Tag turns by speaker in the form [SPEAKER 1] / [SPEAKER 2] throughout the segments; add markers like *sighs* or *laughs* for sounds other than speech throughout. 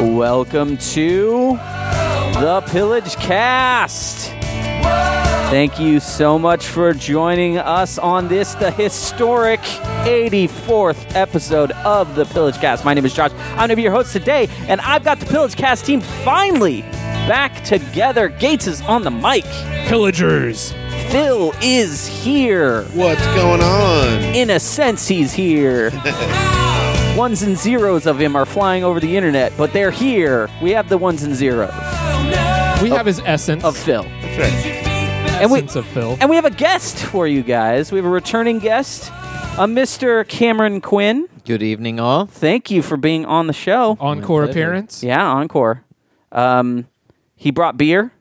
[SPEAKER 1] Welcome to the Pillage Cast. Thank you so much for joining us on this, the historic 84th episode of the Pillage Cast. My name is Josh. I'm going to be your host today, and I've got the Pillage Cast team finally back together. Gates is on the mic.
[SPEAKER 2] Pillagers.
[SPEAKER 1] Phil is here.
[SPEAKER 3] What's going on?
[SPEAKER 1] In a sense, he's here. ones and zeros of him are flying over the internet, but they're here. We have the ones and zeros
[SPEAKER 2] We have his essence.
[SPEAKER 1] of Phil.
[SPEAKER 3] That's right.
[SPEAKER 1] And we,
[SPEAKER 2] essence of Phil.
[SPEAKER 1] and we have a guest for you guys. We have a returning guest, a Mr. Cameron Quinn.
[SPEAKER 4] Good evening, all.
[SPEAKER 1] Thank you for being on the show.
[SPEAKER 2] Encore
[SPEAKER 4] pleasure.
[SPEAKER 2] appearance.
[SPEAKER 1] Yeah, encore. Um, he brought beer,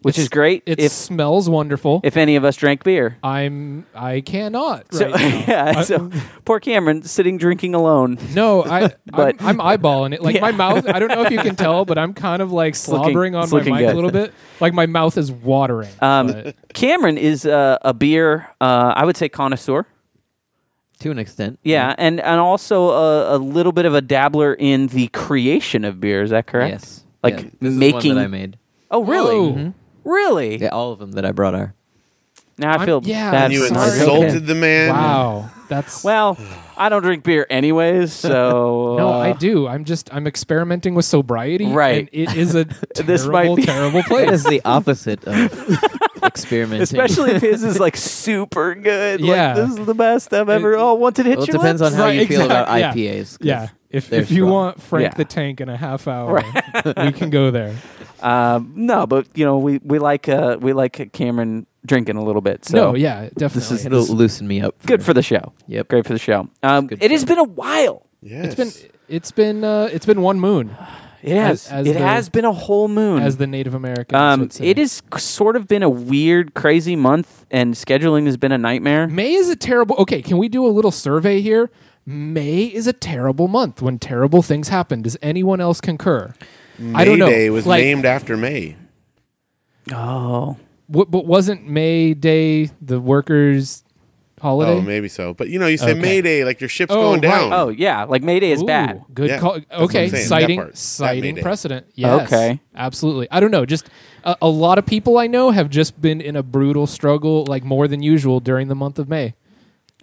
[SPEAKER 1] which is great.
[SPEAKER 2] It
[SPEAKER 1] if
[SPEAKER 2] smells wonderful.
[SPEAKER 1] if any of us drank beer,
[SPEAKER 2] I'm. I cannot.
[SPEAKER 1] so
[SPEAKER 2] right now.
[SPEAKER 1] *laughs* yeah.
[SPEAKER 2] I-
[SPEAKER 1] so poor Cameron sitting drinking alone.
[SPEAKER 2] no, I.
[SPEAKER 1] *laughs* But-
[SPEAKER 2] I'm, I'm eyeballing it. Like my
[SPEAKER 1] Yeah.
[SPEAKER 2] mouth. I don't know if you can tell, but I'm kind of like
[SPEAKER 1] looking-
[SPEAKER 2] slobbering
[SPEAKER 1] it's
[SPEAKER 2] on my
[SPEAKER 1] looking
[SPEAKER 2] mic
[SPEAKER 1] good.
[SPEAKER 2] a little bit. Like my mouth is watering.
[SPEAKER 1] Um,
[SPEAKER 2] but-
[SPEAKER 1] Cameron is uh, a beer, uh, I would say connoisseur.
[SPEAKER 4] To an extent.
[SPEAKER 1] Yeah,
[SPEAKER 2] Mm-hmm.
[SPEAKER 1] and and also a, a little bit of a dabbler in the creation of beer. Is that correct?
[SPEAKER 4] Yes. Mm-hmm.
[SPEAKER 1] Like
[SPEAKER 4] Yeah. This is the one
[SPEAKER 1] making.
[SPEAKER 4] that I made.
[SPEAKER 1] Oh, *laughs* really?
[SPEAKER 2] Whoa.
[SPEAKER 1] Really?
[SPEAKER 4] Yeah, all of them that I brought are.
[SPEAKER 1] Now I
[SPEAKER 2] I'm-
[SPEAKER 1] feel
[SPEAKER 2] yeah,
[SPEAKER 1] bad.
[SPEAKER 2] I'm
[SPEAKER 3] You
[SPEAKER 1] for-
[SPEAKER 2] sorry.
[SPEAKER 1] It's
[SPEAKER 3] insulted
[SPEAKER 1] okay.
[SPEAKER 3] the man.
[SPEAKER 2] Wow. That's.
[SPEAKER 1] Well, I don't drink beer
[SPEAKER 2] *laughs*
[SPEAKER 1] anyways, so
[SPEAKER 2] No,
[SPEAKER 1] uh,
[SPEAKER 2] I do. I'm just. I'm experimenting with sobriety.
[SPEAKER 1] Right.
[SPEAKER 2] And it is a
[SPEAKER 1] *laughs* This might
[SPEAKER 2] terrible,
[SPEAKER 1] be- *laughs*
[SPEAKER 2] terrible
[SPEAKER 4] It
[SPEAKER 2] place.
[SPEAKER 4] is the opposite of experimenting. *laughs*
[SPEAKER 1] Especially if his
[SPEAKER 2] *laughs*
[SPEAKER 1] is like super good.
[SPEAKER 2] Yeah.
[SPEAKER 1] Like, this is the best I've ever.
[SPEAKER 2] It-
[SPEAKER 1] oh, once it hits
[SPEAKER 4] well, it
[SPEAKER 1] your
[SPEAKER 4] depends on
[SPEAKER 1] lips.
[SPEAKER 4] how
[SPEAKER 2] Right,
[SPEAKER 4] you feel about
[SPEAKER 2] exact- yeah.
[SPEAKER 4] IPAs. 'cause
[SPEAKER 2] Yeah. If,
[SPEAKER 4] they're
[SPEAKER 2] if you
[SPEAKER 4] strong.
[SPEAKER 2] want Frank
[SPEAKER 1] Yeah.
[SPEAKER 2] the Tank in a half hour, *laughs* we can go there.
[SPEAKER 1] Um, no, but you know we we like uh, we like Cameron drinking a little bit. *laughs* So
[SPEAKER 2] no, yeah, definitely.
[SPEAKER 1] this is-
[SPEAKER 4] it'll loosen me up.
[SPEAKER 1] good for the show.
[SPEAKER 4] Yep.
[SPEAKER 1] Great for the show. Um,
[SPEAKER 4] good
[SPEAKER 1] it has
[SPEAKER 4] show.
[SPEAKER 1] been a while.
[SPEAKER 3] Yes.
[SPEAKER 2] It's been it's been uh, it's been one moon
[SPEAKER 1] It has.
[SPEAKER 2] as
[SPEAKER 1] it
[SPEAKER 2] the-
[SPEAKER 1] has been a whole moon.
[SPEAKER 2] as the Native Americans
[SPEAKER 1] um,
[SPEAKER 2] would say.
[SPEAKER 1] it has k- sort of been a weird, crazy month, and scheduling has been a nightmare.
[SPEAKER 2] May is a terrible. Okay, can we do a little survey here? May is a terrible month when terrible things happen. Does anyone else concur? I don't know.
[SPEAKER 3] Day was
[SPEAKER 2] like,
[SPEAKER 3] named after May.
[SPEAKER 1] Oh,
[SPEAKER 2] w- but wasn't May Day the workers' holiday?
[SPEAKER 3] Oh, maybe so. But you know, you say
[SPEAKER 2] Okay.
[SPEAKER 3] Mayday, like your ship's
[SPEAKER 2] Oh,
[SPEAKER 3] going
[SPEAKER 2] right.
[SPEAKER 3] down.
[SPEAKER 1] oh yeah, like Mayday is
[SPEAKER 2] Ooh,
[SPEAKER 1] bad.
[SPEAKER 2] Good
[SPEAKER 3] Yeah,
[SPEAKER 2] call.
[SPEAKER 3] that's what I'm
[SPEAKER 2] Okay,
[SPEAKER 3] saying, that
[SPEAKER 2] citing
[SPEAKER 3] part, that made
[SPEAKER 2] citing
[SPEAKER 3] it.
[SPEAKER 2] precedent. Yes.
[SPEAKER 1] Okay.
[SPEAKER 2] Absolutely. I don't know. Just a, a lot of people I know have just been in a brutal struggle, like more than usual, during the month of May.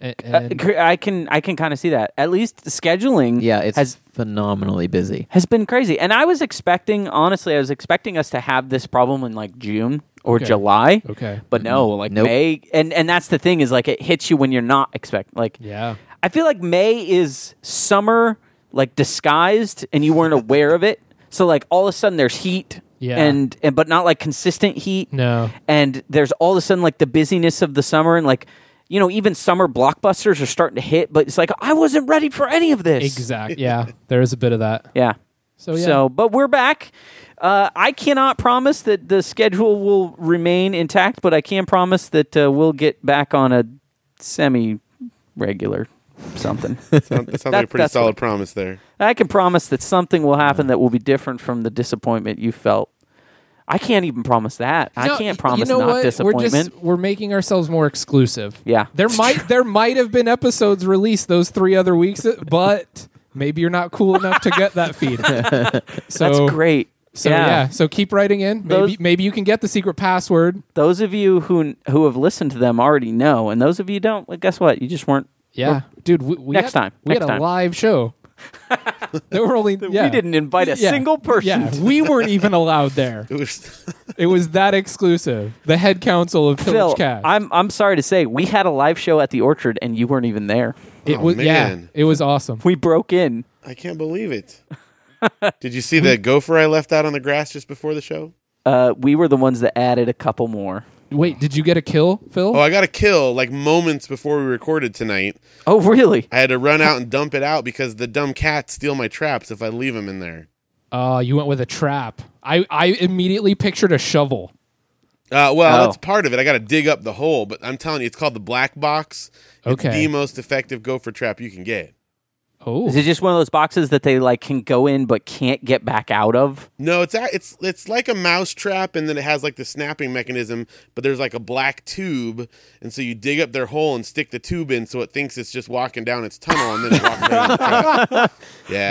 [SPEAKER 2] A-
[SPEAKER 1] Uh,
[SPEAKER 2] And,
[SPEAKER 1] cr- I can I can kind of see that. At least scheduling,
[SPEAKER 4] Yeah, it's
[SPEAKER 1] has
[SPEAKER 4] phenomenally busy.
[SPEAKER 1] has been crazy. And I was expecting, honestly, I was expecting us to have this problem in like June or
[SPEAKER 2] Okay.
[SPEAKER 1] July.
[SPEAKER 2] okay.
[SPEAKER 1] But no, like
[SPEAKER 4] Mm-hmm. Nope.
[SPEAKER 1] May, and and that's the thing is like it hits you when you're not expect. Like
[SPEAKER 2] Yeah.
[SPEAKER 1] I feel like May is summer like disguised and you weren't aware of it. So like all of a sudden there's heat.
[SPEAKER 2] Yeah.
[SPEAKER 1] And, and but not like consistent heat.
[SPEAKER 2] No.
[SPEAKER 1] And there's all of a sudden like the busyness of the summer and like you know, even summer blockbusters are starting to hit, but it's like I wasn't ready for any of this.
[SPEAKER 2] Exact.
[SPEAKER 3] *laughs*
[SPEAKER 2] Yeah. There is a bit of that.
[SPEAKER 1] Yeah.
[SPEAKER 2] So, Oh, yeah.
[SPEAKER 1] but we're back. Uh, I cannot promise that the schedule will remain intact, but I can promise that uh, we'll get back on a semi-regular
[SPEAKER 2] *laughs*
[SPEAKER 1] something.
[SPEAKER 3] Sound- that sounds
[SPEAKER 1] That-
[SPEAKER 3] like a pretty
[SPEAKER 1] that's
[SPEAKER 3] solid
[SPEAKER 1] what-
[SPEAKER 3] promise there.
[SPEAKER 1] I can promise that something will happen that will be different from the disappointment you felt. I can't even promise that. I
[SPEAKER 2] No,
[SPEAKER 1] can't
[SPEAKER 2] y-
[SPEAKER 1] promise
[SPEAKER 2] you know
[SPEAKER 1] not
[SPEAKER 2] what?
[SPEAKER 1] disappointment.
[SPEAKER 2] We're, just, we're making ourselves more exclusive.
[SPEAKER 1] Yeah.
[SPEAKER 2] There might there might have been episodes released those three other weeks, but maybe you're not cool enough to get that feed.
[SPEAKER 1] *laughs*
[SPEAKER 2] So
[SPEAKER 1] That's great.
[SPEAKER 2] So yeah. so keep writing in. Maybe
[SPEAKER 1] Those-
[SPEAKER 2] maybe you can get the secret password.
[SPEAKER 1] Those of you who who have listened to them already know, and those of you don't, well, guess what? You just weren't.
[SPEAKER 2] Yeah, dude. We, we
[SPEAKER 1] Next
[SPEAKER 2] had,
[SPEAKER 1] time,
[SPEAKER 2] we
[SPEAKER 1] next
[SPEAKER 2] had a
[SPEAKER 1] time.
[SPEAKER 2] live
[SPEAKER 1] *laughs*
[SPEAKER 2] show. there were only yeah.
[SPEAKER 1] We didn't invite a
[SPEAKER 2] Yeah.
[SPEAKER 1] single person.
[SPEAKER 2] Yeah, we weren't even allowed there.
[SPEAKER 3] It was *laughs*
[SPEAKER 2] It was that exclusive. The head council of
[SPEAKER 1] *laughs* Phil,
[SPEAKER 2] Pillage Cast.
[SPEAKER 1] I'm I'm sorry to say, we had a live show at the Orchard, and you weren't even there.
[SPEAKER 2] it
[SPEAKER 3] Oh,
[SPEAKER 2] was yeah.
[SPEAKER 3] man.
[SPEAKER 2] It was awesome.
[SPEAKER 1] We broke in.
[SPEAKER 3] I can't believe
[SPEAKER 1] *laughs*
[SPEAKER 3] it. Did you see the gopher I left out on the grass just before the show?
[SPEAKER 1] Uh, we were the ones that added a couple more.
[SPEAKER 2] Wait, did you get a kill, Phil?
[SPEAKER 3] Oh, I got a kill like moments before we recorded tonight.
[SPEAKER 1] Oh, really?
[SPEAKER 3] I had to run out and dump it out because the dumb cats steal my traps if I leave them in there.
[SPEAKER 2] Uh, you went with a trap. I I immediately pictured a shovel.
[SPEAKER 3] Uh, well,
[SPEAKER 1] Oh.
[SPEAKER 3] that's part of it. I got to dig up the hole, but I'm telling you, it's called the black box. It's
[SPEAKER 2] Okay.
[SPEAKER 3] the most effective gopher trap you can get.
[SPEAKER 2] Oh,
[SPEAKER 1] Is it just one of those boxes that they like can go in but can't get back out of?
[SPEAKER 3] No, it's a- it's it's like a mouse trap, and then it has like the snapping mechanism. But there's like a black tube, and so you dig up their hole and stick the tube in, so it thinks it's just walking down its tunnel, and then it walks down. The trap. Yeah,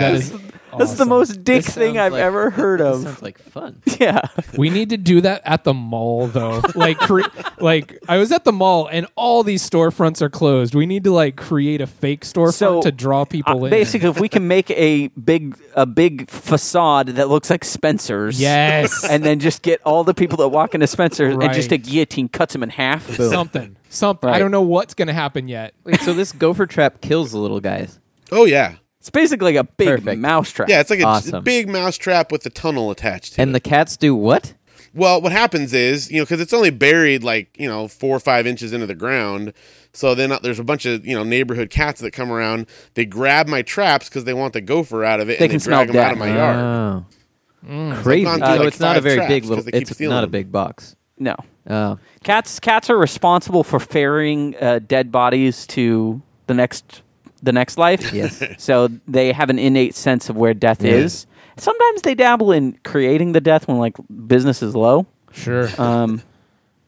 [SPEAKER 2] *laughs* that is
[SPEAKER 1] That's the
[SPEAKER 2] awesome.
[SPEAKER 1] most dick
[SPEAKER 4] This
[SPEAKER 1] thing
[SPEAKER 4] sounds
[SPEAKER 1] I've
[SPEAKER 4] like- *laughs*
[SPEAKER 1] ever heard
[SPEAKER 4] That
[SPEAKER 1] of.
[SPEAKER 4] sounds like fun.
[SPEAKER 1] *laughs* Yeah.
[SPEAKER 2] We need to do that at the mall
[SPEAKER 3] *laughs*
[SPEAKER 2] though. Like cre- like I was at the mall and all these storefronts are closed. We need to like create a fake storefront
[SPEAKER 1] So,
[SPEAKER 2] to draw people
[SPEAKER 1] Uh,
[SPEAKER 2] in.
[SPEAKER 1] basically, if we can make a big a big facade that looks like Spencer's,
[SPEAKER 2] Yes.
[SPEAKER 1] *laughs* and then just get all the people that walk into Spencer's and just a
[SPEAKER 2] Right.
[SPEAKER 1] guillotine cuts them in half.
[SPEAKER 2] *laughs* something. Something.
[SPEAKER 1] Right.
[SPEAKER 2] I don't know what's going to happen yet.
[SPEAKER 4] Wait, so this gopher trap kills the little guys.
[SPEAKER 3] oh yeah,
[SPEAKER 1] It's basically like a big
[SPEAKER 4] Perfect.
[SPEAKER 1] mousetrap.
[SPEAKER 3] yeah. It's like a
[SPEAKER 4] Awesome.
[SPEAKER 3] big mouse trap with the tunnel attached. To it.
[SPEAKER 4] And the cats do what?
[SPEAKER 3] Well, what happens is, you know, because it's only buried like, you know, four or five inches into the ground. So then uh, there's a bunch of, you know, neighborhood cats that come around. They grab my traps because they want the gopher out of it
[SPEAKER 1] They Mm.
[SPEAKER 3] and
[SPEAKER 1] can
[SPEAKER 3] they drag
[SPEAKER 1] smell
[SPEAKER 3] them out of
[SPEAKER 1] death. Ah.
[SPEAKER 3] my yard.
[SPEAKER 4] Oh.
[SPEAKER 3] Crazy.
[SPEAKER 4] Uh, so it's not a very big little. It's not a big box.
[SPEAKER 1] No,
[SPEAKER 4] Oh,
[SPEAKER 1] cats cats are responsible for ferrying uh, dead bodies to the next the next life.
[SPEAKER 4] Yes.
[SPEAKER 1] *laughs* so they have an innate sense of where death is. Sometimes they dabble in creating the death when like business is low.
[SPEAKER 2] Sure.
[SPEAKER 1] Um,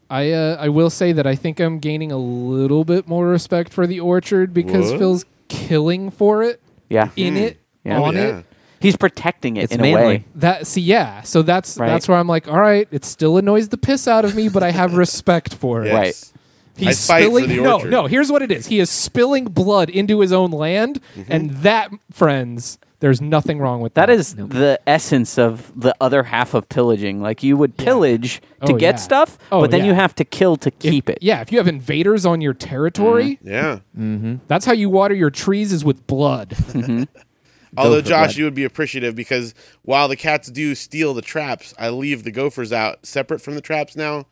[SPEAKER 2] I uh, I will say that I think I'm gaining a little bit more respect for the orchard because
[SPEAKER 3] What?
[SPEAKER 2] Phil's killing for it,
[SPEAKER 1] yeah,
[SPEAKER 2] in it,
[SPEAKER 1] Hmm. Yeah.
[SPEAKER 2] on
[SPEAKER 3] Oh, yeah.
[SPEAKER 2] it.
[SPEAKER 1] he's protecting it
[SPEAKER 4] It's
[SPEAKER 1] in a way.
[SPEAKER 4] manly.
[SPEAKER 2] That see, yeah. So that's
[SPEAKER 1] Right.
[SPEAKER 2] that's where I'm like, all right, it still annoys the piss out of me, but I
[SPEAKER 3] *laughs*
[SPEAKER 2] have respect for it.
[SPEAKER 3] Yes.
[SPEAKER 1] Right.
[SPEAKER 2] He's
[SPEAKER 3] I fight for
[SPEAKER 2] spilling
[SPEAKER 3] the
[SPEAKER 2] no,
[SPEAKER 3] orchard.
[SPEAKER 2] no. Here's what it is: he is spilling blood into his own land,
[SPEAKER 3] Mm-hmm.
[SPEAKER 2] and that, friends, there's nothing wrong with that.
[SPEAKER 1] That is the essence of the other half of pillaging. Like you would pillage to
[SPEAKER 2] Oh,
[SPEAKER 1] get
[SPEAKER 2] yeah.
[SPEAKER 1] stuff,
[SPEAKER 2] Oh,
[SPEAKER 1] but then
[SPEAKER 2] yeah.
[SPEAKER 1] you have to kill to keep it.
[SPEAKER 2] yeah. If you have invaders on your territory,
[SPEAKER 3] Yeah.
[SPEAKER 1] Mm,
[SPEAKER 3] Mm-hmm.
[SPEAKER 2] that's how you water your trees is with
[SPEAKER 3] *laughs*
[SPEAKER 2] blood.
[SPEAKER 3] Although,
[SPEAKER 4] Gopher
[SPEAKER 3] Josh,
[SPEAKER 4] blood.
[SPEAKER 3] you would be appreciative because while the cats do steal the traps, I leave the gophers out separate from the traps now,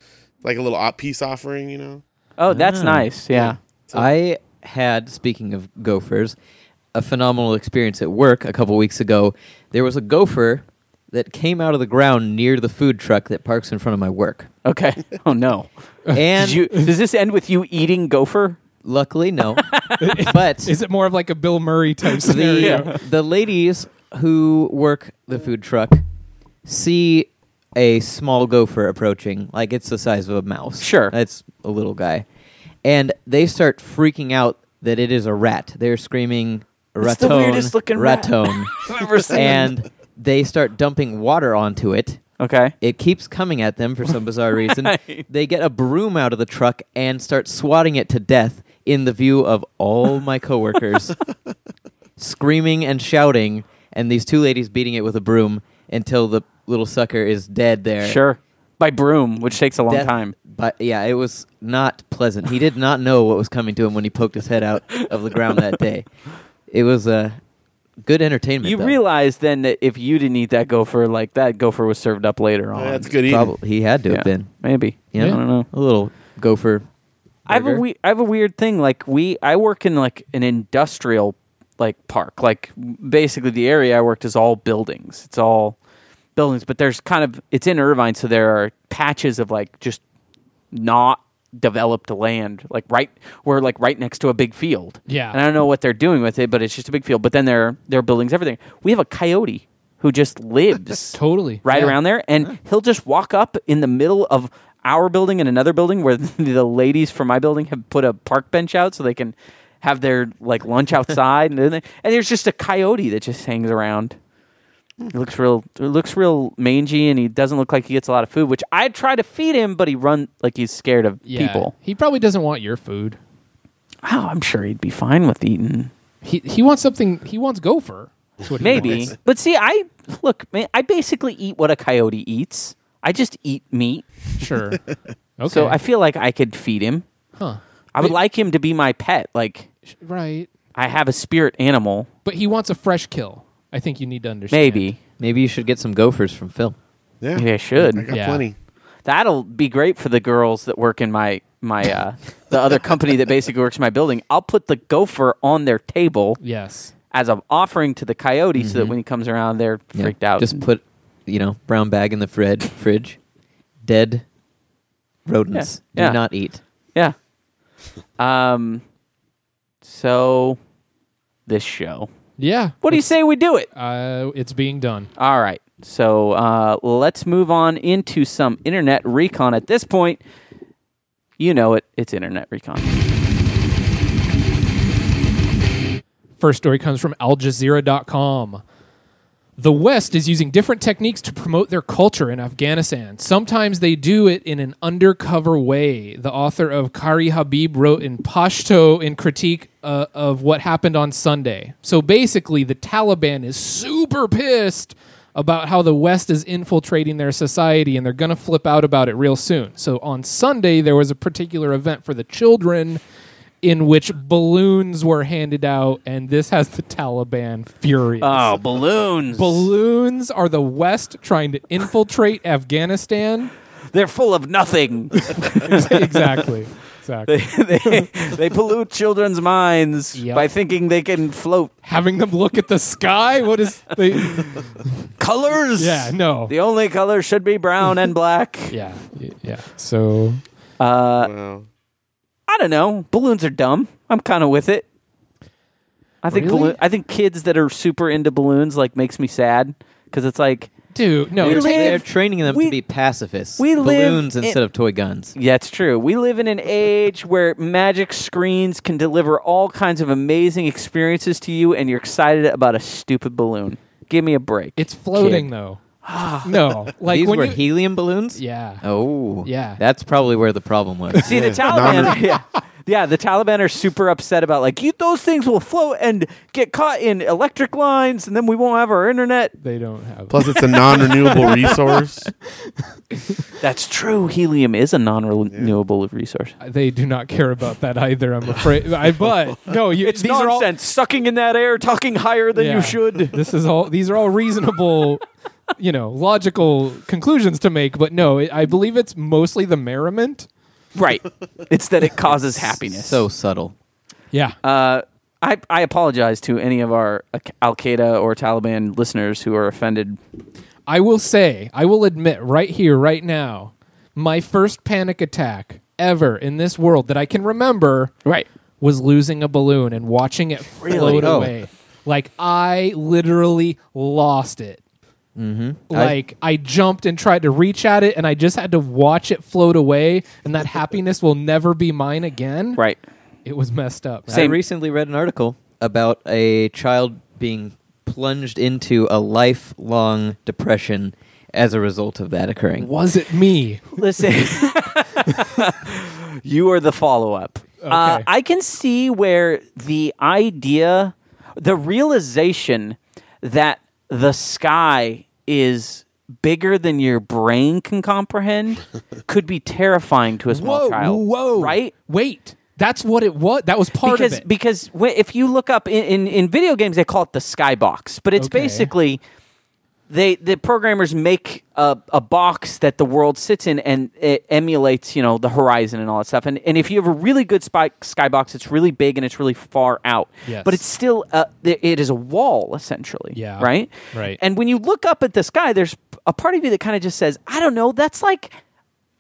[SPEAKER 3] like a little op- peace offering, you know?
[SPEAKER 1] Oh, that's
[SPEAKER 2] Ah.
[SPEAKER 1] nice. Yeah.
[SPEAKER 4] I had, speaking of gophers, a phenomenal experience at work a couple weeks ago. There was a gopher that came out of the ground near the food truck that parks in front of my work.
[SPEAKER 1] Okay. Oh no.
[SPEAKER 4] And
[SPEAKER 1] *laughs* Did you, does this end with you eating gopher?
[SPEAKER 4] luckily,
[SPEAKER 1] *laughs*
[SPEAKER 4] no. but
[SPEAKER 2] is it more of like a Bill Murray type scenario?
[SPEAKER 4] the, the ladies who work the food truck see a small gopher approaching, like it's the size of a mouse.
[SPEAKER 1] Sure.
[SPEAKER 4] It's a little guy. And they start freaking out that it is a rat. They're screaming, ratone,
[SPEAKER 1] It's the weirdest looking rat." *laughs*
[SPEAKER 4] ratone.
[SPEAKER 1] I've ever seen.
[SPEAKER 4] and they start dumping water onto it.
[SPEAKER 1] Okay.
[SPEAKER 4] It keeps coming at them for
[SPEAKER 1] *laughs*
[SPEAKER 4] some bizarre reason. They get a broom out of the truck and start swatting it to death in the view of all
[SPEAKER 1] *laughs*
[SPEAKER 4] my coworkers, screaming and shouting, and these two ladies beating it with a broom until the little sucker is dead there.
[SPEAKER 1] Sure. By broom, which takes a long
[SPEAKER 4] Death-
[SPEAKER 1] time.
[SPEAKER 4] But yeah, it was not pleasant. He did not know what was coming to him when he poked his head out of the ground that day. It was uh, good entertainment.
[SPEAKER 1] You
[SPEAKER 4] though.
[SPEAKER 1] realize then that if you didn't eat that gopher, like that gopher was served up later on.
[SPEAKER 3] that's good eating.
[SPEAKER 4] Probably, he had to
[SPEAKER 1] Yeah,
[SPEAKER 4] have been.
[SPEAKER 1] Maybe.
[SPEAKER 4] Yeah,
[SPEAKER 1] I don't know.
[SPEAKER 4] A little gopher.
[SPEAKER 1] I have a
[SPEAKER 4] burger.
[SPEAKER 1] we- I have a weird thing. Like we, I work in like an industrial like park. Like basically, the area I worked is all buildings. It's all buildings, but there's kind of it's in Irvine, so there are patches of like just not developed land. Like right, we're like right next to a big field.
[SPEAKER 2] Yeah.
[SPEAKER 1] and I don't know what they're doing with it, but it's just a big field. But then there there are buildings, everything. We have a coyote who just
[SPEAKER 2] *laughs*
[SPEAKER 1] lives
[SPEAKER 2] Totally.
[SPEAKER 1] right
[SPEAKER 2] Yeah.
[SPEAKER 1] around there, and he'll just walk up in the middle of our building and another building where *laughs* the ladies from my building have put a park bench out so they can have their like
[SPEAKER 2] *laughs*
[SPEAKER 1] lunch outside, and then they- and there's just a coyote that just hangs around. It looks real. It looks real mangy, and he doesn't look like he gets a lot of food. Which I try to feed him, but he run like he's scared of
[SPEAKER 2] Yeah.
[SPEAKER 1] people.
[SPEAKER 2] He probably doesn't want your food.
[SPEAKER 1] Oh, I'm sure he'd be fine with eating.
[SPEAKER 2] He he wants something. He wants gopher. That's what he
[SPEAKER 1] Maybe,
[SPEAKER 2] wants.
[SPEAKER 1] but see, I look. Man, I basically eat what a coyote eats. I just eat meat,
[SPEAKER 3] *laughs*
[SPEAKER 2] Sure. Okay.
[SPEAKER 1] so I feel like I could feed him.
[SPEAKER 2] huh.
[SPEAKER 1] I would
[SPEAKER 2] Wait.
[SPEAKER 1] like him to be my pet. Like
[SPEAKER 2] Sh- Right.
[SPEAKER 1] I have a spirit animal,
[SPEAKER 2] But he wants a fresh kill. I think you need to understand.
[SPEAKER 1] maybe.
[SPEAKER 4] Maybe you should get some gophers from Phil.
[SPEAKER 3] Yeah.
[SPEAKER 1] Maybe I
[SPEAKER 3] I
[SPEAKER 1] should.
[SPEAKER 3] got
[SPEAKER 2] Yeah.
[SPEAKER 3] plenty.
[SPEAKER 1] That'll be great for the girls that work in my my uh, the other company that basically works in my building. I'll put the gopher on their table
[SPEAKER 2] Yes.
[SPEAKER 1] as an offering to the coyote, so that when he comes around, they're
[SPEAKER 4] Mm-hmm. Yeah.
[SPEAKER 1] freaked out.
[SPEAKER 4] Just put, you know, brown bag in the frid- fridge. Dead rodents
[SPEAKER 1] Yeah. Yeah.
[SPEAKER 4] do not eat.
[SPEAKER 1] yeah. Um. So, this show.
[SPEAKER 2] Yeah.
[SPEAKER 1] What do you say we do it?
[SPEAKER 2] Uh, it's being done.
[SPEAKER 1] All right. So uh, let's move on into some internet recon. At this point, you know it. It's internet recon.
[SPEAKER 2] First story comes from AlJazeera.com. The West is using different techniques to promote their culture in Afghanistan. Sometimes they do it in an undercover way. The author of Kari Habib wrote in Pashto in critique uh, of what happened on Sunday. So basically, the Taliban is super pissed about how the West is infiltrating their society and they're going to flip out about it real soon. So on Sunday, there was a particular event for the children in which balloons were handed out, and this has the Taliban furious.
[SPEAKER 1] *laughs* Oh, balloons.
[SPEAKER 2] Balloons are the West trying to infiltrate Afghanistan.
[SPEAKER 1] They're full of
[SPEAKER 2] *laughs*
[SPEAKER 1] nothing.
[SPEAKER 2] exactly. Exactly.
[SPEAKER 1] they, they pollute children's minds
[SPEAKER 2] Yep.
[SPEAKER 1] by thinking they can float
[SPEAKER 2] Having them look at the sky. What is they?
[SPEAKER 1] colors.
[SPEAKER 2] Yeah. No.
[SPEAKER 1] The only color should be brown and black.
[SPEAKER 2] *laughs* Yeah. y- Yeah. So
[SPEAKER 3] Wow.
[SPEAKER 1] I don't know. Balloons are dumb. I'm kind of with it. I think
[SPEAKER 2] Really?
[SPEAKER 1] balloon, I think kids that are super into balloons like makes me sad because it's like
[SPEAKER 2] dude, no.
[SPEAKER 1] We
[SPEAKER 4] They're,
[SPEAKER 2] it's-
[SPEAKER 1] live-
[SPEAKER 4] they're training them
[SPEAKER 1] we-
[SPEAKER 4] to be pacifists.
[SPEAKER 1] we live
[SPEAKER 4] Balloons
[SPEAKER 1] in-
[SPEAKER 4] instead of toy guns.
[SPEAKER 1] Yeah, it's true. We live in an age where magic screens can deliver all kinds of amazing experiences to you, and you're excited about a stupid balloon. Give me a break.
[SPEAKER 2] It's floating
[SPEAKER 4] Kid.
[SPEAKER 2] though. no. Like
[SPEAKER 4] These
[SPEAKER 2] when
[SPEAKER 4] were
[SPEAKER 2] you.
[SPEAKER 4] helium balloons?
[SPEAKER 2] yeah.
[SPEAKER 4] Oh.
[SPEAKER 2] Yeah.
[SPEAKER 4] That's probably where the problem was.
[SPEAKER 1] See, the Taliban, *laughs* yeah, yeah, the Taliban are super upset about like you, those things will float and get caught in electric lines, and then we won't have our internet.
[SPEAKER 2] They don't have.
[SPEAKER 3] Plus, it's a non-renewable *laughs* resource.
[SPEAKER 1] That's true. Helium is a non-renewable resource.
[SPEAKER 2] They do not care about that either. I'm afraid. I but no. You,
[SPEAKER 1] It's
[SPEAKER 2] these are all-
[SPEAKER 1] nonsense. Sucking in that air, talking higher than
[SPEAKER 2] Yeah.
[SPEAKER 1] you should.
[SPEAKER 2] *laughs* this is all these are all reasonable you know logical conclusions to make but no it, i believe it's mostly the merriment
[SPEAKER 1] *laughs* right. It's that it causes happiness.
[SPEAKER 4] So subtle.
[SPEAKER 2] yeah
[SPEAKER 1] Uh, I, I apologize to any of our Al Qaeda or Taliban listeners who are offended.
[SPEAKER 2] i will say i will admit right here right now my first panic attack ever in this world that i can remember
[SPEAKER 1] Right.
[SPEAKER 2] was losing a balloon and watching it float
[SPEAKER 4] Oh.
[SPEAKER 2] away like i literally lost it mm-hmm. like I, jumped and tried to reach at it and i just had to watch it float away and
[SPEAKER 1] *laughs*
[SPEAKER 2] that happiness will never be mine again
[SPEAKER 1] Right.
[SPEAKER 2] It was messed up. man.
[SPEAKER 1] Same.
[SPEAKER 4] I recently read an article about a child being plunged into a lifelong depression as a result of that occurring.
[SPEAKER 2] Was it me?
[SPEAKER 1] Listen, you are the follow up. Uh,
[SPEAKER 2] Okay.
[SPEAKER 1] I can see where the idea, the realization that the sky is bigger than your brain can comprehend could be terrifying to a *laughs* small child. Right?
[SPEAKER 2] Wait, that's what it was. That was part
[SPEAKER 1] because
[SPEAKER 2] of it.
[SPEAKER 1] because wh- if you look up in, in, in video games they call it the skybox but it's
[SPEAKER 2] Okay.
[SPEAKER 1] basically they the programmers make a, a box that the world sits in and it emulates you know the horizon and all that stuff and and if you have a really good spy, skybox it's really big and it's really far out
[SPEAKER 2] Yes.
[SPEAKER 1] but it's still uh, th- it is a wall essentially
[SPEAKER 2] Yeah.
[SPEAKER 1] right
[SPEAKER 2] Right.
[SPEAKER 1] and when you look up at the sky there's a part of you that kind of just says i don't know that's like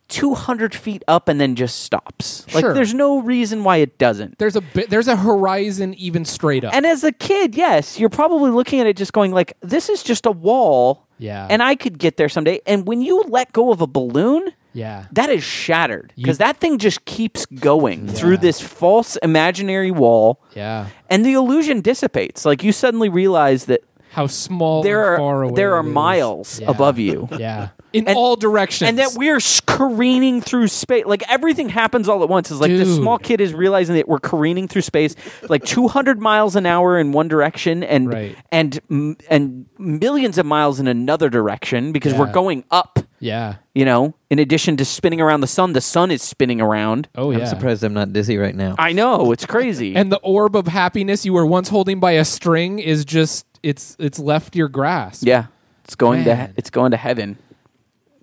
[SPEAKER 1] 200 feet up and then just stops like
[SPEAKER 2] Sure.
[SPEAKER 1] there's no reason why it doesn't
[SPEAKER 2] there's a bit, there's a horizon even straight up.
[SPEAKER 1] and as a kid, yes, you're probably looking at it just going like, this is just a wall.
[SPEAKER 2] Yeah.
[SPEAKER 1] And I could get there someday. And when you let go of a balloon,
[SPEAKER 2] yeah.
[SPEAKER 1] that is shattered
[SPEAKER 2] You-
[SPEAKER 1] because that thing just keeps going through
[SPEAKER 2] Yeah.
[SPEAKER 1] this false imaginary wall.
[SPEAKER 2] yeah.
[SPEAKER 1] And the illusion dissipates. Like you suddenly realize that
[SPEAKER 2] How small
[SPEAKER 1] there
[SPEAKER 2] and far
[SPEAKER 1] are
[SPEAKER 2] away
[SPEAKER 1] there
[SPEAKER 2] it
[SPEAKER 1] are
[SPEAKER 2] is.
[SPEAKER 1] miles
[SPEAKER 2] Yeah.
[SPEAKER 1] above
[SPEAKER 2] *laughs*
[SPEAKER 1] you. *laughs*
[SPEAKER 2] Yeah. In
[SPEAKER 1] And-
[SPEAKER 2] all directions.
[SPEAKER 1] And that we're s- careening through space. Like everything happens all at once. Is like this
[SPEAKER 2] Dude.
[SPEAKER 1] small kid is realizing that we're careening through space, like 200 miles an hour in one direction, and
[SPEAKER 2] Right.
[SPEAKER 1] and m- and millions of miles in another direction because we're
[SPEAKER 2] Yeah.
[SPEAKER 1] going up.
[SPEAKER 2] yeah.
[SPEAKER 1] You know, in addition to spinning around the sun, the sun is spinning around.
[SPEAKER 2] Oh yeah.
[SPEAKER 4] I'm surprised I'm not dizzy right now.
[SPEAKER 1] I know it's crazy.
[SPEAKER 2] *laughs* And the orb of happiness you were once holding by a string is just it's it's left your grasp.
[SPEAKER 1] yeah, it's going to
[SPEAKER 2] Man.
[SPEAKER 1] it's going to heaven.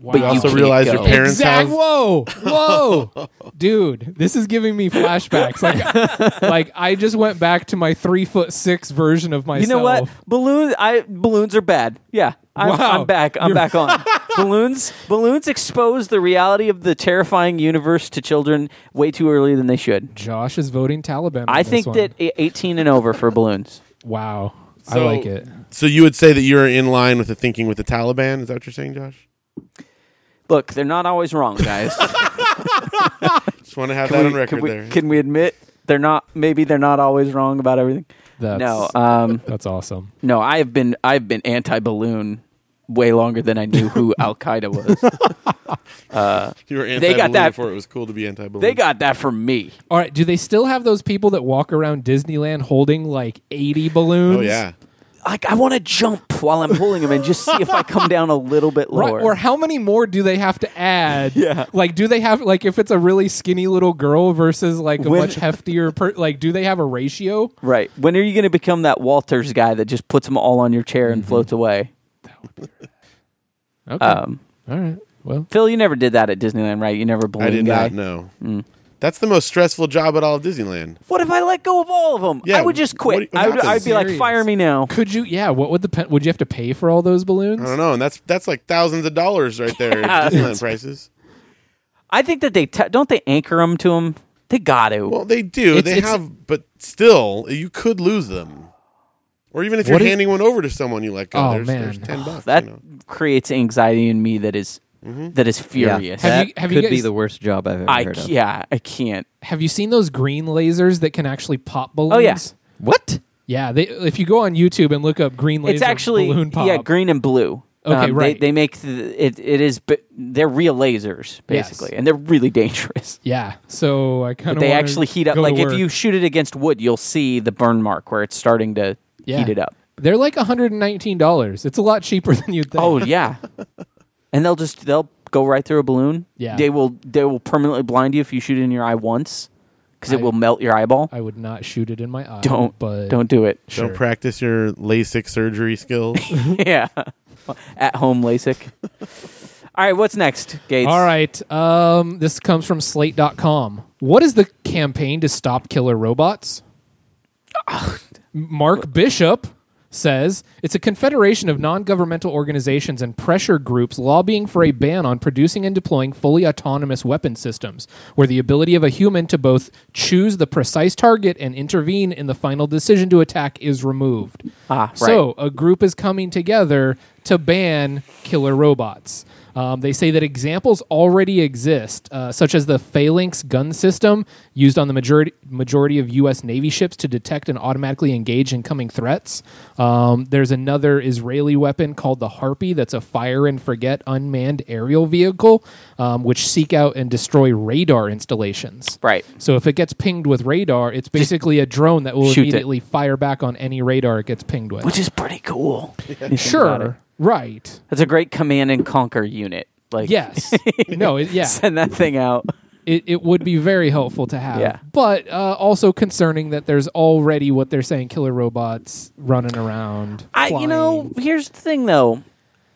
[SPEAKER 2] Wow.
[SPEAKER 1] but you
[SPEAKER 3] Also
[SPEAKER 1] can't
[SPEAKER 3] realize
[SPEAKER 1] go.
[SPEAKER 3] your parents'
[SPEAKER 2] Exact-
[SPEAKER 3] house.
[SPEAKER 2] Whoa,
[SPEAKER 1] *laughs*
[SPEAKER 2] whoa, dude! This is giving me flashbacks.
[SPEAKER 1] *laughs*
[SPEAKER 2] Like, like I just went back to my three foot six version of myself.
[SPEAKER 1] You know what? Balloons. I balloons are bad. Yeah, I'm,
[SPEAKER 2] Wow.
[SPEAKER 1] I'm back. I'm back on balloons. Balloons expose the reality of the terrifying universe to children way too early than they should.
[SPEAKER 2] Josh is voting Taliban. on
[SPEAKER 1] I
[SPEAKER 2] this
[SPEAKER 1] think e,
[SPEAKER 2] one.
[SPEAKER 1] that i- 18 and over for balloons.
[SPEAKER 2] wow.
[SPEAKER 3] So-
[SPEAKER 2] I like it.
[SPEAKER 3] So you would say that you're in line with the thinking with the Taliban? Is that what you're saying, Josh?
[SPEAKER 1] Look, they're not always wrong, guys.
[SPEAKER 3] Just want to have
[SPEAKER 1] Can
[SPEAKER 3] that
[SPEAKER 1] we-
[SPEAKER 3] on record
[SPEAKER 1] can we,
[SPEAKER 3] there.
[SPEAKER 1] Can we admit they're not? Maybe they're not always wrong about everything.
[SPEAKER 2] That's,
[SPEAKER 1] no, um,
[SPEAKER 2] that's awesome.
[SPEAKER 1] no. I have been I've been anti balloon way longer than I knew who Al Qaeda was.
[SPEAKER 3] you were anti
[SPEAKER 1] They got that-
[SPEAKER 3] before it was cool to be anti balloon.
[SPEAKER 1] they got that from me.
[SPEAKER 2] All right, do they still have those people that walk around Disneyland holding like 80 balloons?
[SPEAKER 3] Oh yeah.
[SPEAKER 1] Like I want to jump while I'm pulling them and just see if I come down a little bit
[SPEAKER 2] Right,
[SPEAKER 1] lower.
[SPEAKER 2] or how many more do they have to add?
[SPEAKER 1] *laughs* Yeah.
[SPEAKER 2] Like, do they have like if it's a really skinny little girl versus like a
[SPEAKER 1] When-
[SPEAKER 2] much heftier per? Like, do they have a ratio?
[SPEAKER 1] Right. When are you going to become that Walters guy that just puts them all on your chair and floats away?
[SPEAKER 2] Okay.
[SPEAKER 1] Um,
[SPEAKER 2] All right. Well,
[SPEAKER 1] Phil, you never did that at Disneyland, right? You never balloon
[SPEAKER 3] I did
[SPEAKER 1] guy. Mm.
[SPEAKER 3] not know. That's the most stressful job at all of Disneyland.
[SPEAKER 1] What if I let go of all of them?
[SPEAKER 3] Yeah,
[SPEAKER 1] I would just
[SPEAKER 3] what-
[SPEAKER 1] quit.
[SPEAKER 3] what
[SPEAKER 1] I would, I'd
[SPEAKER 3] happens?
[SPEAKER 1] be like, fire me now.
[SPEAKER 2] could you? Yeah. What would the pen, would you have to pay for all those balloons?
[SPEAKER 3] I don't know, and that's that's like thousands of dollars right there.
[SPEAKER 1] Yeah. *laughs*
[SPEAKER 3] at Disneyland prices.
[SPEAKER 1] I think that they te- don't they anchor them to them. They got to.
[SPEAKER 3] Well, they do.
[SPEAKER 2] It's-
[SPEAKER 3] they
[SPEAKER 2] it's-
[SPEAKER 3] have, but still, you could lose them. Or even if
[SPEAKER 2] What
[SPEAKER 3] you're
[SPEAKER 2] if-
[SPEAKER 3] handing one over to someone you let go,
[SPEAKER 2] Oh,
[SPEAKER 3] there's, there's
[SPEAKER 2] man.
[SPEAKER 3] ten bucks.
[SPEAKER 1] that *laughs*
[SPEAKER 3] you know. Mm-hmm.
[SPEAKER 1] creates anxiety in me that is- that is furious.
[SPEAKER 4] Yeah,
[SPEAKER 2] Have
[SPEAKER 4] that
[SPEAKER 2] you- have you
[SPEAKER 4] could be
[SPEAKER 2] guys-
[SPEAKER 4] the worst job I've ever
[SPEAKER 1] I
[SPEAKER 4] heard of.
[SPEAKER 1] yeah, I can't.
[SPEAKER 2] Have you seen those green lasers that can actually pop balloons?
[SPEAKER 1] Oh, yeah.
[SPEAKER 4] What?
[SPEAKER 2] Yeah, they, if you go on YouTube and look up green laser
[SPEAKER 1] it's actually
[SPEAKER 2] balloon pop,
[SPEAKER 1] yeah, green and blue. Um,
[SPEAKER 2] Okay,
[SPEAKER 1] they-
[SPEAKER 2] right.
[SPEAKER 1] They, make the, it. It is, but they're real lasers basically, and they're really
[SPEAKER 2] *laughs*
[SPEAKER 1] dangerous.
[SPEAKER 2] Yeah, so I kind of
[SPEAKER 1] They actually heat up. Like if you shoot it against wood, you'll see the burn mark where it's starting to
[SPEAKER 2] Yeah.
[SPEAKER 1] heat it up.
[SPEAKER 2] they're like one hundred and nineteen dollars. It's a lot cheaper *laughs* than you'd think.
[SPEAKER 1] Oh yeah, and they'll just they'll go right through a balloon.
[SPEAKER 2] Yeah.
[SPEAKER 1] they will they will permanently blind you if you shoot it in your eye once because it
[SPEAKER 2] I-
[SPEAKER 1] will melt your eyeball.
[SPEAKER 2] I would not shoot it in my eye.
[SPEAKER 1] don't
[SPEAKER 2] but
[SPEAKER 1] don't do it.
[SPEAKER 2] Sure.
[SPEAKER 3] Don't practice your LASIK surgery skills.
[SPEAKER 1] *laughs* yeah, at home
[SPEAKER 2] *laughs*
[SPEAKER 1] LASIK. All right, what's next, Gates?
[SPEAKER 2] All right. Um, this comes from Slate.com. What is the campaign to stop
[SPEAKER 1] *laughs*
[SPEAKER 2] killer robots? Mark Bishop says it's a confederation of non governmental organizations and pressure groups lobbying for a ban on producing and deploying fully autonomous weapon systems, where the ability of a human to both choose the precise target and intervene in the final decision to attack is removed.
[SPEAKER 1] Ah, right.
[SPEAKER 2] So a group is coming together to ban killer robots. Um, they say that examples already exist, uh, such as the Phalanx gun system used on the majority majority of U.S. Navy ships to detect and automatically engage incoming threats. Um, there's another Israeli weapon called the Harpy that's a fire and forget unmanned aerial vehicle, um, which seek out and destroy radar installations.
[SPEAKER 1] Right.
[SPEAKER 2] So if it gets pinged with radar, it's basically a drone that will
[SPEAKER 1] shoot it.
[SPEAKER 2] immediately fire back on any radar it gets pinged with.
[SPEAKER 1] which is pretty cool. if you think about it.
[SPEAKER 2] Sure. Right.
[SPEAKER 1] that's a great command and conquer unit. Like
[SPEAKER 2] Yes. no. It,
[SPEAKER 1] *laughs*
[SPEAKER 2] yeah.
[SPEAKER 1] send that thing out.
[SPEAKER 2] It, it would be very helpful to have.
[SPEAKER 1] Yeah.
[SPEAKER 2] But uh, also concerning that there's already what they're saying killer robots running around.
[SPEAKER 1] I you know, here's the thing though.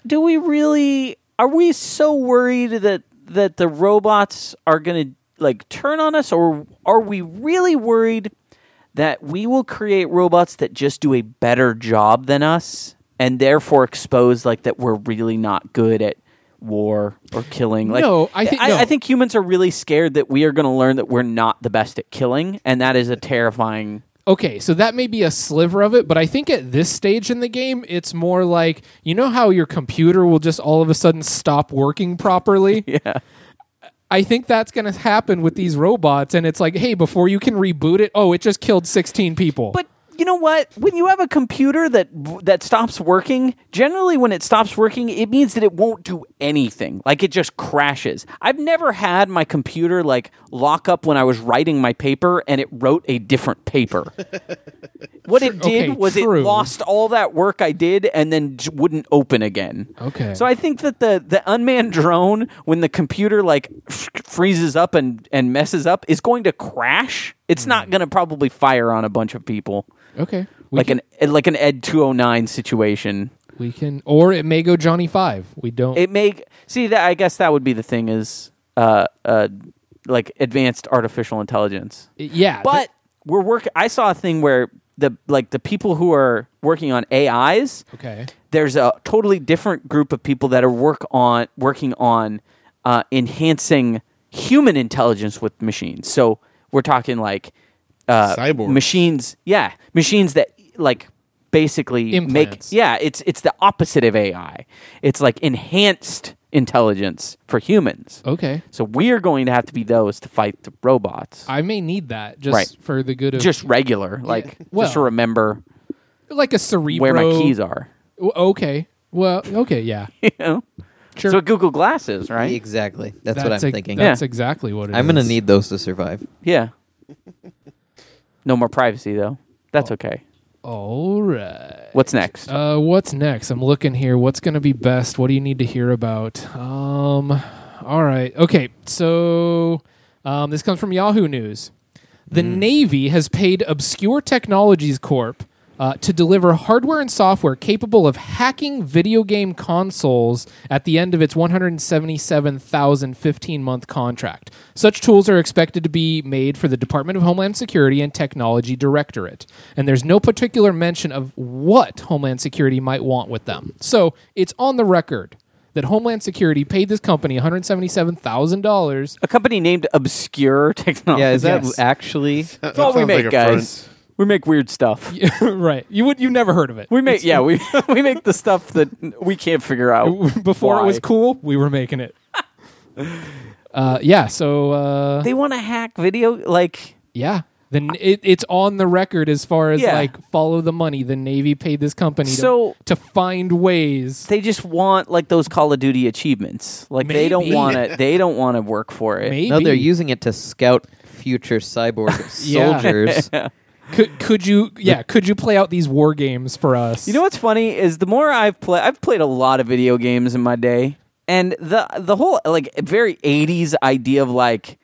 [SPEAKER 1] Do we really are we so worried that that the robots are going to like turn on us or are we really worried that we will create robots that just do a better job than us and therefore expose like that we're really not good at war or killing like
[SPEAKER 2] No, I think-
[SPEAKER 1] I,
[SPEAKER 2] no.
[SPEAKER 1] I think humans are really scared that we are going to learn that we're not the best at killing and that is a terrifying
[SPEAKER 2] Okay, so that may be a sliver of it, but I think at this stage in the game, it's more like you know how your computer will just all of a sudden stop
[SPEAKER 1] *laughs*
[SPEAKER 2] working properly? yeah. I think that's going to happen with these robots, and it's like, hey, before you can reboot it, oh, it just killed 16 people.
[SPEAKER 1] But you know what? When you have a computer that that stops working, generally when it stops working, it means that it won't do anything. Like it just crashes. I've never had my computer like lock up when I was writing my paper and it wrote a different
[SPEAKER 2] *laughs*
[SPEAKER 1] paper. what it did
[SPEAKER 2] okay,
[SPEAKER 1] was
[SPEAKER 2] true.
[SPEAKER 1] it lost all that work I did and then j- wouldn't open again.
[SPEAKER 2] Okay.
[SPEAKER 1] So I think that the the unmanned *laughs* drone when the computer like f- freezes up and and messes up is going to crash. It's not going to probably fire on a bunch of people
[SPEAKER 2] okay. Mm. We
[SPEAKER 1] like
[SPEAKER 2] can,
[SPEAKER 1] an like an Ed 209 situation.
[SPEAKER 2] we can, or it may go Johnny Five. We don't.
[SPEAKER 1] It may see that I guess that would be the thing is uh uh like advanced artificial intelligence.
[SPEAKER 2] yeah.
[SPEAKER 1] But we're work I saw a thing where the like the people who are working on AIs
[SPEAKER 2] Okay.
[SPEAKER 1] there's a totally different group of people that are work on working on uh, enhancing human intelligence with machines. So we're talking like uh,
[SPEAKER 3] Cyborgs.
[SPEAKER 1] machines, yeah, machines that like basically
[SPEAKER 2] Implants.
[SPEAKER 1] make yeah, it's it's the opposite of AI. It's like enhanced intelligence for humans.
[SPEAKER 2] Okay.
[SPEAKER 1] So we're going to have to be those to fight the robots.
[SPEAKER 2] I may need that just
[SPEAKER 1] Right.
[SPEAKER 2] for the good of
[SPEAKER 1] just regular, like just to
[SPEAKER 2] Well,
[SPEAKER 1] remember
[SPEAKER 2] like a cerebro.
[SPEAKER 1] where my keys are. *laughs*
[SPEAKER 2] W- Okay. Well, okay, yeah.
[SPEAKER 1] You know?
[SPEAKER 2] Sure.
[SPEAKER 1] So Google Glasses, right?
[SPEAKER 4] Exactly. That's, what I'm
[SPEAKER 2] e-
[SPEAKER 4] thinking.
[SPEAKER 2] That's
[SPEAKER 1] Yeah.
[SPEAKER 2] exactly what it
[SPEAKER 4] I'm gonna
[SPEAKER 2] is.
[SPEAKER 4] need those to survive.
[SPEAKER 1] Yeah. *laughs* No more privacy though. That's okay.
[SPEAKER 2] All right.
[SPEAKER 1] What's next?
[SPEAKER 2] Uh, what's next? I'm looking here. What's going to be best? What do you need to hear about? Um, all right. Okay. So um, this comes from Yahoo News. The Navy has paid Obscure Technologies Corp. Uh, to deliver hardware and software capable of hacking video game consoles at the end of its 177,000 15 month contract. Such tools are expected to be made for the Department of Homeland Security and Technology Directorate. And there's no particular mention of what Homeland Security might want with them. So it's on the record that Homeland Security paid this company $177,000
[SPEAKER 1] a company named Obscure *laughs* Technology.
[SPEAKER 4] Yeah, is that
[SPEAKER 2] Oh, Yes. *laughs*
[SPEAKER 4] actually?
[SPEAKER 1] *laughs* That's all we
[SPEAKER 3] sounds
[SPEAKER 1] make,
[SPEAKER 3] like a
[SPEAKER 1] guys. We make weird stuff.
[SPEAKER 2] *laughs* right. You would you never heard of it.
[SPEAKER 1] We make yeah, we *laughs* we make the stuff that we can't figure
[SPEAKER 2] *laughs*
[SPEAKER 1] out
[SPEAKER 2] *laughs* Before it was
[SPEAKER 1] why.
[SPEAKER 2] cool, we were making it. *laughs* uh, yeah. So uh,
[SPEAKER 1] They want to hack video like
[SPEAKER 2] yeah, then it, it's on the record as far as
[SPEAKER 1] Yeah.
[SPEAKER 2] like follow the money. The Navy paid this company
[SPEAKER 1] So-
[SPEAKER 2] to, to find ways.
[SPEAKER 1] they just want like those Call of Duty achievements. Like they don't
[SPEAKER 2] Maybe.
[SPEAKER 1] want to they don't want to work for it.
[SPEAKER 2] Maybe
[SPEAKER 4] No, they're using it to scout future cyborg
[SPEAKER 2] *laughs* Yeah. *laughs*
[SPEAKER 4] soldiers.
[SPEAKER 2] could could you yeah could you play out these war games for us?
[SPEAKER 1] You know what's funny is the more I've played, I've played a lot of video games in my day, and the the whole like very '80s idea of like,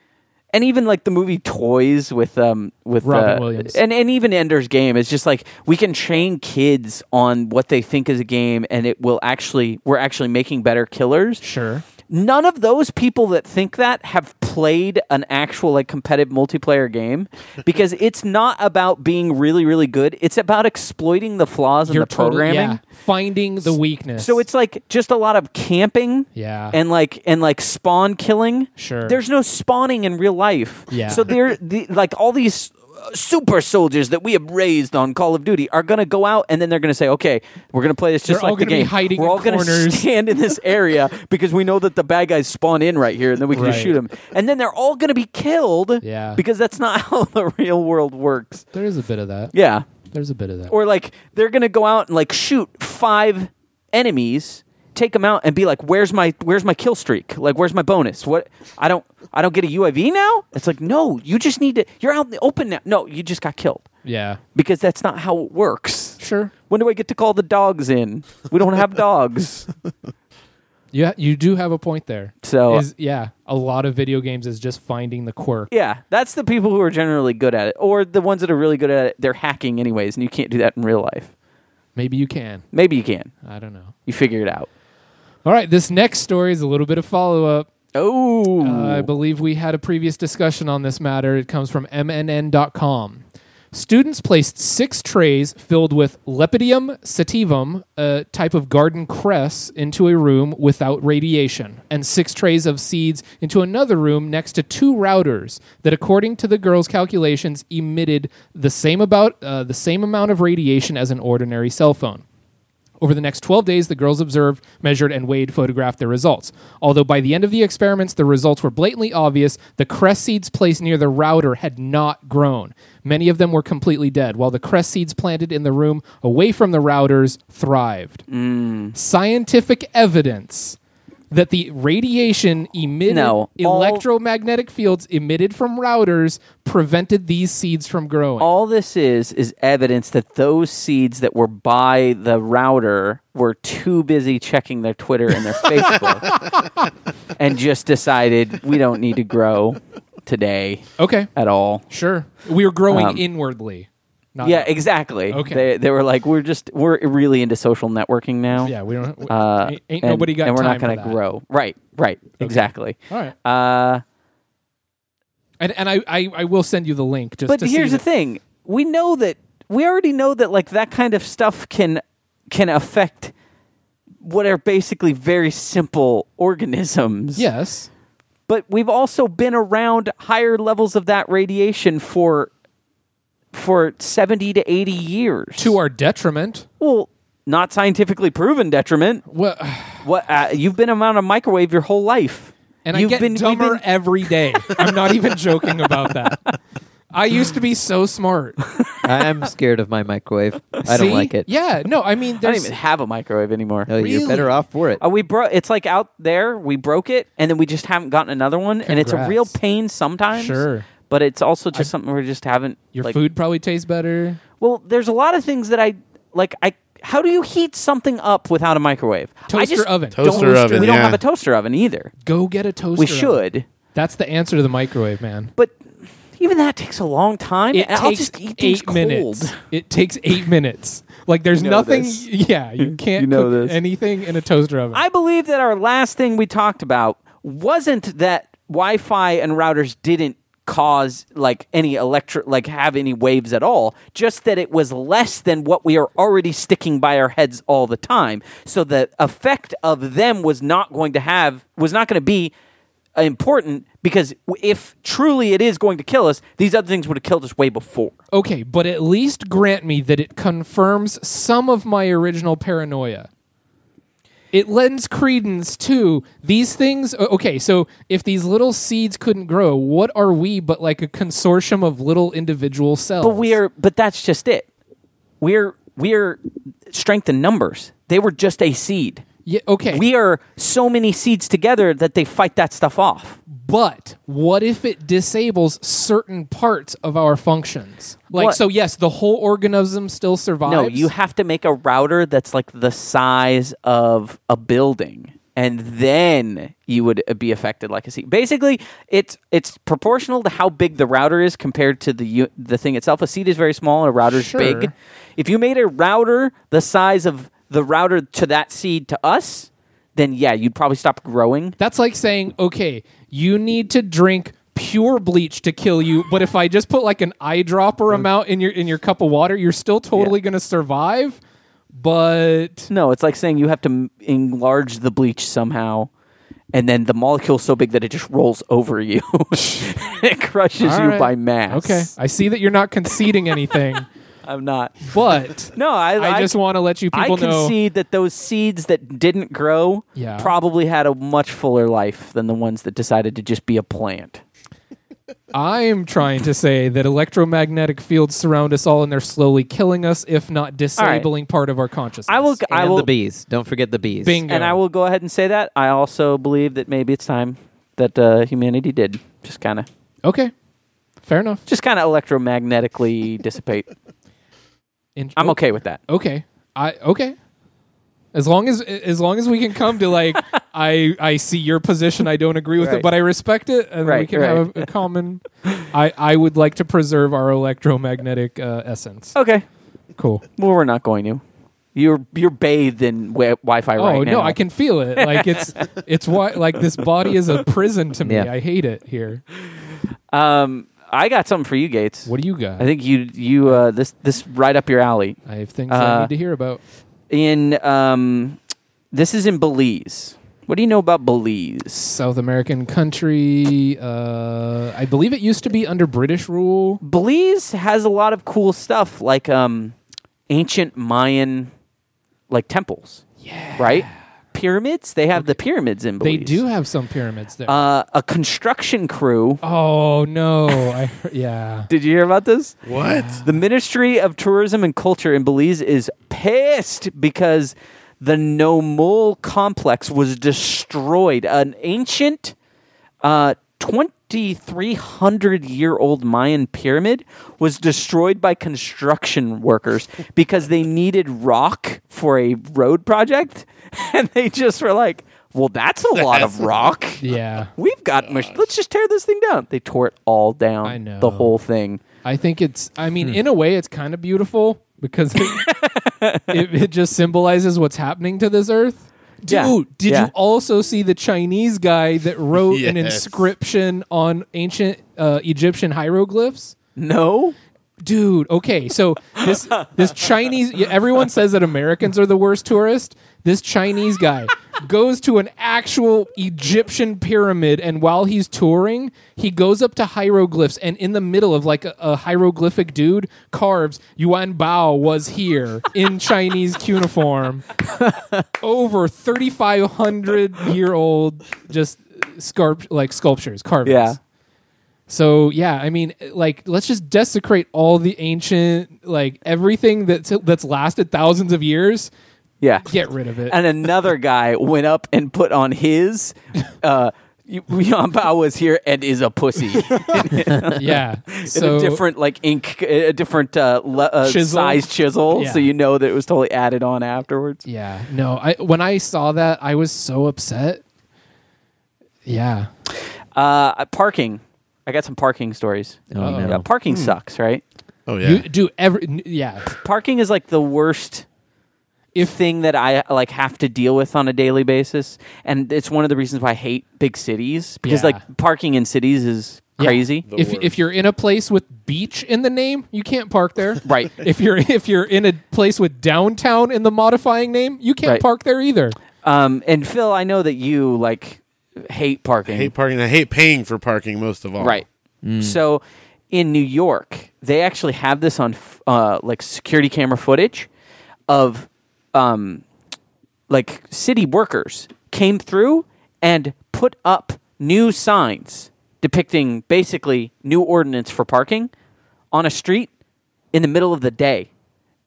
[SPEAKER 1] and even like the movie Toys with um with
[SPEAKER 2] Robin
[SPEAKER 1] uh,
[SPEAKER 2] Williams.
[SPEAKER 1] and and even Ender's Game is just like we can train kids on what they think is a game, and it will actually we're actually making better killers.
[SPEAKER 2] sure.
[SPEAKER 1] None of those people that think that have played an actual like competitive multiplayer game
[SPEAKER 2] *laughs*
[SPEAKER 1] because it's not about being really really good. It's about exploiting the flaws in
[SPEAKER 2] You're
[SPEAKER 1] the programming.
[SPEAKER 2] yeah, finding the weakness.
[SPEAKER 1] So it's like just a lot of camping.
[SPEAKER 2] Yeah.
[SPEAKER 1] And like and like spawn killing.
[SPEAKER 2] Sure.
[SPEAKER 1] There's no spawning in real life.
[SPEAKER 2] Yeah.
[SPEAKER 1] So they're the, like all these uh, super soldiers that we have raised on Call of Duty are going to go out and then they're going to say, "Okay, we're going to play this just
[SPEAKER 2] They're all
[SPEAKER 1] like the
[SPEAKER 2] gonna be
[SPEAKER 1] game.
[SPEAKER 2] hiding
[SPEAKER 1] we're
[SPEAKER 2] in
[SPEAKER 1] all going to
[SPEAKER 2] corners."
[SPEAKER 1] *laughs* stand in
[SPEAKER 2] *laughs*
[SPEAKER 1] this area because we know that the bad guys spawn in right here and then we can just
[SPEAKER 2] Right.
[SPEAKER 1] shoot them. And then they're all going to be killed
[SPEAKER 2] Yeah.
[SPEAKER 1] because that's not *laughs* how the real world works."
[SPEAKER 2] there is a bit of that.
[SPEAKER 1] Yeah
[SPEAKER 2] There's a bit of that.
[SPEAKER 1] or like they're gonna go out and like shoot five enemies take them out and be like where's my where's my kill streak like where's my bonus what i don't i don't get a uav now it's like no you just need to you're out in the open now no you just got killed
[SPEAKER 2] yeah.
[SPEAKER 1] because that's not how it works
[SPEAKER 2] Sure.
[SPEAKER 1] when do i get to call the dogs in we don't have dogs *laughs*
[SPEAKER 2] Yeah, you do have a point there.
[SPEAKER 1] So- uh,
[SPEAKER 2] Is- yeah, a lot of video games is just finding the quirk.
[SPEAKER 1] yeah that's the people who are generally good at it or the ones that are really good at it they're hacking anyways and you can't do that in real life
[SPEAKER 2] Maybe you can.
[SPEAKER 1] maybe you can
[SPEAKER 2] I don't know.
[SPEAKER 1] you figure it out
[SPEAKER 2] All right, this next story is a little bit of follow up.
[SPEAKER 1] oh
[SPEAKER 2] Uh, I believe we had a previous discussion on this matter. It comes from MNN.com. Students placed six trays filled with Lepidium sativum, a type of garden cress, into a room without radiation, and six trays of seeds into another room next to two routers that, according to the girls' calculations, emitted the same about uh, the same amount of radiation as an ordinary cell phone. Over the next 12 days, the girls observed, measured, and weighed photographed their results. Although by the end of the experiments, the results were blatantly obvious, the cress seeds placed near the router had not grown. Many of them were completely dead, while the cress seeds planted in the room away from the routers thrived.
[SPEAKER 1] Mm.
[SPEAKER 2] Scientific evidence that the radiation emitted
[SPEAKER 1] No, all-
[SPEAKER 2] electromagnetic fields emitted from routers prevented these seeds from growing.
[SPEAKER 1] all this is is evidence that those seeds that were by the router were too busy checking their Twitter and their Facebook
[SPEAKER 2] *laughs*
[SPEAKER 1] and just decided we don't need to grow today
[SPEAKER 2] okay,
[SPEAKER 1] at all.
[SPEAKER 2] sure. We were growing
[SPEAKER 1] Um,
[SPEAKER 2] inwardly. Not
[SPEAKER 1] Yeah, exactly.
[SPEAKER 2] Okay.
[SPEAKER 1] They, they were like, we're just, we're really into social networking now.
[SPEAKER 2] Yeah, we don't. we-
[SPEAKER 1] Uh,
[SPEAKER 2] ain't ain't
[SPEAKER 1] and-
[SPEAKER 2] nobody got
[SPEAKER 1] And we're
[SPEAKER 2] time
[SPEAKER 1] not gonna
[SPEAKER 2] for that.
[SPEAKER 1] grow. Right, right. Exactly.
[SPEAKER 2] All right,
[SPEAKER 1] Uh,
[SPEAKER 2] and and I, I I will send you the link just.
[SPEAKER 1] but
[SPEAKER 2] to
[SPEAKER 1] here's
[SPEAKER 2] see
[SPEAKER 1] the thing we know that we already know that like that kind of stuff can can affect what are basically very simple organisms
[SPEAKER 2] Yes,
[SPEAKER 1] but we've also been around higher levels of that radiation for for 70 to 80 years.
[SPEAKER 2] to our detriment.
[SPEAKER 1] well, not scientifically proven detriment.
[SPEAKER 2] Well, *sighs*
[SPEAKER 1] What uh, you've been around a microwave your whole life.
[SPEAKER 2] and
[SPEAKER 1] you've
[SPEAKER 2] I get
[SPEAKER 1] been, we've
[SPEAKER 2] dumber
[SPEAKER 1] been-
[SPEAKER 2] every
[SPEAKER 1] *laughs*
[SPEAKER 2] day. I'm not even joking about that. I used to be so
[SPEAKER 1] *laughs*
[SPEAKER 2] smart.
[SPEAKER 4] I'm scared of my microwave. I don't
[SPEAKER 2] See?
[SPEAKER 4] like it.
[SPEAKER 2] Yeah, no, I
[SPEAKER 1] *laughs*
[SPEAKER 2] mean,
[SPEAKER 1] I
[SPEAKER 2] there's
[SPEAKER 1] don't even have a microwave anymore.
[SPEAKER 4] Oh,
[SPEAKER 2] Really? Oh,
[SPEAKER 4] you're better off for it.
[SPEAKER 1] Uh, we broke. It's like out there. We broke it, and then we just haven't gotten another one. And it's a real
[SPEAKER 2] Congrats.
[SPEAKER 1] pain sometimes.
[SPEAKER 2] Sure.
[SPEAKER 1] But it's also just something we just haven't.
[SPEAKER 2] your
[SPEAKER 1] like,
[SPEAKER 2] food probably tastes better.
[SPEAKER 1] Well, there's a lot of things that I like. I how do you heat something up without a microwave? I
[SPEAKER 2] Toaster
[SPEAKER 1] just
[SPEAKER 2] oven.
[SPEAKER 1] don't-
[SPEAKER 3] Toaster oven,
[SPEAKER 1] We don't
[SPEAKER 3] yeah.
[SPEAKER 1] have a toaster oven either.
[SPEAKER 2] Go get a toaster.
[SPEAKER 1] We
[SPEAKER 2] oven.
[SPEAKER 1] should,
[SPEAKER 2] That's the answer to the microwave, man.
[SPEAKER 1] but even that takes a long time.
[SPEAKER 2] It
[SPEAKER 1] and I'll
[SPEAKER 2] takes
[SPEAKER 1] just eat things
[SPEAKER 2] eight
[SPEAKER 1] cold.
[SPEAKER 2] minutes. It takes eight minutes. Like there's
[SPEAKER 1] know
[SPEAKER 2] nothing.
[SPEAKER 1] this.
[SPEAKER 2] *laughs*
[SPEAKER 1] *laughs*
[SPEAKER 2] Yeah, you can't
[SPEAKER 1] You know
[SPEAKER 2] cook
[SPEAKER 1] this.
[SPEAKER 2] anything in a toaster oven.
[SPEAKER 1] I believe that our last thing we talked about wasn't that Wi-Fi and routers didn't cause like any electric like have any waves at all just that it was less than what we are already sticking by our heads all the time so the effect of them was not going to have was not going to be important because if truly it is going to kill us these other things would have killed us way before
[SPEAKER 2] okay, but at least grant me that it confirms some of my original paranoia. It lends credence to these things. o- Okay, so if these little seeds couldn't grow, what are we but like a consortium of little individual cells?
[SPEAKER 1] But we are. But that's just it. We're we're strength in numbers. They were just a seed.
[SPEAKER 2] Yeah, okay.
[SPEAKER 1] We are so many seeds together that they fight that stuff off.
[SPEAKER 2] But what if it disables certain parts of our functions? Like,
[SPEAKER 1] What?
[SPEAKER 2] so yes, the whole organism still survives.
[SPEAKER 1] No, you have to make a router that's like the size of a building. And then you would uh, be affected like a seed. Basically, it's it's proportional to how big the router is compared to the u- the thing itself. A seed is very small, and a router is big.
[SPEAKER 2] Sure.
[SPEAKER 1] If you made a router the size of the router to that seed to us, then yeah, you'd probably stop growing.
[SPEAKER 2] That's like saying, okay, you need to drink pure bleach to kill you, but if I just put like an
[SPEAKER 1] Mm.
[SPEAKER 2] eyedropper amount in your in your cup of water, you're still totally going to survive. But
[SPEAKER 1] No, it's like saying you have to m- enlarge the bleach somehow, and then the molecule's so big that it just rolls over you. *laughs* it crushes
[SPEAKER 2] All
[SPEAKER 1] you
[SPEAKER 2] right.
[SPEAKER 1] by mass.
[SPEAKER 2] okay, I see that you're not conceding anything,
[SPEAKER 1] *laughs* I'm not.
[SPEAKER 2] but
[SPEAKER 1] No, I,
[SPEAKER 2] I,
[SPEAKER 1] I
[SPEAKER 2] just want to let you
[SPEAKER 1] I
[SPEAKER 2] people know.
[SPEAKER 1] concede that those seeds that didn't grow
[SPEAKER 2] Yeah.
[SPEAKER 1] probably had a much fuller life than the ones that decided to just be a plant.
[SPEAKER 2] I'm trying to say that electromagnetic fields surround us all and they're slowly killing us, if not disabling part of our consciousness.
[SPEAKER 1] I will. I
[SPEAKER 4] and
[SPEAKER 1] will.
[SPEAKER 4] the bees. Don't forget the bees.
[SPEAKER 2] Bingo.
[SPEAKER 1] and I will go ahead and say that I also believe that maybe it's time that uh, humanity did just kind of,
[SPEAKER 2] Okay. Fair enough.
[SPEAKER 1] just kind of electromagnetically dissipate.
[SPEAKER 2] In-
[SPEAKER 1] I'm
[SPEAKER 2] oh,
[SPEAKER 1] okay with that.
[SPEAKER 2] Okay. I okay. As long as as long as we can come
[SPEAKER 1] *laughs*
[SPEAKER 2] to like I I see your position I don't agree with
[SPEAKER 1] Right.
[SPEAKER 2] it but I respect it and we
[SPEAKER 1] Right,
[SPEAKER 2] can
[SPEAKER 1] right.
[SPEAKER 2] have a common I I would like to preserve our electromagnetic uh, essence.
[SPEAKER 1] Okay.
[SPEAKER 2] Cool.
[SPEAKER 1] Well, we're not going to. You're you're bathed in wi- Wi-Fi *laughs*
[SPEAKER 2] Oh
[SPEAKER 1] right now.
[SPEAKER 2] no, I can feel it.
[SPEAKER 1] *laughs*
[SPEAKER 2] Like it's it's why like this body is a prison to me.
[SPEAKER 4] Yeah.
[SPEAKER 2] I hate it here.
[SPEAKER 1] Um, I got something for you, Gates.
[SPEAKER 2] What do you got?
[SPEAKER 1] I think you you uh, this this right up your alley.
[SPEAKER 2] I have things
[SPEAKER 1] Uh,
[SPEAKER 2] I need to hear about.
[SPEAKER 1] In um, this is in Belize. What do you know about Belize?
[SPEAKER 2] South American country. Uh, I believe it used to be under British rule.
[SPEAKER 1] Belize has a lot of cool stuff, like um, ancient Mayan, like temples. Yeah. Right. Pyramids. They have the pyramids in
[SPEAKER 2] They
[SPEAKER 1] Belize.
[SPEAKER 2] do have some pyramids there.
[SPEAKER 1] Uh, a construction crew.
[SPEAKER 2] oh no! I heard, *laughs* yeah.
[SPEAKER 1] Did you hear about this?
[SPEAKER 3] What?
[SPEAKER 1] The Ministry of Tourism and Culture in Belize is pissed because the Nomol complex was destroyed. An ancient uh, 2,300 year old Mayan pyramid was destroyed by construction workers
[SPEAKER 2] *laughs*
[SPEAKER 1] because they needed rock for a road project. *laughs* And they just were like, well, that's a lot
[SPEAKER 2] *laughs*
[SPEAKER 1] of rock.
[SPEAKER 2] Yeah.
[SPEAKER 1] We've got, mach- let's just tear this thing down. They tore it all down,
[SPEAKER 2] I know.
[SPEAKER 1] the whole thing.
[SPEAKER 2] I think it's. I
[SPEAKER 1] Hmm.
[SPEAKER 2] mean, in a way, it's kind of beautiful because
[SPEAKER 1] *laughs*
[SPEAKER 2] it, it, it just symbolizes what's happening to this earth. Dude,
[SPEAKER 1] Yeah,
[SPEAKER 2] did
[SPEAKER 1] yeah.
[SPEAKER 2] you also see the Chinese guy that
[SPEAKER 1] *laughs*
[SPEAKER 2] wrote an
[SPEAKER 3] Yes.
[SPEAKER 2] inscription on ancient uh, Egyptian hieroglyphs?
[SPEAKER 1] No?
[SPEAKER 2] dude okay so this this chinese yeah, everyone says that americans are the worst tourist this chinese guy goes to an actual Egyptian pyramid, and while he's touring, he goes up to hieroglyphs, and in the middle of like a, a hieroglyphic dude carves Yuan Bao was here in Chinese cuneiform, over thirty five hundred year old just scarp like sculptures carvings.
[SPEAKER 1] Yeah.
[SPEAKER 2] So yeah, I mean, like, let's just desecrate all the ancient, like, everything that's that's lasted thousands of years.
[SPEAKER 1] Yeah.
[SPEAKER 2] Get rid of it.
[SPEAKER 1] and another guy went up and put on his. *laughs* Uh, Yan Bao was here and is a pussy.
[SPEAKER 2] *laughs* yeah. So
[SPEAKER 1] *laughs* in a different like ink, a different uh, le- uh,
[SPEAKER 2] Chisel.
[SPEAKER 1] size chisel, so
[SPEAKER 2] Yeah.
[SPEAKER 1] you know that it was totally added on afterwards.
[SPEAKER 2] yeah, no. I when I saw that, I was so upset. Yeah.
[SPEAKER 1] Uh, parking. I got some parking stories.
[SPEAKER 4] Oh, Uh-oh. no.
[SPEAKER 1] Yeah, parking
[SPEAKER 2] Hmm.
[SPEAKER 1] sucks, right?
[SPEAKER 3] Oh yeah.
[SPEAKER 2] You do every n- yeah.
[SPEAKER 1] Parking is like the worst
[SPEAKER 2] If-
[SPEAKER 1] thing that I like have to deal with on a daily basis, and it's one of the reasons why I hate big cities because
[SPEAKER 2] Yeah.
[SPEAKER 1] like parking in cities is crazy.
[SPEAKER 3] The
[SPEAKER 2] If
[SPEAKER 3] worst.
[SPEAKER 2] if you're in a place with beach in the name, you can't park there.
[SPEAKER 1] Right.
[SPEAKER 2] If you're if you're in a place with downtown in the modifying name, you can't
[SPEAKER 1] Right.
[SPEAKER 2] park there either.
[SPEAKER 1] Um, and Phil, I know that you like hate parking.
[SPEAKER 3] I hate parking. I hate paying for parking most of all.
[SPEAKER 1] Right. So in New York, they actually have this on f- uh, like security camera footage of um, like city workers came through and put up new signs depicting basically new ordinance for parking on a street in the middle of the day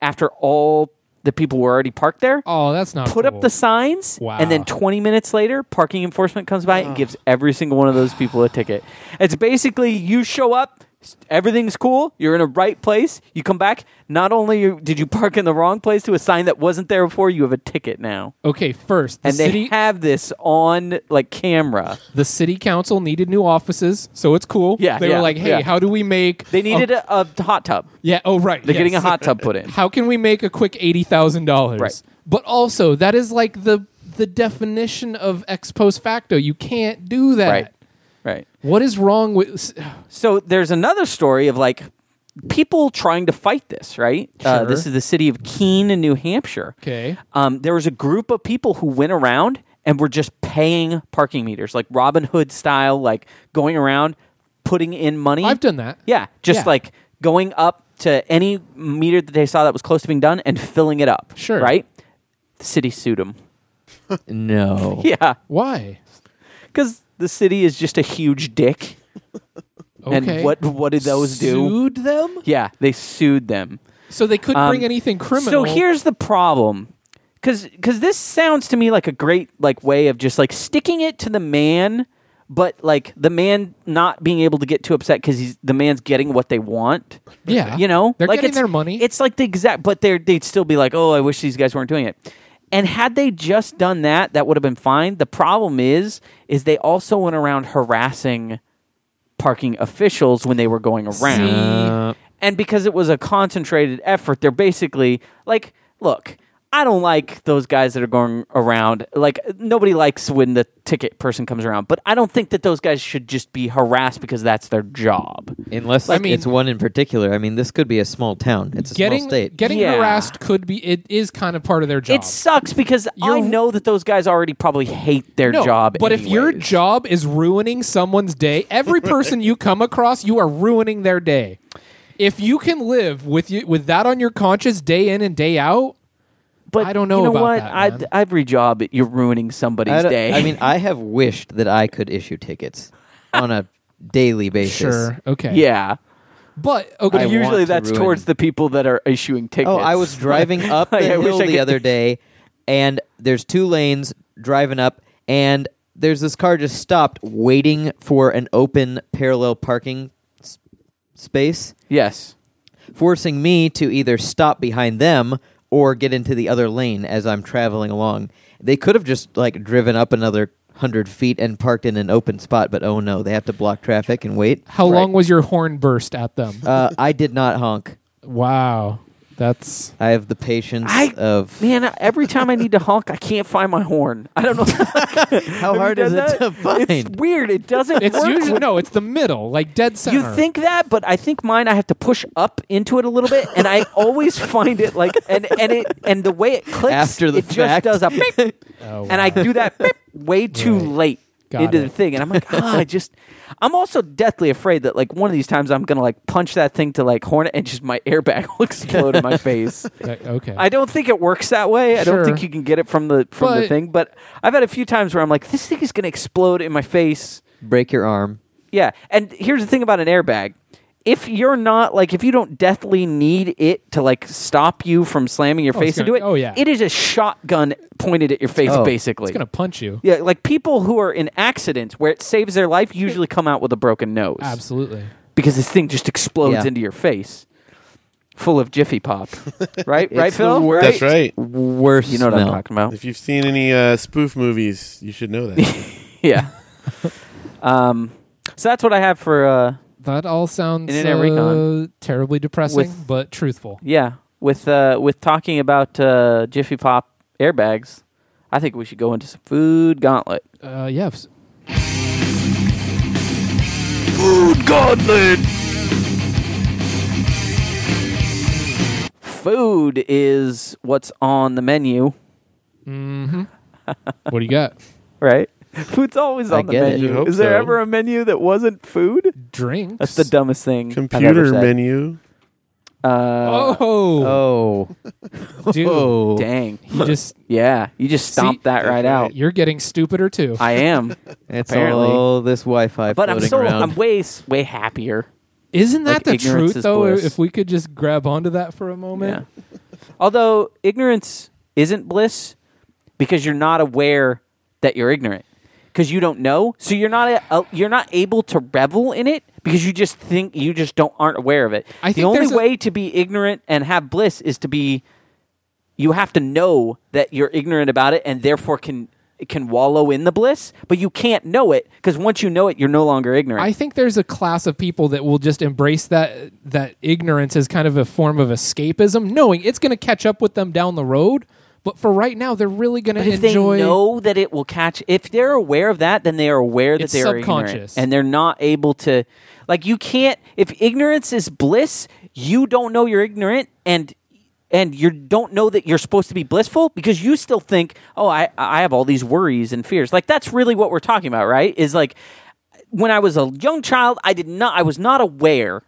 [SPEAKER 1] after all the people were already parked there
[SPEAKER 2] Oh, that's not
[SPEAKER 1] put
[SPEAKER 2] cool.
[SPEAKER 1] up the signs
[SPEAKER 2] Wow.
[SPEAKER 1] and then 20 minutes later parking enforcement comes by and
[SPEAKER 2] *sighs*
[SPEAKER 1] gives every single one of those people a ticket it's basically you show up s- everything's cool you're in a right place you come back not only you- did you park in the wrong place to a sign that wasn't there before you have a ticket now
[SPEAKER 2] Okay, first the
[SPEAKER 1] and
[SPEAKER 2] city
[SPEAKER 1] they have this on like camera
[SPEAKER 2] the city council needed new offices, so it's cool.
[SPEAKER 1] Yeah,
[SPEAKER 2] they
[SPEAKER 1] yeah,
[SPEAKER 2] were like, hey,
[SPEAKER 1] yeah.
[SPEAKER 2] how do we make
[SPEAKER 1] they needed
[SPEAKER 2] a,
[SPEAKER 1] a, a hot tub
[SPEAKER 2] yeah? Oh, right,
[SPEAKER 1] they're getting a
[SPEAKER 2] yes.
[SPEAKER 1] hot tub
[SPEAKER 2] *laughs*
[SPEAKER 1] put in
[SPEAKER 2] How can we make a quick eighty thousand
[SPEAKER 1] Right.
[SPEAKER 2] dollars? But also, that is like the the definition of ex post facto. You can't do that.
[SPEAKER 1] right right
[SPEAKER 2] What is wrong with?
[SPEAKER 1] So there's another story of like people trying to fight this, right? Uh,
[SPEAKER 2] Sure.
[SPEAKER 1] this is the city of Keene in New Hampshire.
[SPEAKER 2] Okay.
[SPEAKER 1] Um, there was a group of people who went around and were just paying parking meters, like Robin Hood style, like going around putting in money.
[SPEAKER 2] I've done that.
[SPEAKER 1] Yeah, just
[SPEAKER 2] Yeah.
[SPEAKER 1] like going up to any meter that they saw that was close to being done and filling it up.
[SPEAKER 2] Sure.
[SPEAKER 1] Right? The city sued them.
[SPEAKER 4] No.
[SPEAKER 1] *laughs* Yeah,
[SPEAKER 2] Why?
[SPEAKER 1] because the city is just a huge dick.
[SPEAKER 2] Okay.
[SPEAKER 1] And what what did those do?
[SPEAKER 2] Sued them,
[SPEAKER 1] Yeah, they sued them.
[SPEAKER 2] so they couldn't
[SPEAKER 1] Um,
[SPEAKER 2] bring anything criminal.
[SPEAKER 1] So here's the problem. Cause, 'cause this sounds to me like a great like way of just like sticking it to the man, but like the man not being able to get too upset because he's the man's getting what they want.
[SPEAKER 2] yeah,
[SPEAKER 1] You know,
[SPEAKER 2] they're
[SPEAKER 1] like
[SPEAKER 2] getting
[SPEAKER 1] it's-
[SPEAKER 2] their money.
[SPEAKER 1] It's like the exact, but they they'd still be like, oh, I wish these guys weren't doing it. And had they just done that, that would have been fine. The problem is, is they also went around harassing parking officials when they were going around
[SPEAKER 4] Uh,
[SPEAKER 1] and because it was a concentrated effort, they're basically like, look, I don't like those guys that are going around. Like nobody likes when the ticket person comes around, but I don't think that those guys should just be harassed because that's their job.
[SPEAKER 4] unless
[SPEAKER 2] I mean-
[SPEAKER 4] it's one in particular. I mean, this could be a small town. It's a
[SPEAKER 2] getting
[SPEAKER 4] small state.
[SPEAKER 2] getting
[SPEAKER 1] Yeah.
[SPEAKER 2] harassed could be it is kind of part of their job.
[SPEAKER 1] It sucks because I
[SPEAKER 2] You're-
[SPEAKER 1] know that those guys already probably hate their
[SPEAKER 2] No,
[SPEAKER 1] job.
[SPEAKER 2] But if your
[SPEAKER 1] anyways.
[SPEAKER 2] job is ruining someone's day, every person you come across, you are ruining their day. If you can live with you with that on your conscience day in and day out,
[SPEAKER 1] but
[SPEAKER 2] I don't know
[SPEAKER 1] you know
[SPEAKER 2] about
[SPEAKER 1] what?
[SPEAKER 2] that,
[SPEAKER 1] I'd,
[SPEAKER 2] man.
[SPEAKER 1] every job you're ruining somebody's
[SPEAKER 4] I, don't-
[SPEAKER 1] day.
[SPEAKER 4] I mean, I have wished that I could issue tickets on a daily basis.
[SPEAKER 2] sure,
[SPEAKER 1] *laughs*
[SPEAKER 2] okay,
[SPEAKER 1] yeah.
[SPEAKER 2] but
[SPEAKER 1] But
[SPEAKER 2] okay,
[SPEAKER 4] I want
[SPEAKER 1] usually
[SPEAKER 4] to
[SPEAKER 1] that's
[SPEAKER 4] ruin-
[SPEAKER 1] towards the people that are issuing tickets.
[SPEAKER 4] Oh,
[SPEAKER 1] *laughs*
[SPEAKER 4] I was driving up the
[SPEAKER 1] Like, I wish
[SPEAKER 4] hill
[SPEAKER 1] I
[SPEAKER 4] the
[SPEAKER 1] could- *laughs*
[SPEAKER 4] other day, and there's two lanes driving up, and there's this car just stopped waiting for an open parallel parking s- space,
[SPEAKER 1] Yes.
[SPEAKER 4] forcing me to either stop behind them or get into the other lane as I'm traveling along. They could have just like driven up another hundred feet and parked in an open spot, but oh no, they have to block traffic and wait.
[SPEAKER 2] how long was your horn burst at them?
[SPEAKER 4] Uh, I did not honk.
[SPEAKER 2] wow, That's
[SPEAKER 4] I have the patience
[SPEAKER 1] I-
[SPEAKER 4] of
[SPEAKER 1] Man, every time I need to honk, I can't find my horn. I don't know.
[SPEAKER 4] *laughs* how hard is it to find?
[SPEAKER 1] It's weird. It doesn't
[SPEAKER 2] it's
[SPEAKER 1] work.
[SPEAKER 2] usually
[SPEAKER 1] with-
[SPEAKER 2] no, it's the middle, like dead center.
[SPEAKER 1] You think that, but I think mine I have to push up into it a little bit and I
[SPEAKER 4] *laughs*
[SPEAKER 1] always find it like and and it and the way it clicks
[SPEAKER 4] After the
[SPEAKER 1] it just
[SPEAKER 4] fact.
[SPEAKER 1] does a beep,
[SPEAKER 4] *laughs*
[SPEAKER 2] Oh,
[SPEAKER 1] and I do that beep way too
[SPEAKER 2] Right.
[SPEAKER 1] late
[SPEAKER 2] Got
[SPEAKER 1] into
[SPEAKER 2] it.
[SPEAKER 1] the thing and I'm
[SPEAKER 4] *laughs*
[SPEAKER 1] like, ah, I just I'm also deathly afraid that like one of these times I'm going to like punch that thing to like horn it and just my *laughs* airbag will explode
[SPEAKER 4] *laughs*
[SPEAKER 1] in my face.
[SPEAKER 2] That- okay.
[SPEAKER 1] I don't think it works that way. I
[SPEAKER 2] Sure.
[SPEAKER 1] don't think you can get it from the from the
[SPEAKER 2] But-
[SPEAKER 1] thing. But I've had a few times where I'm like, this thing is going to explode in my face.
[SPEAKER 4] Break your arm.
[SPEAKER 1] Yeah, and here's the thing about an airbag. If you're not like if you don't deathly need it to like stop you from slamming your
[SPEAKER 2] Oh, it's
[SPEAKER 1] face into it,
[SPEAKER 2] gonna- oh, yeah.
[SPEAKER 1] it is a shotgun pointed at your face
[SPEAKER 4] Oh.
[SPEAKER 1] basically.
[SPEAKER 2] it's gonna punch you.
[SPEAKER 1] yeah, like people who are in accidents where it saves their life usually come out with a broken nose
[SPEAKER 2] Absolutely.
[SPEAKER 1] because this thing just explodes
[SPEAKER 4] Yeah.
[SPEAKER 1] into your face, full of Jiffy
[SPEAKER 4] *laughs*
[SPEAKER 1] Pop, right? right,
[SPEAKER 4] It's the
[SPEAKER 1] Phil?
[SPEAKER 4] worst.
[SPEAKER 3] That's right.
[SPEAKER 4] Worse.
[SPEAKER 1] You know what I'm
[SPEAKER 4] smell.
[SPEAKER 1] talking about?
[SPEAKER 3] If you've seen any uh, spoof movies, you should know that.
[SPEAKER 1] *laughs* Yeah. um, so that's what I have for uh,
[SPEAKER 2] That all sounds
[SPEAKER 1] Internet Recon.
[SPEAKER 2] uh, terribly depressing,
[SPEAKER 1] With- *laughs*
[SPEAKER 2] but truthful.
[SPEAKER 1] Yeah, with uh, with talking about uh, Jiffy Pop airbags, I think we should go into some food gauntlet.
[SPEAKER 2] Uh, yeah. s-
[SPEAKER 1] Food is what's on the menu,
[SPEAKER 2] Mm-hmm. What do you got?
[SPEAKER 1] right? *laughs* Food's always
[SPEAKER 4] I
[SPEAKER 1] on the
[SPEAKER 4] get it.
[SPEAKER 3] I
[SPEAKER 1] menu.
[SPEAKER 3] hope
[SPEAKER 1] Is there
[SPEAKER 3] so.
[SPEAKER 1] ever a menu that wasn't food?
[SPEAKER 2] Drinks.
[SPEAKER 1] That's the dumbest thing. I've ever
[SPEAKER 3] Computer
[SPEAKER 1] said.
[SPEAKER 3] menu.
[SPEAKER 1] Uh,
[SPEAKER 2] Oh,
[SPEAKER 4] Oh.
[SPEAKER 2] dude.
[SPEAKER 1] *laughs*
[SPEAKER 4] oh.
[SPEAKER 1] dang!
[SPEAKER 2] You just
[SPEAKER 1] Yeah, you just stomped
[SPEAKER 2] See-
[SPEAKER 1] that right out.
[SPEAKER 2] you're getting stupider too.
[SPEAKER 1] I
[SPEAKER 4] *laughs*
[SPEAKER 1] am,
[SPEAKER 4] It's
[SPEAKER 1] Apparently.
[SPEAKER 4] all this Wi-Fi
[SPEAKER 1] but I'm
[SPEAKER 4] floating
[SPEAKER 1] still
[SPEAKER 4] around.
[SPEAKER 1] I'm way s- way happier.
[SPEAKER 2] Isn't
[SPEAKER 1] Like,
[SPEAKER 2] that the
[SPEAKER 1] ignorance
[SPEAKER 2] truth
[SPEAKER 1] is
[SPEAKER 2] though?
[SPEAKER 1] bliss.
[SPEAKER 2] If we could just grab onto that for a
[SPEAKER 1] Yeah.
[SPEAKER 2] moment.
[SPEAKER 1] Although ignorance isn't bliss because you're not aware that you're ignorant because you don't know, so you're not a, a, you're not able to revel in it because you just think you just don't aren't aware of it.
[SPEAKER 2] I
[SPEAKER 1] the
[SPEAKER 2] think
[SPEAKER 1] only
[SPEAKER 2] there's a-
[SPEAKER 1] way to be ignorant and have bliss is to be you have to know that you're ignorant about it and therefore can can wallow in the bliss, but you can't know it because once you know it, you're no longer ignorant.
[SPEAKER 2] I think there's a class of people that will just embrace that that ignorance as kind of a form of escapism, knowing it's going to catch up with them down the road. But for right now, they're really going to
[SPEAKER 1] But if
[SPEAKER 2] enjoy.
[SPEAKER 1] they know that it will catch, if they're aware of that, then they are aware that
[SPEAKER 2] It's
[SPEAKER 1] they are ignorant,
[SPEAKER 2] subconscious.
[SPEAKER 1] and they're not able to. Like you can't. If ignorance is bliss, you don't know you're ignorant, and and you don't know that you're supposed to be blissful because you still think, oh, I I have all these worries and fears. Like that's really what we're talking about, right? Is like when I was a young child, I did not. I was not aware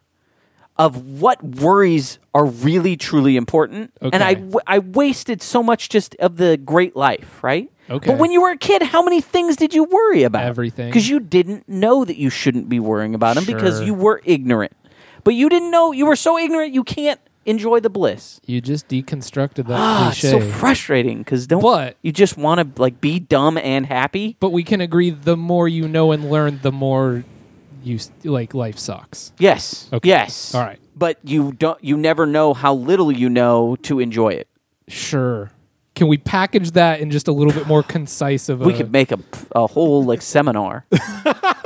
[SPEAKER 1] of what worries are really truly important and I,
[SPEAKER 2] Okay.
[SPEAKER 1] w- I wasted so much just of the great life right
[SPEAKER 2] Okay.
[SPEAKER 1] but when you were a kid how many things did you worry about
[SPEAKER 2] Everything.
[SPEAKER 1] because you didn't know that you shouldn't be worrying about them because
[SPEAKER 2] Sure.
[SPEAKER 1] you were ignorant but you didn't know you were so ignorant you can't enjoy the bliss
[SPEAKER 2] you just deconstructed that
[SPEAKER 1] ah it's so
[SPEAKER 2] cliche.
[SPEAKER 1] frustrating because don't
[SPEAKER 2] But-
[SPEAKER 1] you just want to like be dumb and happy
[SPEAKER 2] but we can agree: the more you know and learn, the more you s- like life sucks.
[SPEAKER 1] yes
[SPEAKER 2] Okay.
[SPEAKER 1] yes
[SPEAKER 2] All right.
[SPEAKER 1] but you don't you never know how little you know to enjoy it
[SPEAKER 2] Sure. Can we package that in just a little
[SPEAKER 1] *sighs*
[SPEAKER 2] bit more concise of a?
[SPEAKER 1] we could make a, a whole like
[SPEAKER 2] *laughs*
[SPEAKER 1] seminar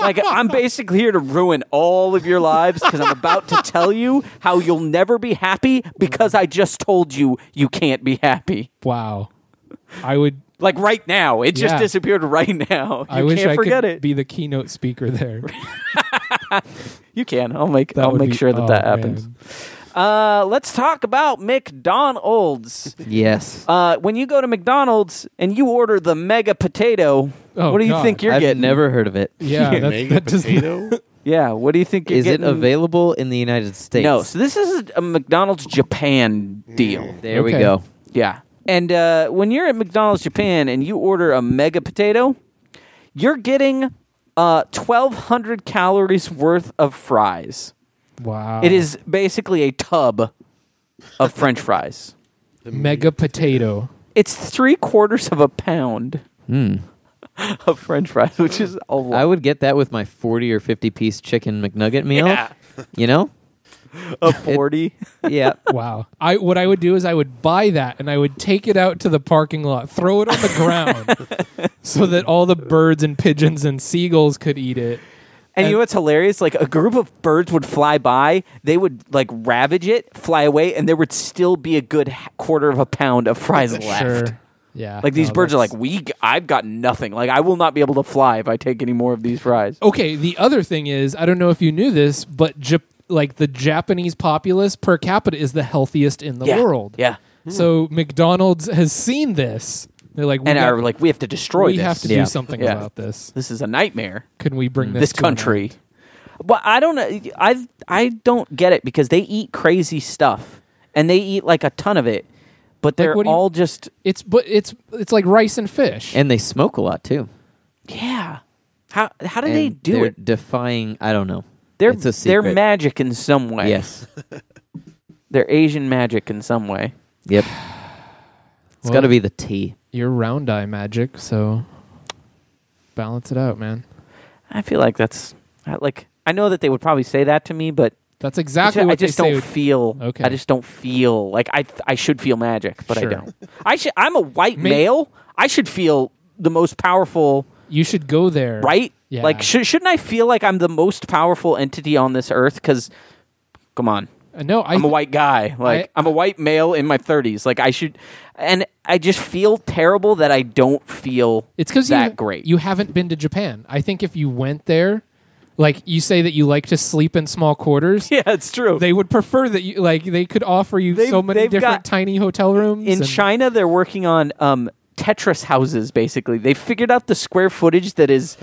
[SPEAKER 1] like i'm basically here to ruin all of your lives because i'm about to tell you how you'll never be happy because i just told you you can't be happy
[SPEAKER 2] wow. I would.
[SPEAKER 1] like right now it just
[SPEAKER 2] Yeah.
[SPEAKER 1] disappeared right now you
[SPEAKER 2] I wish
[SPEAKER 1] can't
[SPEAKER 2] I
[SPEAKER 1] forget
[SPEAKER 2] could
[SPEAKER 1] it
[SPEAKER 2] be the keynote speaker
[SPEAKER 1] *laughs*
[SPEAKER 2] there.
[SPEAKER 1] you can i'll make
[SPEAKER 2] That
[SPEAKER 1] i'll
[SPEAKER 2] would
[SPEAKER 1] make
[SPEAKER 2] be-
[SPEAKER 1] sure that
[SPEAKER 2] oh,
[SPEAKER 1] that happens
[SPEAKER 2] man.
[SPEAKER 1] uh, let's talk about mcdonald's
[SPEAKER 4] yes.
[SPEAKER 1] uh, when you go to mcdonald's and you order the mega potato
[SPEAKER 2] Oh,
[SPEAKER 1] what do you
[SPEAKER 2] God.
[SPEAKER 1] think you're
[SPEAKER 4] I've
[SPEAKER 1] getting
[SPEAKER 4] never heard of it. Is
[SPEAKER 2] Yeah, that,
[SPEAKER 3] *laughs* Mega
[SPEAKER 2] that does not
[SPEAKER 3] potato.
[SPEAKER 1] yeah what do you think you're
[SPEAKER 4] it
[SPEAKER 1] getting
[SPEAKER 4] available in the United States?
[SPEAKER 1] No, so this is a McDonald's Japan deal.
[SPEAKER 4] There we
[SPEAKER 2] Okay.
[SPEAKER 4] go.
[SPEAKER 1] Yeah. And uh, when you're at McDonald's Japan and you order a mega potato, you're getting uh, 1,200 calories worth of fries.
[SPEAKER 2] *laughs* Wow.
[SPEAKER 1] It is basically a tub of French fries.
[SPEAKER 2] mega potato.
[SPEAKER 1] It's three quarters of a pound *laughs* of French fries, which is a lot.
[SPEAKER 4] I would get that with my 40 or 50 piece chicken McNugget meal.
[SPEAKER 1] Yeah.
[SPEAKER 4] You know?
[SPEAKER 1] a 40.
[SPEAKER 4] Yeah. *laughs*
[SPEAKER 2] Wow. I what I would do is I would buy that and I would take it out to the parking lot, throw it
[SPEAKER 1] *laughs*
[SPEAKER 2] on the ground so that all the birds and pigeons and seagulls could eat it.
[SPEAKER 1] And, you know what's hilarious? Like a group of birds would fly by, they would like ravage it, fly away, and there would still be a good h- quarter of a pound of fries left.
[SPEAKER 2] Sure. Yeah.
[SPEAKER 1] Like these
[SPEAKER 2] no,
[SPEAKER 1] birds are
[SPEAKER 2] that's-
[SPEAKER 1] like, we, g- I've got nothing. Like I will not be able to fly if I take any more of these fries.
[SPEAKER 2] Okay, the other thing is, I don't know if you knew this, but Jap- like the Japanese populace per capita is the healthiest in the
[SPEAKER 1] Yeah.
[SPEAKER 2] world.
[SPEAKER 1] Yeah.
[SPEAKER 2] So McDonald's has seen this. They're like, we,
[SPEAKER 1] And
[SPEAKER 2] got-
[SPEAKER 1] are like, we have to destroy
[SPEAKER 2] we
[SPEAKER 1] this.
[SPEAKER 2] have to
[SPEAKER 4] Yeah.
[SPEAKER 2] do something
[SPEAKER 1] Yeah.
[SPEAKER 2] about this.
[SPEAKER 1] This is a nightmare.
[SPEAKER 2] Can we bring this
[SPEAKER 1] this
[SPEAKER 2] to an
[SPEAKER 1] country.
[SPEAKER 2] end?
[SPEAKER 1] But I don't know. I I don't get it because they eat crazy stuff and they eat like a ton of it, but they're
[SPEAKER 2] what do you-
[SPEAKER 1] all just
[SPEAKER 2] It's but it's it's like rice and fish.
[SPEAKER 4] and they smoke a lot too.
[SPEAKER 1] yeah. How how do
[SPEAKER 4] and
[SPEAKER 1] they do
[SPEAKER 4] they're
[SPEAKER 1] it?
[SPEAKER 4] Defying, I don't know.
[SPEAKER 1] They're
[SPEAKER 4] it's a
[SPEAKER 1] they're
[SPEAKER 4] secret.
[SPEAKER 1] magic in some way.
[SPEAKER 4] Yes.
[SPEAKER 1] they're Asian magic in some way.
[SPEAKER 4] *laughs* Yep. It's
[SPEAKER 2] Well,
[SPEAKER 4] got to be the tea.
[SPEAKER 2] your round eye magic. So balance it out, man.
[SPEAKER 1] I feel like that's I- like I know that they would probably say that to me, but
[SPEAKER 2] That's
[SPEAKER 1] I
[SPEAKER 2] exactly
[SPEAKER 1] ju- I
[SPEAKER 2] what
[SPEAKER 1] just
[SPEAKER 2] they say.
[SPEAKER 1] don't feel.
[SPEAKER 2] Okay.
[SPEAKER 1] I just don't feel like I I should feel magic, but
[SPEAKER 2] Sure.
[SPEAKER 1] I don't. I should. I'm a white
[SPEAKER 2] May-
[SPEAKER 1] male. I should feel the most powerful.
[SPEAKER 2] you should go there,
[SPEAKER 1] right?
[SPEAKER 2] Yeah.
[SPEAKER 1] Like, sh- shouldn't I feel like I'm the most powerful entity on this earth? Because, come on,
[SPEAKER 2] Uh, no, I
[SPEAKER 1] I, am a white guy. Like, I, am a white male in my 30s. Like, I should, and I just feel terrible that I don't feel
[SPEAKER 2] It's because
[SPEAKER 1] that
[SPEAKER 2] you,
[SPEAKER 1] great.
[SPEAKER 2] You haven't been to Japan. I think if you went there, like you say that you like to sleep in small
[SPEAKER 1] *laughs*
[SPEAKER 2] quarters,
[SPEAKER 1] yeah, it's true.
[SPEAKER 2] they would prefer that you like they could offer you
[SPEAKER 1] They've-
[SPEAKER 2] so many
[SPEAKER 1] they've
[SPEAKER 2] different
[SPEAKER 1] got-
[SPEAKER 2] tiny hotel rooms
[SPEAKER 1] in
[SPEAKER 2] and-
[SPEAKER 1] China, they're working on um, Tetris houses. Basically, they figured out the square footage that is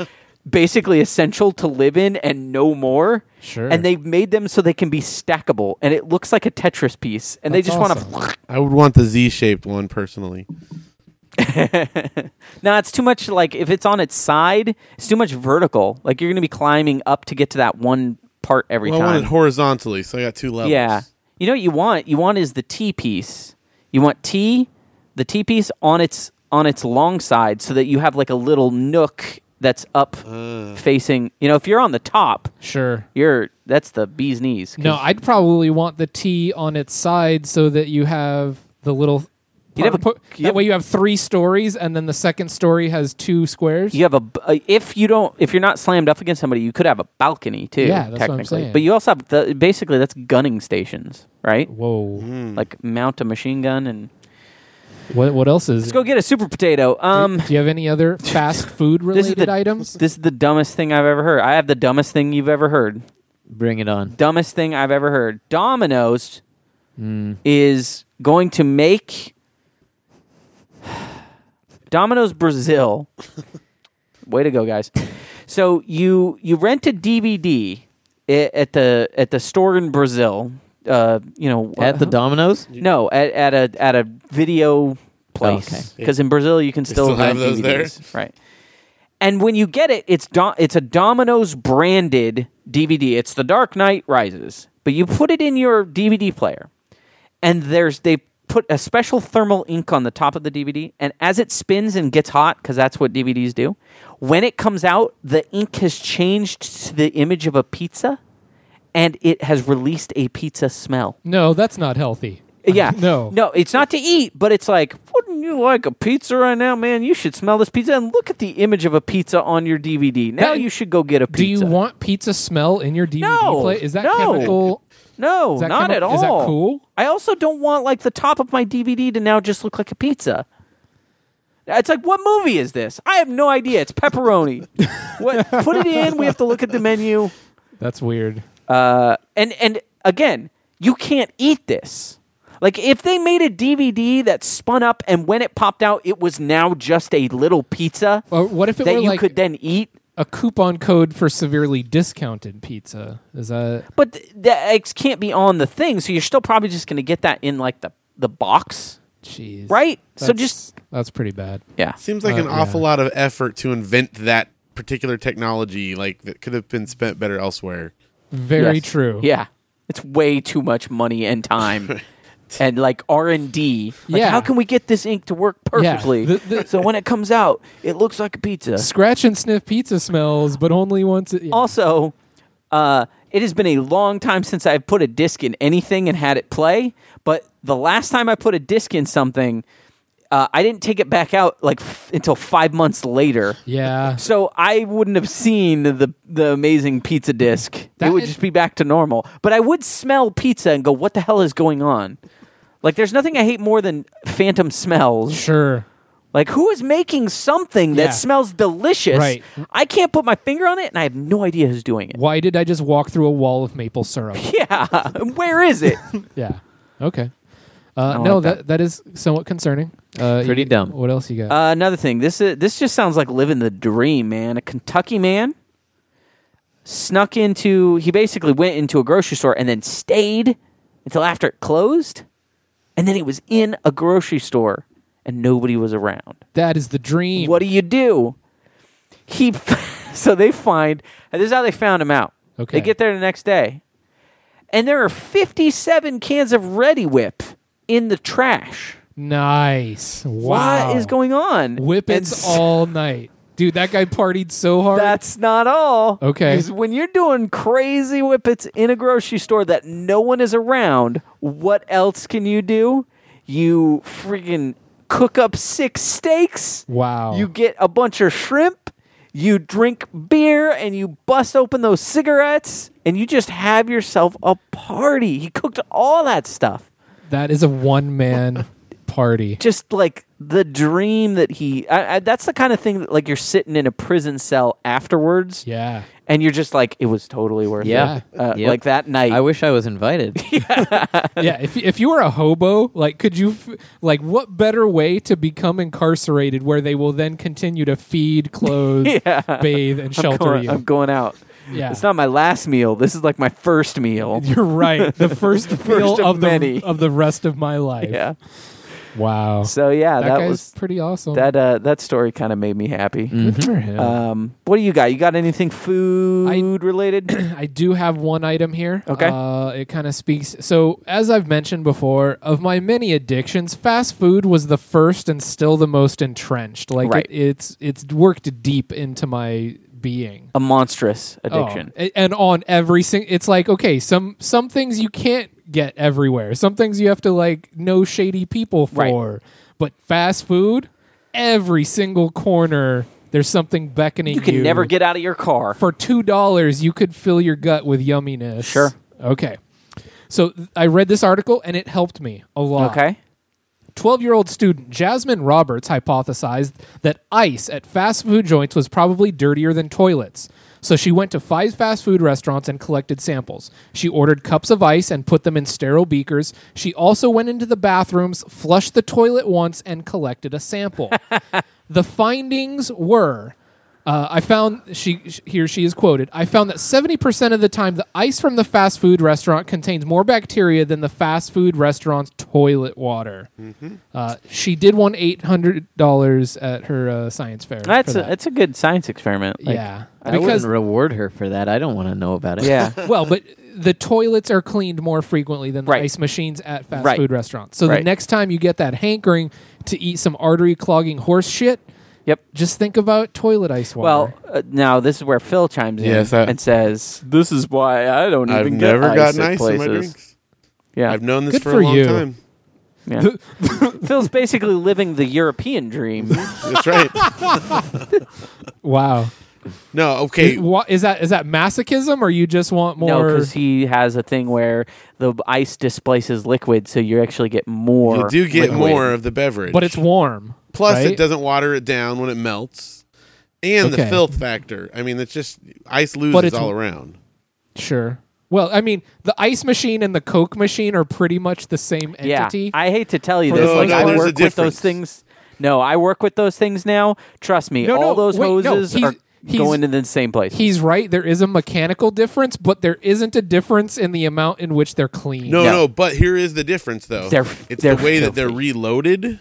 [SPEAKER 1] basically essential to live in and no more.
[SPEAKER 2] Sure.
[SPEAKER 1] And they've made them so they can be stackable, and it looks like a Tetris piece. And
[SPEAKER 2] That's
[SPEAKER 1] they just want
[SPEAKER 2] awesome.
[SPEAKER 1] to.
[SPEAKER 3] *laughs* I would want the Z-shaped one personally.
[SPEAKER 1] *laughs* No, it's too much. Like if it's on its side, it's too much vertical. Like you're going to be climbing up to get to that one part every
[SPEAKER 3] Well, I
[SPEAKER 1] time.
[SPEAKER 3] want it horizontally, so I got two levels.
[SPEAKER 1] yeah, you know what you want. You want is the T piece. You want T, the T piece on its on its long side, so that you have like a little nook that's up facing. You know, if you're on the top,
[SPEAKER 2] sure.
[SPEAKER 1] you're that's the bee's knees. 'cause
[SPEAKER 2] No, I'd probably want the T on its side so that you have the little.
[SPEAKER 1] You'd have a-
[SPEAKER 2] part-
[SPEAKER 1] you'd
[SPEAKER 2] that
[SPEAKER 1] have-
[SPEAKER 2] way you have three stories, and then the second story has two squares.
[SPEAKER 1] you have a b- uh, if you don't if you're not slammed up against somebody, you could have a balcony too.
[SPEAKER 2] Yeah, that's what I'm
[SPEAKER 1] technically,
[SPEAKER 2] saying.
[SPEAKER 1] but you also have the basically that's gunning stations, right?
[SPEAKER 2] Whoa!
[SPEAKER 1] like mount a machine gun and
[SPEAKER 2] What what else is?
[SPEAKER 1] let's go get a super potato. Um,
[SPEAKER 2] Do you have
[SPEAKER 1] *laughs*
[SPEAKER 2] any other fast food
[SPEAKER 1] this is
[SPEAKER 2] related
[SPEAKER 1] the
[SPEAKER 2] items?
[SPEAKER 1] This is the dumbest thing I've ever heard. I have the dumbest thing you've ever heard.
[SPEAKER 4] Bring it on.
[SPEAKER 1] Dumbest thing I've ever heard. Domino's
[SPEAKER 4] Hmm.
[SPEAKER 1] is going to make Domino's
[SPEAKER 4] *laughs*
[SPEAKER 1] Brazil. Way to go, guys! So you you rent a DVD i- at the at the store in Brazil. Uh, you know
[SPEAKER 4] At the
[SPEAKER 1] *laughs*
[SPEAKER 4] Domino's?
[SPEAKER 1] No, at, at a at a video
[SPEAKER 4] okay.
[SPEAKER 1] place because in Brazil you can still,
[SPEAKER 3] still have
[SPEAKER 1] rent
[SPEAKER 3] those there?
[SPEAKER 1] DVDs. right? And when you get it, it's do- it's a Domino's branded DVD. It's The Dark Knight Rises, but you put it in your DVD player, and there's they put a special thermal ink on the top of the DVD, and as it spins and gets hot, because that's what DVDs do. When it comes out, the ink has changed to the image of a pizza, and it has released a pizza smell.
[SPEAKER 2] No, that's not healthy.
[SPEAKER 1] Uh, Yeah.
[SPEAKER 2] *laughs* No.
[SPEAKER 1] No, it's not to eat, but it's like, wouldn't you like a pizza right now, man? You should smell this pizza and look at the image of a pizza on your DVD. Now
[SPEAKER 2] That-
[SPEAKER 1] you should go get a pizza.
[SPEAKER 2] Do you want pizza smell in your DVD
[SPEAKER 1] No,
[SPEAKER 2] play? Is that
[SPEAKER 1] no.
[SPEAKER 2] chemical?
[SPEAKER 1] No,
[SPEAKER 2] Is that
[SPEAKER 1] not
[SPEAKER 2] chemi-
[SPEAKER 1] at all.
[SPEAKER 2] is that cool?
[SPEAKER 1] I also don't want like the top of my DVD to now just look like a pizza. It's like what movie is this? I have no idea. It's
[SPEAKER 2] *laughs*
[SPEAKER 1] pepperoni. what put it in, we have to look at the menu.
[SPEAKER 2] That's weird.
[SPEAKER 1] Uh, and and again, you can't eat this. Like if they made a DVD that spun up and when it popped out, it was now just a little pizza
[SPEAKER 2] Or Uh, what if it
[SPEAKER 1] that
[SPEAKER 2] were
[SPEAKER 1] you
[SPEAKER 2] like
[SPEAKER 1] could then eat.
[SPEAKER 2] a coupon code for severely discounted pizza? Is that
[SPEAKER 1] But th- the eggs can't be on the thing, so you're still probably just going to get that in like the the box,
[SPEAKER 2] jeez?
[SPEAKER 1] right? so
[SPEAKER 2] That's-
[SPEAKER 1] just
[SPEAKER 2] that's pretty bad.
[SPEAKER 1] yeah.
[SPEAKER 3] Seems like
[SPEAKER 2] Uh,
[SPEAKER 3] an awful
[SPEAKER 2] yeah.
[SPEAKER 3] lot of effort to invent that particular technology, like that could have been spent better elsewhere.
[SPEAKER 2] Very
[SPEAKER 1] Yes.
[SPEAKER 2] true.
[SPEAKER 1] Yeah, it's way too much money and
[SPEAKER 2] *laughs*
[SPEAKER 1] time. And like R and D, like
[SPEAKER 2] Yeah.
[SPEAKER 1] how can we get this ink to work perfectly?
[SPEAKER 2] The- the-
[SPEAKER 1] so when it comes out, it looks like a
[SPEAKER 2] *laughs*
[SPEAKER 1] pizza.
[SPEAKER 2] Scratch and sniff pizza smells, but only once. It, yeah.
[SPEAKER 1] Also, uh, it has been a long time since I've put a disc in anything and had it play. But the last time I put a disc in something, uh, I didn't take it back out like f- until five months later.
[SPEAKER 2] Yeah.
[SPEAKER 1] So I wouldn't have seen the the amazing pizza disc.
[SPEAKER 2] That
[SPEAKER 1] it would
[SPEAKER 2] is-
[SPEAKER 1] just be back to normal. But I would smell pizza and go, "What the hell is going on?" Like, there's nothing I hate more than phantom smells.
[SPEAKER 2] Sure.
[SPEAKER 1] Like, who is making something
[SPEAKER 2] Yeah.
[SPEAKER 1] that smells delicious?
[SPEAKER 2] Right.
[SPEAKER 1] I can't put my finger on it, and I have no idea who's doing it.
[SPEAKER 2] Why did I just walk through a wall of
[SPEAKER 1] *laughs*
[SPEAKER 2] maple syrup?
[SPEAKER 1] Yeah, where is it?
[SPEAKER 2] yeah. Okay. Uh,
[SPEAKER 1] don't
[SPEAKER 2] no,
[SPEAKER 1] like
[SPEAKER 2] that.
[SPEAKER 1] that.
[SPEAKER 2] that is somewhat concerning. Uh, you-
[SPEAKER 4] Pretty dumb.
[SPEAKER 2] What else you got?
[SPEAKER 1] Uh, another thing, this is, this just sounds like living the dream, man. A Kentucky man snuck into he basically went into a grocery store and then stayed until after it closed, and then he was in a grocery store and nobody was around.
[SPEAKER 2] that is the dream.
[SPEAKER 1] What do you do? He *laughs* so they find and this is how they found him out.
[SPEAKER 2] Okay.
[SPEAKER 1] they get there the next day, and there are fifty-seven cans of Ready Whip in the trash.
[SPEAKER 2] Nice. Wow.
[SPEAKER 1] What is going on? And
[SPEAKER 2] Whippets
[SPEAKER 1] so-
[SPEAKER 2] all night, dude. That guy partied so hard.
[SPEAKER 1] That's not all.
[SPEAKER 2] Okay.
[SPEAKER 1] 'Cause when you're doing crazy whippets in a grocery store that no one is around, what else can you do? You freaking cook up six steaks.
[SPEAKER 2] wow.
[SPEAKER 1] You get a bunch of shrimp. You drink beer and you bust open those cigarettes and you just have yourself a party. He cooked all that stuff.
[SPEAKER 2] that is a one
[SPEAKER 1] *laughs*
[SPEAKER 2] man party.
[SPEAKER 1] just like the dream that he I, I, that's the kind of thing that like you're sitting in a prison cell afterwards
[SPEAKER 2] Yeah.
[SPEAKER 1] and you're just like it was totally worth
[SPEAKER 4] Yeah.
[SPEAKER 1] it uh,
[SPEAKER 4] Yep.
[SPEAKER 1] like that night
[SPEAKER 4] I wish I was invited.
[SPEAKER 2] yeah, if if you were a hobo, like could you f- like what better way to become incarcerated where they will then continue
[SPEAKER 1] *laughs*
[SPEAKER 2] to feed, clothe, bathe and
[SPEAKER 1] I'm,
[SPEAKER 2] shelter
[SPEAKER 1] going,
[SPEAKER 2] you.
[SPEAKER 1] I'm going out
[SPEAKER 2] Yeah.
[SPEAKER 1] it's not my last meal this is like my first
[SPEAKER 2] *laughs*
[SPEAKER 1] meal
[SPEAKER 2] You're
[SPEAKER 1] *laughs*
[SPEAKER 2] right. The first, meal
[SPEAKER 1] of
[SPEAKER 2] of,
[SPEAKER 1] many.
[SPEAKER 2] the of the rest of my life.
[SPEAKER 1] yeah
[SPEAKER 2] Wow.
[SPEAKER 1] so yeah
[SPEAKER 2] that,
[SPEAKER 1] that,
[SPEAKER 2] guy's
[SPEAKER 1] was
[SPEAKER 2] pretty awesome.
[SPEAKER 1] that uh that story kind of made me happy
[SPEAKER 2] Good for him.
[SPEAKER 1] um what do you got you got anything food
[SPEAKER 2] *clears throat*
[SPEAKER 1] related
[SPEAKER 2] I do have one item here.
[SPEAKER 1] Okay.
[SPEAKER 2] Uh, it kind of speaks. So, as I've mentioned before, of my many addictions, fast food was the first and still the most entrenched. Like
[SPEAKER 1] Right.
[SPEAKER 2] it, it's it's worked deep into my being.
[SPEAKER 1] a monstrous addiction
[SPEAKER 2] Oh, a- and on every single, it's like okay, some some things you can't get everywhere. Some things you have to like know shady people
[SPEAKER 1] Right.
[SPEAKER 2] for. But fast food, every single corner, there's something beckoning.
[SPEAKER 1] you can never get out of your car
[SPEAKER 2] for two dollars you could fill your gut with yumminess.
[SPEAKER 1] Sure.
[SPEAKER 2] Okay. So th- I read this article and it helped me a lot.
[SPEAKER 1] okay
[SPEAKER 2] 12 year old student Jasmine Roberts hypothesized that ice at fast food joints was probably dirtier than toilets. So she went to five fast food restaurants and collected samples. She ordered cups of ice and put them in sterile beakers. She also went into the bathrooms, flushed the toilet once, and collected
[SPEAKER 1] *laughs*
[SPEAKER 2] a sample. the findings were. Uh, I found she sh- here she is quoted. I found that seventy percent of the time the ice from the fast food restaurant contains more bacteria than the fast food restaurant's toilet water. Uh, she did won eight hundred dollars at her uh, science fair.
[SPEAKER 1] that's
[SPEAKER 2] for
[SPEAKER 1] a,
[SPEAKER 2] that.
[SPEAKER 1] that's a good science experiment Like,
[SPEAKER 2] yeah,
[SPEAKER 4] I wouldn't reward her for that. I don't want to know about
[SPEAKER 2] *laughs*
[SPEAKER 4] it.
[SPEAKER 1] yeah
[SPEAKER 2] well, but the toilets are cleaned more frequently than the
[SPEAKER 1] Right.
[SPEAKER 2] ice machines at fast
[SPEAKER 1] Right.
[SPEAKER 2] food restaurants. So the
[SPEAKER 1] Right.
[SPEAKER 2] next time you get that hankering to eat some artery clogging horse shit,
[SPEAKER 1] Yep.
[SPEAKER 2] just think about toilet ice water.
[SPEAKER 1] Well, uh, now this is where Phil chimes in
[SPEAKER 3] Yes, I-
[SPEAKER 1] and says, "This is why I don't
[SPEAKER 3] I've
[SPEAKER 1] even
[SPEAKER 3] never
[SPEAKER 1] get ice
[SPEAKER 3] gotten
[SPEAKER 1] at
[SPEAKER 3] ice in my
[SPEAKER 1] places."
[SPEAKER 3] drinks.
[SPEAKER 1] Yeah,
[SPEAKER 3] I've known this
[SPEAKER 2] Good
[SPEAKER 3] for,
[SPEAKER 2] for
[SPEAKER 3] a long
[SPEAKER 2] you. *laughs*
[SPEAKER 3] time.
[SPEAKER 1] yeah. Phil's basically living the European *laughs* dream.
[SPEAKER 3] That's right.
[SPEAKER 2] wow.
[SPEAKER 3] No, okay.
[SPEAKER 2] Is, wha- is that is that masochism or you just want
[SPEAKER 1] no,
[SPEAKER 2] more?
[SPEAKER 1] because he has a thing where the ice displaces liquid, so you actually get more.
[SPEAKER 3] You do get
[SPEAKER 1] liquid.
[SPEAKER 3] more of the beverage.
[SPEAKER 2] but it's warm.
[SPEAKER 3] Plus,
[SPEAKER 2] right?
[SPEAKER 3] it doesn't water it down when it melts, and
[SPEAKER 2] Okay.
[SPEAKER 3] the filth factor. I mean, it's just ice loses
[SPEAKER 2] it's-
[SPEAKER 3] all around.
[SPEAKER 2] Sure. Well, I mean, the ice machine and the Coke machine are pretty much the same
[SPEAKER 1] Yeah,
[SPEAKER 2] entity.
[SPEAKER 1] I hate to tell you
[SPEAKER 2] For
[SPEAKER 1] this.
[SPEAKER 2] the-
[SPEAKER 1] like,
[SPEAKER 2] No,
[SPEAKER 1] I
[SPEAKER 2] there's a
[SPEAKER 1] work with those
[SPEAKER 3] difference.
[SPEAKER 1] things. No, I work with those things now. Trust me,
[SPEAKER 2] No,
[SPEAKER 1] all
[SPEAKER 2] no,
[SPEAKER 1] those
[SPEAKER 2] wait, no,
[SPEAKER 1] hoses
[SPEAKER 2] he's-
[SPEAKER 1] are
[SPEAKER 2] he's-
[SPEAKER 1] going to the same place.
[SPEAKER 2] He's right. There is a mechanical difference, but there isn't a difference in the amount in which they're clean.
[SPEAKER 3] No,
[SPEAKER 1] No.
[SPEAKER 3] no, But here is the difference, though.
[SPEAKER 1] They're-
[SPEAKER 3] it's
[SPEAKER 1] they're
[SPEAKER 3] the way that they're
[SPEAKER 1] filthy.
[SPEAKER 3] reloaded,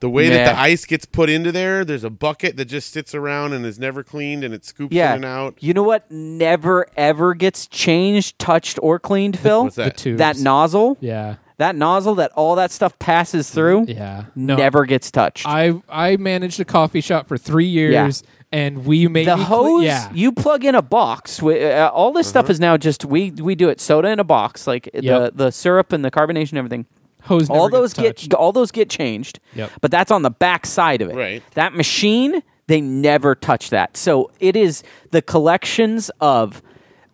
[SPEAKER 3] the way that the
[SPEAKER 1] Nah.
[SPEAKER 3] ice gets put into there. There's a bucket that just sits around and is never cleaned, and it scoops in and out.
[SPEAKER 1] You know what never ever gets changed, touched, or cleaned, Phil?
[SPEAKER 3] What's that?
[SPEAKER 2] tubes.
[SPEAKER 1] That nozzle.
[SPEAKER 2] Yeah.
[SPEAKER 1] That nozzle that all that stuff passes through
[SPEAKER 2] Yeah. No.
[SPEAKER 1] never gets touched.
[SPEAKER 2] I I managed a coffee shop for three years, and we made
[SPEAKER 1] the
[SPEAKER 2] me cle-
[SPEAKER 1] hose,
[SPEAKER 2] yeah.
[SPEAKER 1] you plug in a box. wi- uh, all this stuff is now just we we do it soda in a box, like
[SPEAKER 2] Yep.
[SPEAKER 1] the the syrup and the carbonation, and everything.
[SPEAKER 2] Hose never
[SPEAKER 1] all
[SPEAKER 2] gets
[SPEAKER 1] those get
[SPEAKER 2] touched.
[SPEAKER 1] all those get changed.
[SPEAKER 2] Yep.
[SPEAKER 1] But that's on the back side of it.
[SPEAKER 3] Right.
[SPEAKER 1] That machine, they never touch that. So it is the collections of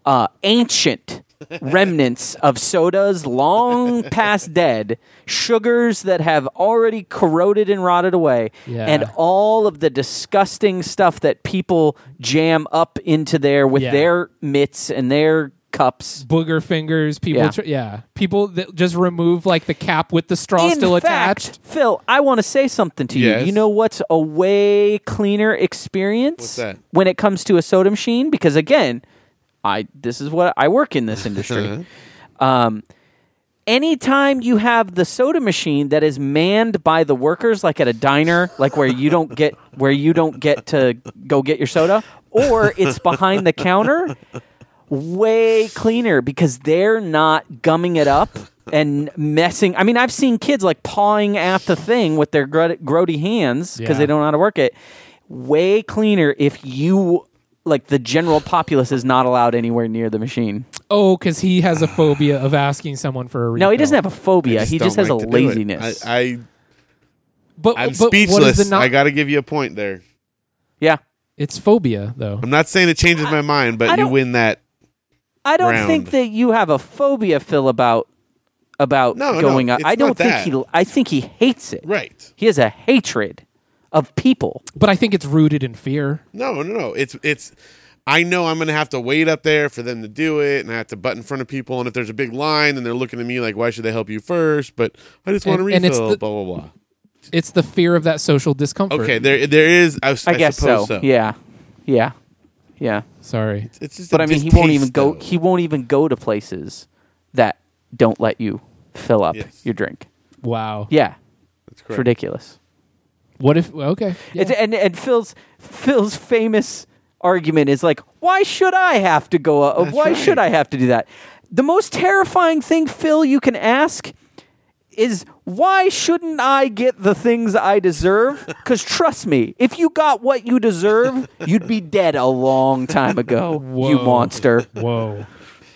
[SPEAKER 1] uh, ancient remnants of sodas long past dead, sugars that have already corroded and rotted away,
[SPEAKER 2] Yeah.
[SPEAKER 1] and all of the disgusting stuff that people jam up into there with
[SPEAKER 2] Yeah.
[SPEAKER 1] their mitts and their cups.
[SPEAKER 2] booger fingers. People,
[SPEAKER 1] Yeah.
[SPEAKER 2] yeah. yeah, people that just remove like the cap with the straw
[SPEAKER 1] In
[SPEAKER 2] still
[SPEAKER 1] fact,
[SPEAKER 2] attached.
[SPEAKER 1] Phil, I want to say something to you.
[SPEAKER 3] Yes?
[SPEAKER 1] You know what's a way cleaner experience
[SPEAKER 3] What's that?
[SPEAKER 1] when it comes to a soda machine? Because again, I this is what I work in this
[SPEAKER 3] *laughs*
[SPEAKER 1] industry. um, anytime you have the soda machine that is manned by the workers, like at a diner, like where you don't get where you don't get to go get your soda, or it's behind the counter way cleaner because they're not gumming it up and messing. I mean, I've seen kids like pawing at the thing with their gro- grody hands because
[SPEAKER 2] Yeah.
[SPEAKER 1] they don't know how to work it. Way cleaner if you like the general populace is not allowed anywhere near the machine.
[SPEAKER 2] Oh, because he has a phobia of asking someone for a refill.
[SPEAKER 1] No, he doesn't have a phobia. he just
[SPEAKER 3] don't
[SPEAKER 1] has
[SPEAKER 3] like
[SPEAKER 1] a
[SPEAKER 3] to do it.
[SPEAKER 1] laziness. Oh,
[SPEAKER 3] I, I
[SPEAKER 2] But,
[SPEAKER 3] I'm
[SPEAKER 2] but What is
[SPEAKER 3] speechless.
[SPEAKER 2] the not-
[SPEAKER 3] I got to give you a point there.
[SPEAKER 1] yeah.
[SPEAKER 2] it's phobia though.
[SPEAKER 3] I'm not saying it changes my mind,
[SPEAKER 1] I
[SPEAKER 3] but you
[SPEAKER 1] don't-
[SPEAKER 3] win that.
[SPEAKER 1] I don't
[SPEAKER 3] Round.
[SPEAKER 1] think that you have a phobia, Phil, about about
[SPEAKER 3] No, no,
[SPEAKER 1] going up.
[SPEAKER 3] it's
[SPEAKER 1] I don't
[SPEAKER 3] not
[SPEAKER 1] think
[SPEAKER 3] that.
[SPEAKER 1] he I think he hates it.
[SPEAKER 3] Right.
[SPEAKER 1] He has a hatred of people.
[SPEAKER 2] But I think it's rooted in fear.
[SPEAKER 3] No, no, no. It's it's. I know I'm gonna have to wait up there for them to do it, and I have to butt in front of people. And if there's a big line, then they're looking at me like, "Why should they help you first? But I just want to
[SPEAKER 2] And-
[SPEAKER 3] refill.
[SPEAKER 2] and it's the-
[SPEAKER 3] blah blah blah.
[SPEAKER 2] It's the fear of that social discomfort.
[SPEAKER 3] Okay, there there is. I, s-
[SPEAKER 1] I,
[SPEAKER 3] I
[SPEAKER 1] guess so.
[SPEAKER 3] suppose
[SPEAKER 1] Yeah, yeah, yeah.
[SPEAKER 2] Sorry.
[SPEAKER 3] It's just.
[SPEAKER 1] But
[SPEAKER 3] a
[SPEAKER 1] I mean, he won't even
[SPEAKER 3] distaste,
[SPEAKER 1] go.
[SPEAKER 3] though.
[SPEAKER 1] He won't even go to places that don't let you fill up
[SPEAKER 3] Yes.
[SPEAKER 1] your drink.
[SPEAKER 2] Wow.
[SPEAKER 1] Yeah,
[SPEAKER 3] That's
[SPEAKER 1] it's
[SPEAKER 3] correct.
[SPEAKER 1] ridiculous.
[SPEAKER 2] What if? Okay. Yeah.
[SPEAKER 1] It's, and and Phil's Phil's famous argument is like, why should I have to go? Up? Why should I have to do that? The most terrifying thing, Phil, you can ask is why shouldn't I get the things I deserve? Because trust me, if you got what you deserve, you'd be dead a long time ago, you
[SPEAKER 2] Whoa.
[SPEAKER 1] monster. *laughs*
[SPEAKER 2] Whoa.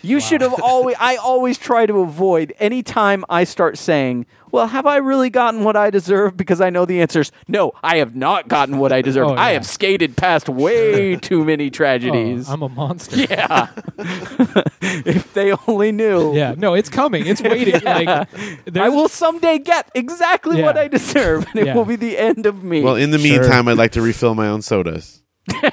[SPEAKER 1] You should have always. I always try to avoid any time I start saying, "Well, have I really gotten what I deserve?" Because I know the answers. No, I have not gotten what I deserve.
[SPEAKER 2] *laughs* Oh,
[SPEAKER 1] I
[SPEAKER 2] yeah.
[SPEAKER 1] have skated past
[SPEAKER 2] *laughs*
[SPEAKER 1] way too many tragedies.
[SPEAKER 2] Oh, I'm a
[SPEAKER 1] *laughs*
[SPEAKER 2] monster.
[SPEAKER 1] yeah. *laughs* if they only knew.
[SPEAKER 2] Yeah. No, it's coming. It's
[SPEAKER 1] *laughs*
[SPEAKER 2] waiting. Like
[SPEAKER 1] I
[SPEAKER 2] there's-
[SPEAKER 1] will someday get exactly what
[SPEAKER 2] Yeah.
[SPEAKER 1] I deserve, and it
[SPEAKER 2] Yeah.
[SPEAKER 1] will be the end of me.
[SPEAKER 3] Well, in the
[SPEAKER 2] Sure.
[SPEAKER 3] meantime, I'd like to refill my own sodas.
[SPEAKER 2] All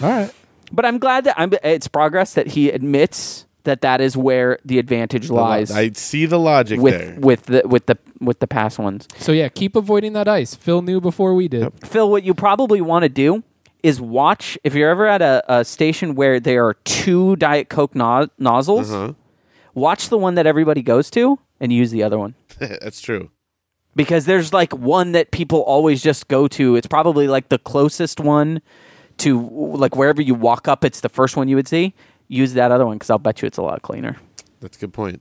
[SPEAKER 2] right.
[SPEAKER 1] but I'm glad that I'm. It's progress that he admits that that is where the advantage
[SPEAKER 3] The
[SPEAKER 1] *laughs*
[SPEAKER 3] lo-
[SPEAKER 1] lies
[SPEAKER 3] I see the logic there.
[SPEAKER 1] with with the with the with the past ones.
[SPEAKER 2] So yeah, keep avoiding that ice. Phil knew before we did.
[SPEAKER 1] Phil, what you probably want to do is watch if you're ever at a, a station where there are two Diet Coke no- nozzles,
[SPEAKER 3] Uh-huh.
[SPEAKER 1] watch the one that everybody goes to and use the other one.
[SPEAKER 3] *laughs* That's true.
[SPEAKER 1] Because there's like one that people always just go to. It's probably like the closest one to like wherever you walk up, it's the first one you would see. Use that other one because I'll bet you it's a lot cleaner.
[SPEAKER 3] That's a good point.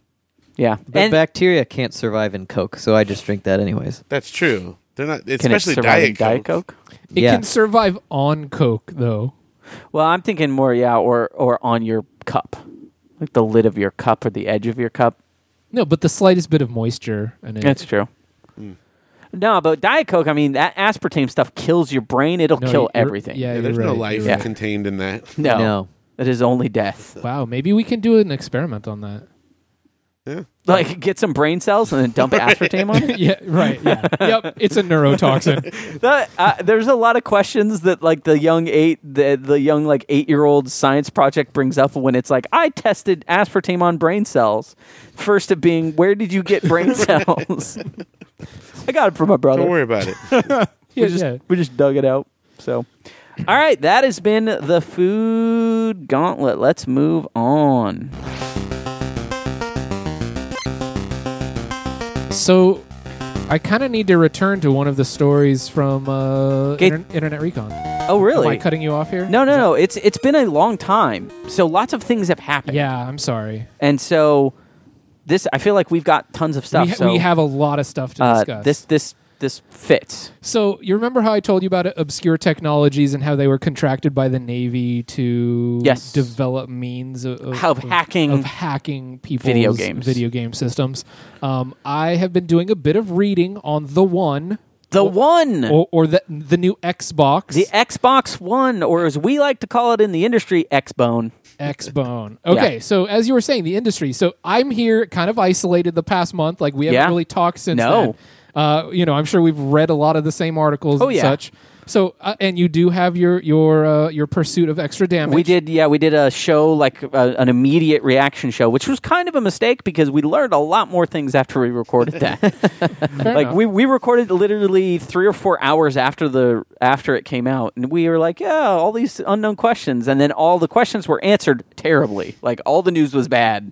[SPEAKER 1] Yeah.
[SPEAKER 4] *laughs* But
[SPEAKER 1] And-
[SPEAKER 4] bacteria can't survive in Coke, so I just drink that anyways.
[SPEAKER 3] That's true. They're not,
[SPEAKER 1] can it
[SPEAKER 3] especially
[SPEAKER 1] survive
[SPEAKER 3] diet,
[SPEAKER 1] in Diet
[SPEAKER 3] Coke.
[SPEAKER 1] Coke?
[SPEAKER 2] It
[SPEAKER 4] Yeah.
[SPEAKER 2] can survive on Coke though.
[SPEAKER 1] Well, I'm thinking more, yeah, or or on your cup, like the lid of your cup or the edge of your cup.
[SPEAKER 2] No, but the slightest bit of moisture and it,
[SPEAKER 1] That's true. Hmm. No, but Diet Coke, I mean, that aspartame stuff kills your brain. It'll
[SPEAKER 2] No,
[SPEAKER 1] kill
[SPEAKER 2] you're-
[SPEAKER 1] everything.
[SPEAKER 2] Yeah,
[SPEAKER 3] Yeah,
[SPEAKER 2] you're
[SPEAKER 3] there's no
[SPEAKER 2] right,
[SPEAKER 3] life
[SPEAKER 2] you're right.
[SPEAKER 3] contained
[SPEAKER 1] *laughs*
[SPEAKER 3] in that.
[SPEAKER 1] No.
[SPEAKER 4] No.
[SPEAKER 1] It is only *laughs* death.
[SPEAKER 2] Wow, maybe we can do an experiment on
[SPEAKER 3] *laughs*
[SPEAKER 2] that. *laughs*
[SPEAKER 1] Like, get some brain cells and then *laughs* dump aspartame on it.
[SPEAKER 2] yeah, right. Yeah. yep, it's a
[SPEAKER 3] *laughs*
[SPEAKER 2] neurotoxin. *laughs*
[SPEAKER 1] That- uh, there's a lot of questions that, like, the young eight, the, the young, like, eight year old science project brings up when it's like, I tested aspartame on brain cells. First, it being, where did you get *laughs* brain cells? I got it from my brother.
[SPEAKER 3] Don't worry about it.
[SPEAKER 2] Yeah,
[SPEAKER 1] we just
[SPEAKER 2] yeah.
[SPEAKER 1] we just dug it out. So, all right, that has been the food gauntlet. Let's move on.
[SPEAKER 2] So I kind of need to return to one of the stories from uh,
[SPEAKER 1] Gate-
[SPEAKER 2] Inter- Internet Recon.
[SPEAKER 1] Oh,
[SPEAKER 2] Am I
[SPEAKER 1] really?
[SPEAKER 2] cutting you off here?
[SPEAKER 1] No, no, no. It's it's been a long time, so lots of things have happened.
[SPEAKER 2] Yeah, I'm sorry.
[SPEAKER 1] and so this I feel like we've got tons of stuff.
[SPEAKER 2] we, ha-
[SPEAKER 1] so
[SPEAKER 2] we have a lot of stuff to
[SPEAKER 1] uh,
[SPEAKER 2] discuss.
[SPEAKER 1] this this this fits.
[SPEAKER 2] So you remember how I told you about uh, obscure technologies and how they were contracted by the Navy to
[SPEAKER 1] Yes.
[SPEAKER 2] develop means of, of-
[SPEAKER 1] How of hacking
[SPEAKER 2] of hacking people's
[SPEAKER 1] video games.
[SPEAKER 2] video game systems. Um, I have been doing a bit of reading on the one
[SPEAKER 1] The one,
[SPEAKER 2] or, or the the new Xbox
[SPEAKER 1] the Xbox One, or as we like to call it in the industry, Xbone. *laughs*
[SPEAKER 2] Xbone. Okay, so as you were saying, the industry. So I'm here, kind of isolated the past month. Like we haven't
[SPEAKER 1] Yeah.
[SPEAKER 2] really talked since
[SPEAKER 1] No.
[SPEAKER 2] then. Uh, you know, I'm sure we've read a lot of the same articles
[SPEAKER 1] Oh,
[SPEAKER 2] and
[SPEAKER 1] yeah.
[SPEAKER 2] such. So, uh, and you do have your your uh, your pursuit of extra damage.
[SPEAKER 1] We did, yeah, we did a show like uh, an immediate reaction show, which was kind of a mistake because we learned a lot more things after we
[SPEAKER 2] *laughs*
[SPEAKER 1] recorded that.
[SPEAKER 2] Fair
[SPEAKER 1] like
[SPEAKER 2] enough.
[SPEAKER 1] we, we recorded literally three or four hours after the after it came out and we were like yeah all these unknown questions and then all the questions were answered terribly like all the news was bad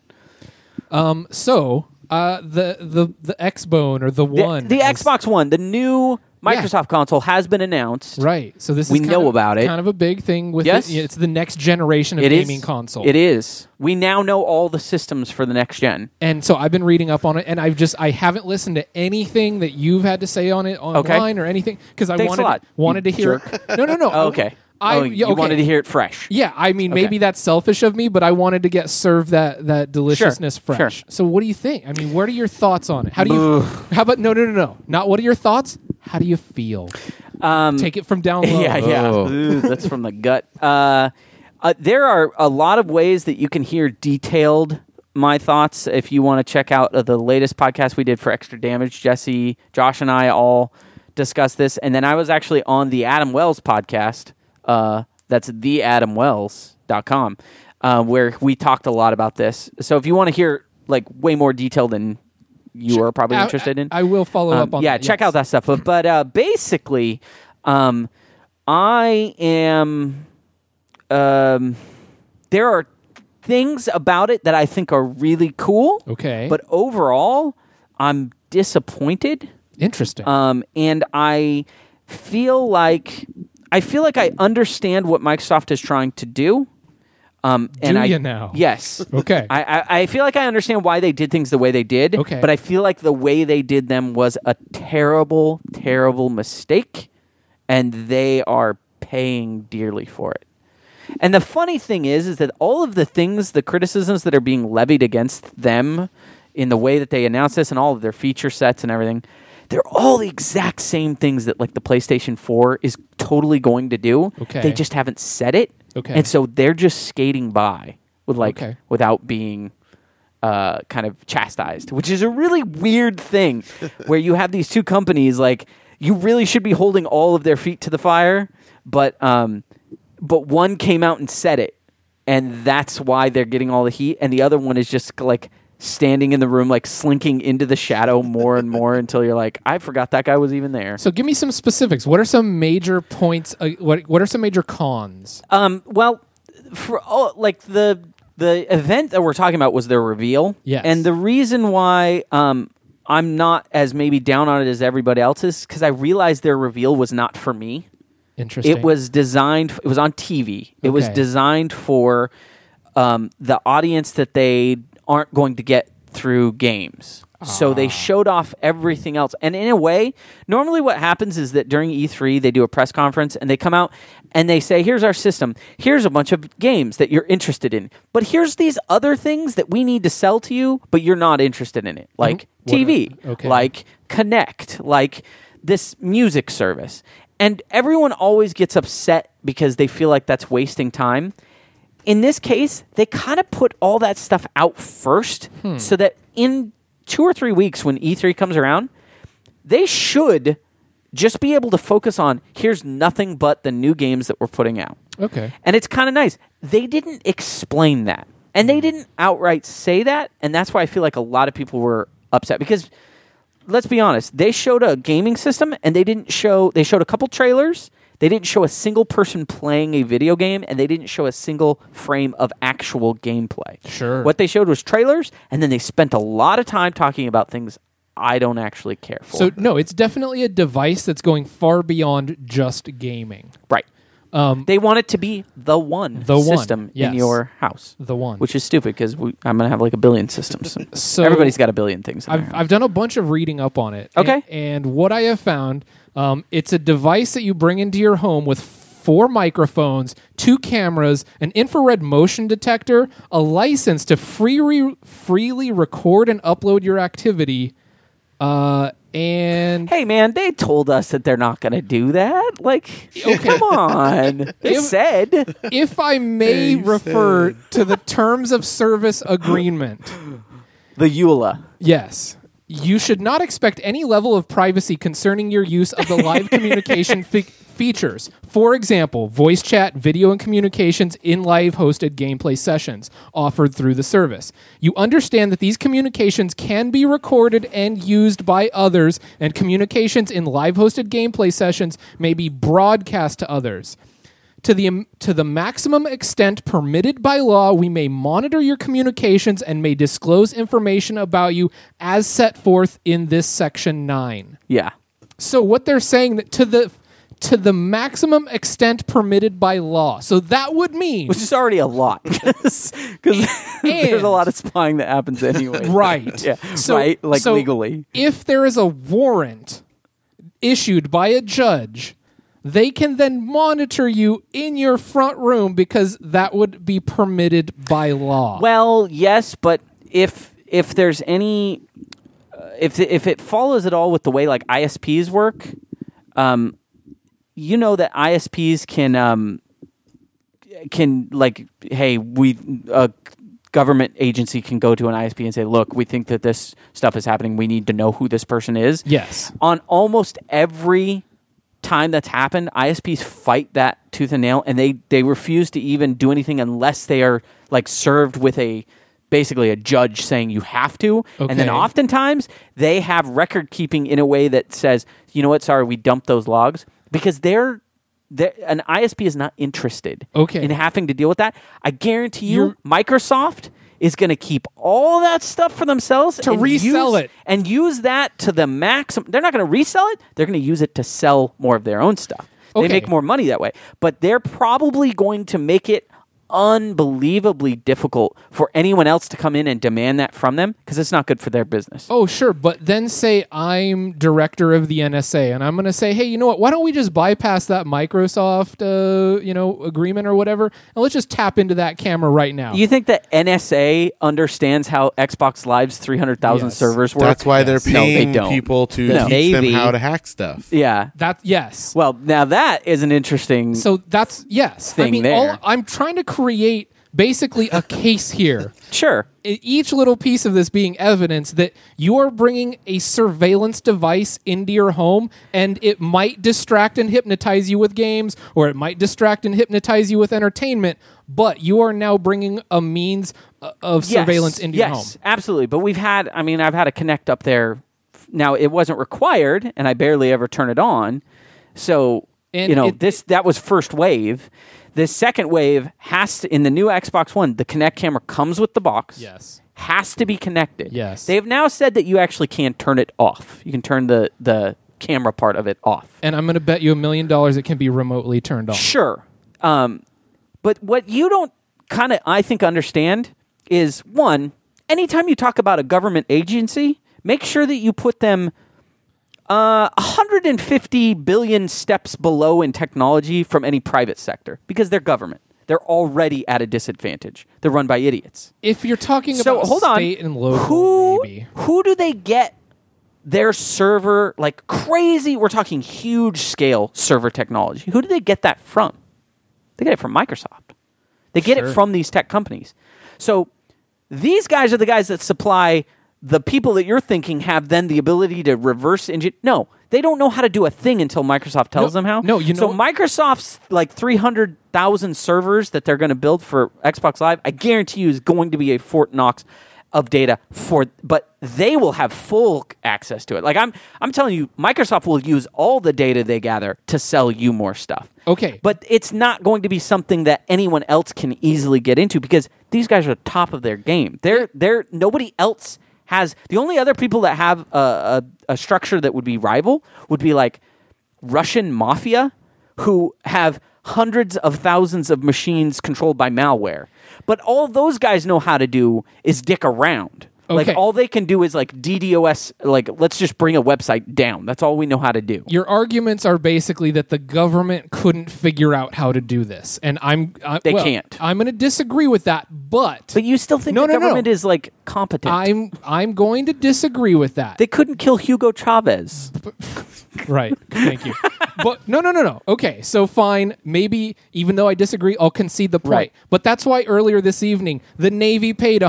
[SPEAKER 2] Um, so uh, the the the Xbone or
[SPEAKER 1] the,
[SPEAKER 2] the one
[SPEAKER 1] the
[SPEAKER 2] is-
[SPEAKER 1] xbox one the new microsoft console has been announced
[SPEAKER 2] Right. So this
[SPEAKER 1] We
[SPEAKER 2] is
[SPEAKER 1] know
[SPEAKER 2] kind of-
[SPEAKER 1] about it.
[SPEAKER 2] Kind of a big thing with
[SPEAKER 1] Yes.
[SPEAKER 2] it. Yeah, It's the next generation of
[SPEAKER 1] It is
[SPEAKER 2] gaming console.
[SPEAKER 1] it is we now know all the systems for the next gen
[SPEAKER 2] and so I've been reading up on it, and I've just I haven't listened to anything that you've had to say on it online or anything because I
[SPEAKER 1] Thanks a
[SPEAKER 2] wanted
[SPEAKER 1] lot,
[SPEAKER 2] wanted to
[SPEAKER 1] you
[SPEAKER 2] hear. *laughs* No, no, no.
[SPEAKER 1] *laughs*
[SPEAKER 2] I-
[SPEAKER 1] oh, okay
[SPEAKER 2] I
[SPEAKER 1] oh,
[SPEAKER 2] yeah,
[SPEAKER 1] you
[SPEAKER 2] okay.
[SPEAKER 1] wanted to hear it fresh
[SPEAKER 2] Yeah, I mean, maybe that's selfish of me, but I wanted to get served that that deliciousness
[SPEAKER 1] Sure,
[SPEAKER 2] fresh.
[SPEAKER 1] sure.
[SPEAKER 2] So, what do you think? I mean, what are your thoughts on it? How do you? How about no, no, no, no, not what are your thoughts? How do you feel?
[SPEAKER 1] um,
[SPEAKER 2] Take it from down
[SPEAKER 1] *laughs*
[SPEAKER 2] low.
[SPEAKER 1] Yeah, yeah.
[SPEAKER 4] Oh.
[SPEAKER 1] Ooh, that's from the gut. Uh, uh, there are a lot of ways that you can hear detailed my thoughts if you want to check out uh, the latest podcast we did for Extra Damage. Jesse, Josh, and I all discussed this, and then I was actually on the Adam Wells podcast. Uh, that's theadamwells.com, uh, where we talked a lot about this. So if you want to hear like way more detailed than you are probably
[SPEAKER 2] I-
[SPEAKER 1] interested in,
[SPEAKER 2] I, I will follow
[SPEAKER 1] um,
[SPEAKER 2] up on.
[SPEAKER 1] yeah,
[SPEAKER 2] that,
[SPEAKER 1] check
[SPEAKER 2] yes.
[SPEAKER 1] out that stuff. But, but uh, basically, um, I am. Um, there are things about it that I think are really cool.
[SPEAKER 2] Okay.
[SPEAKER 1] But overall, I'm disappointed.
[SPEAKER 2] Interesting.
[SPEAKER 1] Um, and I feel like I feel like I understand what Microsoft is trying to do. Um, and
[SPEAKER 2] Do
[SPEAKER 1] I
[SPEAKER 2] you now?
[SPEAKER 1] yes.
[SPEAKER 2] Okay.
[SPEAKER 1] I, I, I feel like I understand why they did things the way they did.
[SPEAKER 2] Okay.
[SPEAKER 1] But I feel like the way they did them was a terrible, terrible mistake, and they are paying dearly for it. And the funny thing is, is that all of the things, the criticisms that are being levied against them in the way that they announce this and all of their feature sets and everything, they're all the exact same things that like the PlayStation 4 is totally going to do.
[SPEAKER 2] Okay.
[SPEAKER 1] They just haven't said it.
[SPEAKER 2] Okay.
[SPEAKER 1] And so they're just skating by with like
[SPEAKER 2] Okay.
[SPEAKER 1] without being uh, kind of chastised, which is a really weird thing where you have these two companies like you really should be holding all of their feet to the fire, but um, but one came out and said it, and that's why they're getting all the heat, and the other one is just like standing in the room like slinking into the shadow more and more until you're like I forgot that guy was even there.
[SPEAKER 2] So give me some specifics. What are some major points? Uh, what What are some major cons?
[SPEAKER 1] Um, well, for oh, like the the event that we're talking about was their reveal.
[SPEAKER 2] Yes.
[SPEAKER 1] And the reason why um, I'm not as maybe down on it as everybody else is because I realized their reveal was not for me.
[SPEAKER 2] Interesting.
[SPEAKER 1] It was designed. It was on TV. It was
[SPEAKER 2] Okay.
[SPEAKER 1] designed for um, the audience that they aren't going to get through games. So
[SPEAKER 2] Ah.
[SPEAKER 1] they showed off everything else, and in a way, normally what happens is that during E3 they do a press conference and they come out and they say, "Here's our system. Here's a bunch of games that you're interested in, but here's these other things that we need to sell to you, but you're not interested in it, like
[SPEAKER 2] Mm-hmm. What are-
[SPEAKER 1] TV,
[SPEAKER 2] okay.
[SPEAKER 1] like." like Connect, like this music service. And everyone always gets upset because they feel like that's wasting time. In this case, they kind of put all that stuff out first so that in two or three weeks when E3 comes around, they should just be able to focus on here's nothing but the new games that we're putting out.
[SPEAKER 2] okay.
[SPEAKER 1] And it's kind of nice. They didn't explain that. And
[SPEAKER 2] Mm.
[SPEAKER 1] they didn't outright say that. And that's why I feel like a lot of people were upset because let's be honest, they showed a gaming system and they didn't show, they showed a couple trailers. They didn't show a single person playing a video game and they didn't show a single frame of actual gameplay.
[SPEAKER 2] Sure.
[SPEAKER 1] What they showed was trailers and then they spent a lot of time talking about things I don't actually care for.
[SPEAKER 2] So no, it's definitely a device that's going far beyond just gaming.
[SPEAKER 1] right.
[SPEAKER 2] Um,
[SPEAKER 1] They want it to be the one
[SPEAKER 2] The one,
[SPEAKER 1] system
[SPEAKER 2] yes.
[SPEAKER 1] in your house,
[SPEAKER 2] the one.
[SPEAKER 1] which is stupid because I'm going to have like a billion
[SPEAKER 2] *laughs*
[SPEAKER 1] systems.
[SPEAKER 2] So-
[SPEAKER 1] Everybody's got a billion things. In their
[SPEAKER 2] I've,
[SPEAKER 1] house.
[SPEAKER 2] I've done a bunch of reading up on it. A-
[SPEAKER 1] Okay.
[SPEAKER 2] And, what I have found, um, it's a device that you bring into your home with four microphones, two cameras, an infrared motion detector, a license to freely freely record and upload your activity, uh, and
[SPEAKER 1] hey, man, they told us that they're not going to do that. Like, come
[SPEAKER 2] *laughs*
[SPEAKER 1] on. They
[SPEAKER 2] If-
[SPEAKER 1] said.
[SPEAKER 2] if I may refer to the terms of service agreement.
[SPEAKER 1] The EULA.
[SPEAKER 2] Yes. You should not expect any level of privacy concerning your use of the live communication fe- features. For example, voice chat, video, and communications in live hosted gameplay sessions offered through the service. You understand that these communications can be recorded and used by others, and communications in live hosted gameplay sessions may be broadcast to others. To the, to the maximum extent permitted by law, we may monitor your communications and may disclose information about you as set forth in this section 9.
[SPEAKER 1] Yeah.
[SPEAKER 2] So what they're saying that to the to the maximum extent permitted by law. So that would mean
[SPEAKER 1] Which is already a lot *laughs* because there's
[SPEAKER 2] And-
[SPEAKER 1] a lot of spying that happens
[SPEAKER 2] *laughs*
[SPEAKER 1] anyway.
[SPEAKER 2] *laughs* right.
[SPEAKER 1] *laughs* Yeah.
[SPEAKER 2] So,
[SPEAKER 1] right. Like
[SPEAKER 2] so
[SPEAKER 1] legally.
[SPEAKER 2] If there is a warrant issued by a judge, they can then monitor you in your front room because that would be permitted by law.
[SPEAKER 1] Well, yes, but if if there's any uh, if if it follows at all with the way like ISPs work, um, you know that ISPs can um, can like hey we a government agency can go to an ISP and say look we think that this stuff is happening we need to know who this person is
[SPEAKER 2] Yes.
[SPEAKER 1] on almost every time that's happened, ISPs fight that tooth and nail, and they they refuse to even do anything unless they are like served with a basically a judge saying you have to. And then
[SPEAKER 2] Okay.
[SPEAKER 1] oftentimes they have record keeping in a way that says, you know what, sorry, we dumped those logs because they're. they're- An ISP is not interested
[SPEAKER 2] Okay.
[SPEAKER 1] in having to deal with that. I guarantee you,
[SPEAKER 2] You're-
[SPEAKER 1] Microsoft is going to keep all that stuff for themselves
[SPEAKER 2] To
[SPEAKER 1] and
[SPEAKER 2] resell
[SPEAKER 1] use-
[SPEAKER 2] it.
[SPEAKER 1] and use that to the maximum. They're not going to resell it. They're going to use it to sell more of their own stuff. They
[SPEAKER 2] Okay.
[SPEAKER 1] make more money that way. But they're probably going to make it unbelievably difficult for anyone else to come in and demand that from them because it's not good for their business.
[SPEAKER 2] Oh, sure. But then say I'm director of the NSA and I'm going to say, hey, you know what? Why don't we just bypass that Microsoft, uh, you know, agreement or whatever? And let's just tap into that camera right now.
[SPEAKER 1] You think that NSA understands how Xbox Live's 300,000
[SPEAKER 2] Yes.
[SPEAKER 1] servers work?
[SPEAKER 3] That's why they're
[SPEAKER 1] No, they
[SPEAKER 3] paying
[SPEAKER 1] don't.
[SPEAKER 3] people to
[SPEAKER 4] The
[SPEAKER 3] teach
[SPEAKER 4] Navy-
[SPEAKER 3] them how to hack stuff.
[SPEAKER 1] Yeah.
[SPEAKER 2] that, yes.
[SPEAKER 1] Well, now that is an interesting.
[SPEAKER 2] So that's, yes. I
[SPEAKER 1] Thing
[SPEAKER 2] mean,
[SPEAKER 1] there.
[SPEAKER 2] All, I'm trying to create
[SPEAKER 1] *laughs*
[SPEAKER 2] basically a case here.
[SPEAKER 1] sure.
[SPEAKER 2] e- each little piece of this being evidence that you are bringing a surveillance device into your home and it might distract and hypnotize you with games or it might distract and hypnotize you with entertainment but you are now bringing a means uh, of surveillance into
[SPEAKER 1] yes,
[SPEAKER 2] your home
[SPEAKER 1] Absolutely. But we've had, I mean, I've had a connect up there. Now it wasn't required, and I barely ever turn it on. So
[SPEAKER 2] And
[SPEAKER 1] you know
[SPEAKER 2] it-
[SPEAKER 1] this that was first wave. The second wave has to in the new Xbox One. The Kinect camera comes with the box.
[SPEAKER 2] Yes.
[SPEAKER 1] has to be connected.
[SPEAKER 2] Yes.
[SPEAKER 1] they've now said that you actually can turn it off. You can turn the the camera part of it off.
[SPEAKER 2] and i'm going to bet you a million dollars it can be remotely turned on
[SPEAKER 1] Sure. Um, but what you don't kind of, I think, understand is one, anytime you talk about a government agency, make sure that you put them uh, 150 billion steps below in technology from any private sector because they're government. They're already at a disadvantage. They're run by idiots.
[SPEAKER 2] if you're talking
[SPEAKER 1] So
[SPEAKER 2] about
[SPEAKER 1] hold on.
[SPEAKER 2] state and local
[SPEAKER 1] who
[SPEAKER 2] maybe
[SPEAKER 1] who do they get their server like crazy? We're talking huge scale server technology. Who do they get that from? They get it from Microsoft. They get it
[SPEAKER 2] Sure.
[SPEAKER 1] from these tech companies. So these guys are the guys that supply the people that you're thinking have then the ability to reverse engine. No, they don't know how to do a thing until Microsoft tells
[SPEAKER 2] No,
[SPEAKER 1] them how.
[SPEAKER 2] no, you
[SPEAKER 1] So
[SPEAKER 2] know-
[SPEAKER 1] Microsoft's like 300,000 servers that they're going to build for Xbox Live, I guarantee you is going to be a Fort Knox of data for but they will have full access to it. Like I'm I'm telling you Microsoft will use all the data they gather to sell you more stuff.
[SPEAKER 2] Okay.
[SPEAKER 1] But it's not going to be something that anyone else can easily get into because these guys are top of their game. They're they're nobody else has the only other people that have a, a, a structure that would be rival would be like Russian mafia who have hundreds of thousands of machines controlled by malware. But all those guys know how to do is dick around.
[SPEAKER 2] Okay.
[SPEAKER 1] Like all they can do is like DDoS. Like let's just bring a website down. That's all we know how to do.
[SPEAKER 2] Your arguments are basically that the government couldn't figure out how to do this, and I'm I,
[SPEAKER 1] They
[SPEAKER 2] well,
[SPEAKER 1] can't.
[SPEAKER 2] I'm going to disagree with that, but
[SPEAKER 1] But you still think
[SPEAKER 2] No,
[SPEAKER 1] the
[SPEAKER 2] no, no.
[SPEAKER 1] government is like competent?
[SPEAKER 2] I'm I'm going to disagree with that.
[SPEAKER 1] they couldn't kill Hugo Chavez.
[SPEAKER 2] Right.
[SPEAKER 1] *laughs*
[SPEAKER 2] Thank you. but no, no, no, no. Okay. So fine. Maybe even though I disagree, I'll concede the point.
[SPEAKER 1] Right.
[SPEAKER 2] But that's why earlier this evening, the Navy paid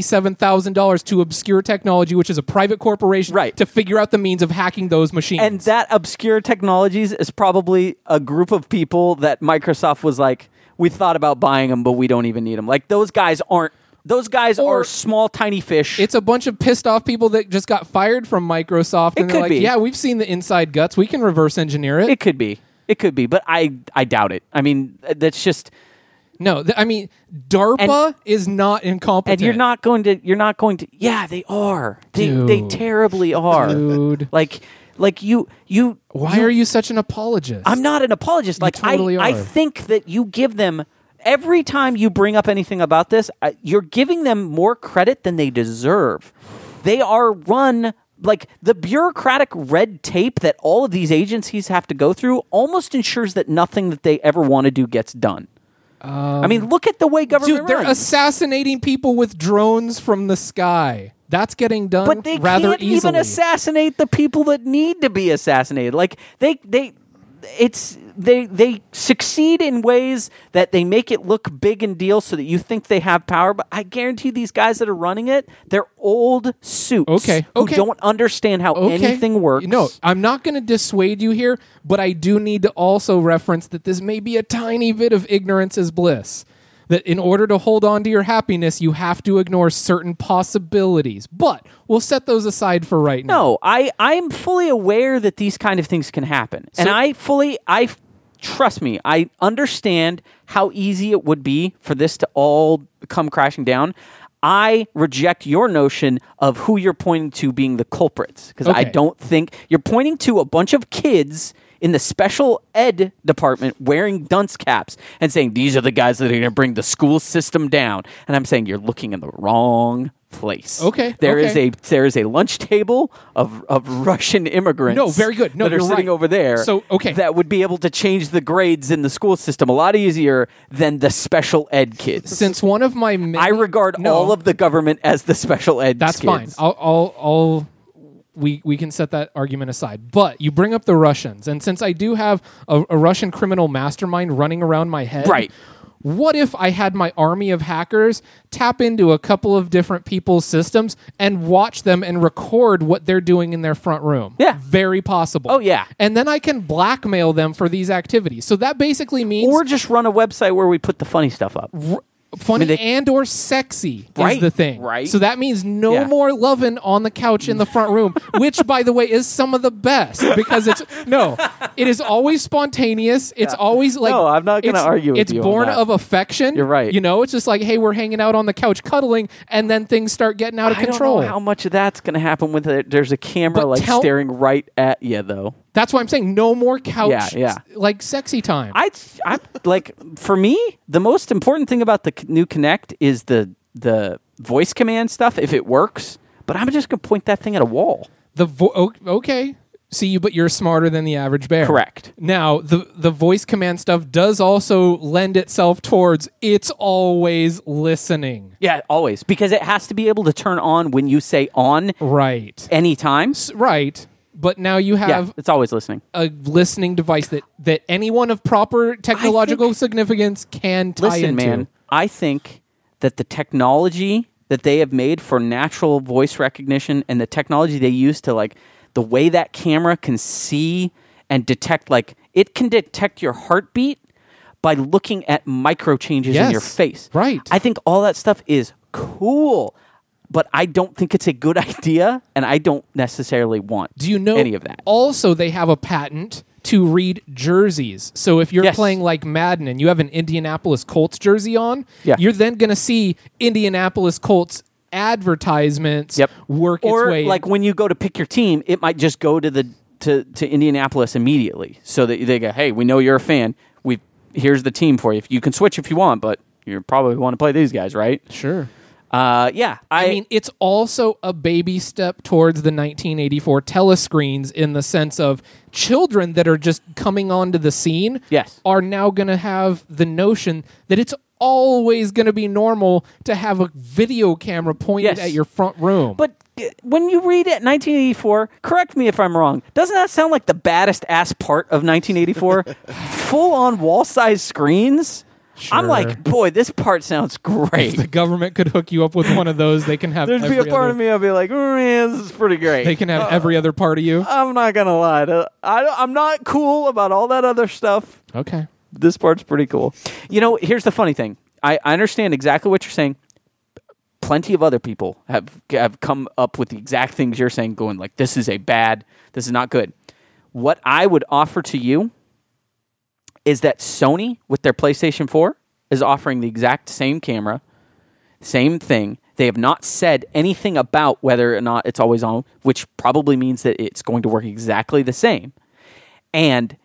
[SPEAKER 2] $177,000 to Obscure Technology, which is a private corporation,
[SPEAKER 1] Right.
[SPEAKER 2] to figure out the means of hacking those machines.
[SPEAKER 1] And that obscure technologies is probably a group of people that Microsoft was like, we thought about buying them, but we don't even need them. Like those guys aren't. Those guys
[SPEAKER 2] Or-
[SPEAKER 1] are small, tiny fish.
[SPEAKER 2] it's a bunch of pissed off people that just got fired from Microsoft. and they're
[SPEAKER 1] could
[SPEAKER 2] like,
[SPEAKER 1] be.
[SPEAKER 2] yeah, we've seen the inside guts. We can reverse engineer it.
[SPEAKER 1] It could be. It could be, but I I doubt it. I mean, uh, that's just
[SPEAKER 2] no, th- I mean, DARPA
[SPEAKER 1] And-
[SPEAKER 2] is not
[SPEAKER 1] and
[SPEAKER 2] incompetent.
[SPEAKER 1] you're not going to you're not going to Yeah, they are. They they
[SPEAKER 2] Dude.
[SPEAKER 1] terribly are.
[SPEAKER 2] Dude.
[SPEAKER 1] Like like you you
[SPEAKER 2] Why are you such an apologist?
[SPEAKER 1] I'm not an apologist. Like
[SPEAKER 2] totally
[SPEAKER 1] I, I
[SPEAKER 2] are.
[SPEAKER 1] think that you give them every time you bring up anything about this, uh, you're giving them more credit than they deserve. They are run like the bureaucratic red tape that all of these agencies have to go through almost ensures that nothing that they ever want to do gets done. I mean, look at the way government
[SPEAKER 2] Um, Dude, they're
[SPEAKER 1] runs.
[SPEAKER 2] assassinating people with drones from the sky. That's getting done
[SPEAKER 1] but they
[SPEAKER 2] rather
[SPEAKER 1] can't
[SPEAKER 2] easily.
[SPEAKER 1] even assassinate the people that need to be assassinated. Like they they it's they they succeed in ways that they make it look big and deal so that you think they have power but i guarantee these guys that are running it they're old suits
[SPEAKER 2] Okay,
[SPEAKER 1] who
[SPEAKER 2] okay.
[SPEAKER 1] don't understand how
[SPEAKER 2] Okay.
[SPEAKER 1] anything works
[SPEAKER 2] No, I'm not going to dissuade you here, but I do need to also reference that this may be a tiny bit of ignorance is bliss. That in order to hold on to your happiness, you have to ignore certain possibilities. But we'll set those aside for right now.
[SPEAKER 1] no i i'm fully aware that these kind of things can happen and
[SPEAKER 2] So-
[SPEAKER 1] i fully i trust me i understand how easy it would be for this to all come crashing down I reject your notion of who you're pointing to being the culprits because I
[SPEAKER 2] Okay.
[SPEAKER 1] don't think you're pointing to a bunch of kids in the special ed department wearing dunce caps and saying these are the guys that are going to bring the school system down. And I'm saying you're looking in the wrong place.
[SPEAKER 2] Okay,
[SPEAKER 1] There
[SPEAKER 2] okay.
[SPEAKER 1] is a there is a lunch table of, of Russian immigrants.
[SPEAKER 2] No, very good. No,
[SPEAKER 1] that are
[SPEAKER 2] you're
[SPEAKER 1] sitting
[SPEAKER 2] right.
[SPEAKER 1] over there.
[SPEAKER 2] So, okay.
[SPEAKER 1] that would be able to change the grades in the school system a lot easier than the special ed kids.
[SPEAKER 2] Since one of my many,
[SPEAKER 1] I regard
[SPEAKER 2] No.
[SPEAKER 1] all of the government as the special ed.
[SPEAKER 2] That's fine.
[SPEAKER 1] kids.
[SPEAKER 2] I'll, I'll, I'll, we, we can set that argument aside. But you bring up the Russians, and since I do have a, a Russian criminal mastermind running around my head,
[SPEAKER 1] Right.
[SPEAKER 2] What if I had my army of hackers tap into a couple of different people's systems and watch them and record what they're doing in their front room?
[SPEAKER 1] Yeah.
[SPEAKER 2] very possible.
[SPEAKER 1] Oh, yeah.
[SPEAKER 2] and then I can blackmail them for these activities. So that basically means
[SPEAKER 1] Or just run a website where we put the funny stuff up.
[SPEAKER 2] r- funny
[SPEAKER 1] I mean, they-
[SPEAKER 2] and or sexy is
[SPEAKER 1] Right,
[SPEAKER 2] the thing.
[SPEAKER 1] right.
[SPEAKER 2] So that means no
[SPEAKER 1] Yeah.
[SPEAKER 2] more loving on the couch in the front room, which by the way is some of the best because it's no, it is always spontaneous. It's always like
[SPEAKER 1] No, I'm not gonna
[SPEAKER 2] it's-
[SPEAKER 1] argue with
[SPEAKER 2] It's
[SPEAKER 1] you on
[SPEAKER 2] born
[SPEAKER 1] that.
[SPEAKER 2] of affection.
[SPEAKER 1] You're right.
[SPEAKER 2] You know, it's just like hey, we're hanging out on the couch cuddling, and then things start getting out of
[SPEAKER 1] I don't
[SPEAKER 2] control.
[SPEAKER 1] know how much of that's going to happen with it. There's a camera
[SPEAKER 2] But
[SPEAKER 1] like
[SPEAKER 2] tell-
[SPEAKER 1] staring right at you, though.
[SPEAKER 2] That's why I'm saying no more couch
[SPEAKER 1] Yeah, yeah.
[SPEAKER 2] like sexy time.
[SPEAKER 1] I, I like for me, the most important thing about the c- new Connect is the the voice command stuff if it works. But I'm just gonna point that thing at a wall.
[SPEAKER 2] The vo- o- okay. See you, but you're smarter than the average bear.
[SPEAKER 1] Correct.
[SPEAKER 2] Now, the the voice command stuff does also lend itself towards it's always listening.
[SPEAKER 1] Yeah, always because it has to be able to turn on when you say on
[SPEAKER 2] Right.
[SPEAKER 1] anytime.
[SPEAKER 2] Right. But now you have
[SPEAKER 1] Yeah, it's always listening.
[SPEAKER 2] a listening device that that anyone of proper technological significance can tie
[SPEAKER 1] Listen,
[SPEAKER 2] into.
[SPEAKER 1] man, I think that the technology that they have made for natural voice recognition and the technology they use to like the way that camera can see and detect like it can detect your heartbeat by looking at micro changes in your
[SPEAKER 2] Yes,
[SPEAKER 1] face.
[SPEAKER 2] right.
[SPEAKER 1] I think all that stuff is cool. But I don't think it's a good *laughs* idea, and I don't necessarily want.
[SPEAKER 2] Do you know
[SPEAKER 1] any of that?
[SPEAKER 2] Also, they have a patent to read jerseys. So if you're
[SPEAKER 1] Yes.
[SPEAKER 2] playing like Madden and you have an Indianapolis Colts jersey on,
[SPEAKER 1] Yeah.
[SPEAKER 2] you're then going to see Indianapolis Colts advertisements
[SPEAKER 1] Yep.
[SPEAKER 2] work
[SPEAKER 1] or
[SPEAKER 2] its way
[SPEAKER 1] like when you go to pick your team, it might just go to the to, to Indianapolis immediately. So that they go, hey, we know you're a fan. We here's the team for you. You can switch if you want, but you probably want to play these guys, right?
[SPEAKER 2] Sure.
[SPEAKER 1] Uh, yeah, I,
[SPEAKER 2] I mean, it's also a baby step towards the 1984 telescreens in the sense of children that are just coming onto the scene
[SPEAKER 1] Yes.
[SPEAKER 2] are now going to have the notion that it's always going to be normal to have a video camera pointed
[SPEAKER 1] Yes.
[SPEAKER 2] at your front room.
[SPEAKER 1] But uh, when you read it, 1984, correct me if I'm wrong, doesn't that sound like the baddest ass part of *laughs* 1984? Full on wall size screens? I'm
[SPEAKER 2] Sure.
[SPEAKER 1] like, boy, this part sounds great.
[SPEAKER 2] the government could hook you up with one of those. They can
[SPEAKER 1] *laughs*
[SPEAKER 2] have
[SPEAKER 1] There'd be
[SPEAKER 2] every
[SPEAKER 1] a part
[SPEAKER 2] other,
[SPEAKER 1] of me I'd be like, "Mm, yeah, this is pretty great.
[SPEAKER 2] They can have every other part of you.
[SPEAKER 1] I'm not gonna lie, to, I, I'm not cool about all that other stuff.
[SPEAKER 2] Okay.
[SPEAKER 1] This part's pretty cool. You know, here's the funny thing. I, I understand exactly what you're saying. Plenty of other people have have come up with the exact things you're saying, going like, "This is a bad. This is not good." What I would offer to you is that Sony with their PlayStation 4 is offering the exact same camera, same thing. They have not said anything about whether or not it's always on, which probably means that it's going to work exactly the same. And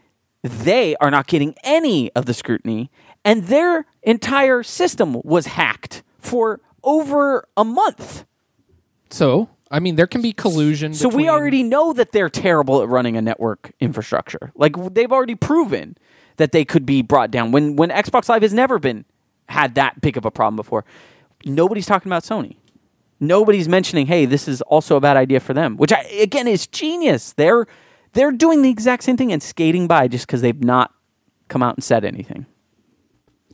[SPEAKER 1] they are not getting any of the scrutiny, and their entire system was hacked for over a month.
[SPEAKER 2] So, I mean, there can be collusion.
[SPEAKER 1] So we
[SPEAKER 2] between-
[SPEAKER 1] already know that they're terrible at running a network infrastructure. Like w- they've already proven that they could be brought down. When when Xbox Live has never been had that big of a problem before. Nobody's talking about Sony. Nobody's mentioning, hey, this is also a bad idea for them, which I, again is genius. They're they're doing the exact same thing and skating by just because they've not come out and said anything.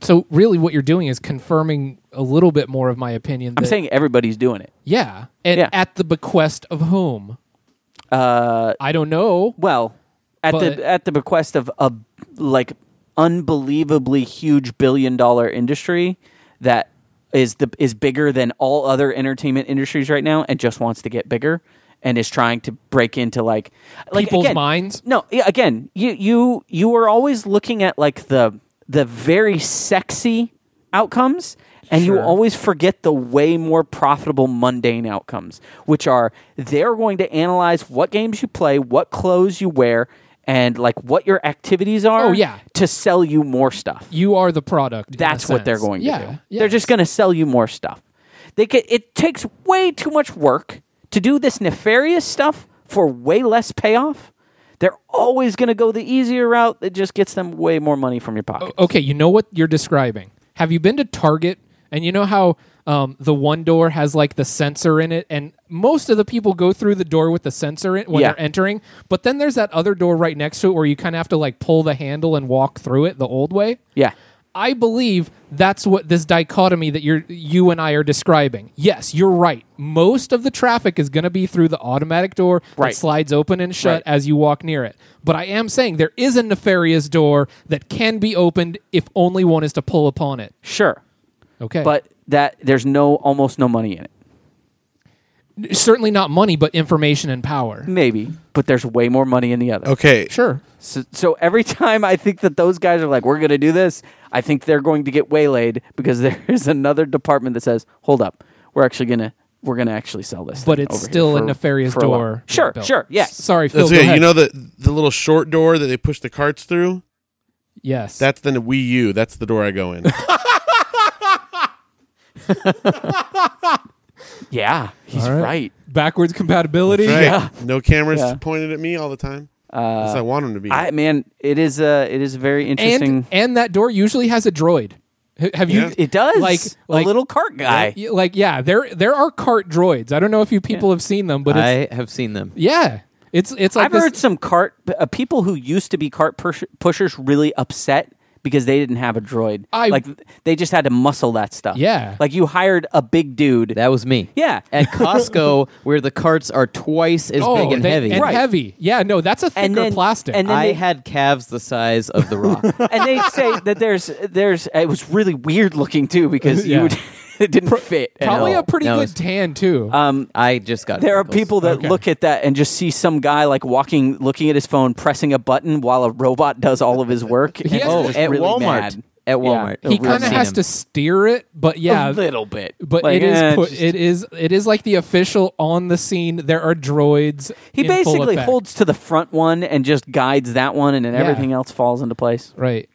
[SPEAKER 2] So, really, what you're doing is confirming a little bit more of my opinion.
[SPEAKER 1] I'm
[SPEAKER 2] that-
[SPEAKER 1] saying everybody's doing it.
[SPEAKER 2] Yeah. And
[SPEAKER 1] Yeah.
[SPEAKER 2] at the bequest of whom? Uh, I don't know.
[SPEAKER 1] Well, at
[SPEAKER 2] But-
[SPEAKER 1] the at the bequest of a like unbelievably huge billion dollar industry that is the is bigger than all other entertainment industries right now and just wants to get bigger and is trying to break into like like
[SPEAKER 2] People's
[SPEAKER 1] again-
[SPEAKER 2] minds?
[SPEAKER 1] No, yeah, again, you you you are always looking at like the the very sexy outcomes and you
[SPEAKER 2] Sure.
[SPEAKER 1] always forget the way more profitable mundane outcomes, which are they're going to analyze what games you play, what clothes you wear, and like what your activities are
[SPEAKER 2] Oh, yeah.
[SPEAKER 1] to sell you more stuff.
[SPEAKER 2] You are the product. in a
[SPEAKER 1] That's what they're
[SPEAKER 2] sense.
[SPEAKER 1] going
[SPEAKER 2] yeah,
[SPEAKER 1] to do.
[SPEAKER 2] Yeah.
[SPEAKER 1] They're just going to sell you more stuff. They ca it takes way too much work to do this nefarious stuff for way less payoff. They're always going to go the easier route that just gets them way more money from your
[SPEAKER 2] Oh.
[SPEAKER 1] pocket.
[SPEAKER 2] okay, you know what you're describing. Have you been to Target? And you know how um, the one door has like the sensor in it, and most of the people go through the door with the sensor in when
[SPEAKER 1] Yeah.
[SPEAKER 2] they're entering. But then there's that other door right next to it where you kind of have to like pull the handle and walk through it the old way.
[SPEAKER 1] Yeah.
[SPEAKER 2] I believe that's what this dichotomy that you're you and I are describing. Yes, you're right. Most of the traffic is going to be through the automatic door
[SPEAKER 1] Right.
[SPEAKER 2] that slides open and shut
[SPEAKER 1] Right.
[SPEAKER 2] as you walk near it. But I am saying there is a nefarious door that can be opened if only one is to pull upon it.
[SPEAKER 1] Sure.
[SPEAKER 2] Okay.
[SPEAKER 1] But that there's no almost no money in it.
[SPEAKER 2] certainly not money, but information and power.
[SPEAKER 1] Maybe, but there's way more money in the other.
[SPEAKER 3] Okay.
[SPEAKER 2] Sure.
[SPEAKER 1] So, so every *laughs* time I think that those guys are like, we're going to do this, I think they're going to get waylaid because *laughs* there is another department that says, hold up, we're actually going to we're going to actually sell this.
[SPEAKER 2] But
[SPEAKER 1] thing
[SPEAKER 2] it's
[SPEAKER 1] over here
[SPEAKER 2] still a
[SPEAKER 1] for-
[SPEAKER 2] nefarious
[SPEAKER 1] for a while."
[SPEAKER 2] door.
[SPEAKER 1] Sure,
[SPEAKER 2] built.
[SPEAKER 1] sure, yes.
[SPEAKER 2] S- Sorry, Phil.
[SPEAKER 3] That's
[SPEAKER 2] go
[SPEAKER 3] it.
[SPEAKER 2] ahead.
[SPEAKER 3] You know the the little short door that they push the carts through?
[SPEAKER 2] yes.
[SPEAKER 3] That's the Wii U. That's the door I go
[SPEAKER 1] *laughs*
[SPEAKER 3] in.
[SPEAKER 1] yeah, he's
[SPEAKER 2] All right.
[SPEAKER 1] right.
[SPEAKER 2] backwards compatibility.
[SPEAKER 3] Right?
[SPEAKER 1] Yeah.
[SPEAKER 3] No cameras
[SPEAKER 1] Yeah. Uh,
[SPEAKER 3] pointed at me all the time. That's how I want them to be.
[SPEAKER 1] I man, it is a it is a very interesting.
[SPEAKER 2] And and that door usually has a droid. H- Have you
[SPEAKER 3] Yeah.
[SPEAKER 1] it does
[SPEAKER 2] like like
[SPEAKER 1] a little cart guy.
[SPEAKER 2] Yeah, like yeah, there there are cart droids. I don't know if you people have seen them, but it's,
[SPEAKER 4] I have seen them.
[SPEAKER 2] yeah, it's it's like
[SPEAKER 1] I've
[SPEAKER 2] this,
[SPEAKER 1] heard some cart uh, people who used to be cart push- pushers really upset because they didn't have a droid.
[SPEAKER 2] I-
[SPEAKER 1] like they just had to muscle that stuff.
[SPEAKER 2] Yeah.
[SPEAKER 1] like you hired a big dude.
[SPEAKER 4] That was me.
[SPEAKER 1] Yeah.
[SPEAKER 4] At
[SPEAKER 1] *laughs*
[SPEAKER 4] Costco, where the carts are twice as
[SPEAKER 2] oh,
[SPEAKER 4] big and
[SPEAKER 2] they-
[SPEAKER 4] heavy.
[SPEAKER 2] and
[SPEAKER 1] Right.
[SPEAKER 2] heavy. Yeah, no, that's a thicker
[SPEAKER 1] And then-
[SPEAKER 2] plastic.
[SPEAKER 1] and then-
[SPEAKER 4] I
[SPEAKER 1] they-
[SPEAKER 4] had calves the size of the rock.
[SPEAKER 1] *laughs* and they say that there's there's it was really weird looking too because
[SPEAKER 2] Yeah.
[SPEAKER 1] you would, *laughs* it didn't fit. at
[SPEAKER 2] Probably
[SPEAKER 1] all. Um,
[SPEAKER 2] a pretty
[SPEAKER 4] No,
[SPEAKER 2] good
[SPEAKER 4] it's-
[SPEAKER 2] tan too.
[SPEAKER 1] uh,
[SPEAKER 4] I just got.
[SPEAKER 1] There are
[SPEAKER 4] pickles.
[SPEAKER 1] people that
[SPEAKER 2] Okay.
[SPEAKER 1] look at that and just see some guy like walking, looking at his phone, pressing a button while a robot does all of his work. and
[SPEAKER 2] Yes.
[SPEAKER 1] it's
[SPEAKER 2] Oh,
[SPEAKER 1] just
[SPEAKER 4] at
[SPEAKER 1] really
[SPEAKER 4] Walmart.
[SPEAKER 1] mad.
[SPEAKER 4] at Walmart.
[SPEAKER 1] He
[SPEAKER 2] he
[SPEAKER 4] I've
[SPEAKER 2] kind of
[SPEAKER 4] seen
[SPEAKER 2] has
[SPEAKER 4] him.
[SPEAKER 2] to steer it, but
[SPEAKER 1] a
[SPEAKER 2] yeah,
[SPEAKER 1] little bit.
[SPEAKER 2] But
[SPEAKER 1] Like,
[SPEAKER 2] it is
[SPEAKER 1] eh,
[SPEAKER 2] put,
[SPEAKER 1] just-
[SPEAKER 2] it is it is like the official on the scene. There are droids.
[SPEAKER 1] he
[SPEAKER 2] in full
[SPEAKER 1] basically
[SPEAKER 2] effect.
[SPEAKER 1] holds to the front one and just guides that one, and then
[SPEAKER 2] Yeah.
[SPEAKER 1] everything else falls into place.
[SPEAKER 2] right.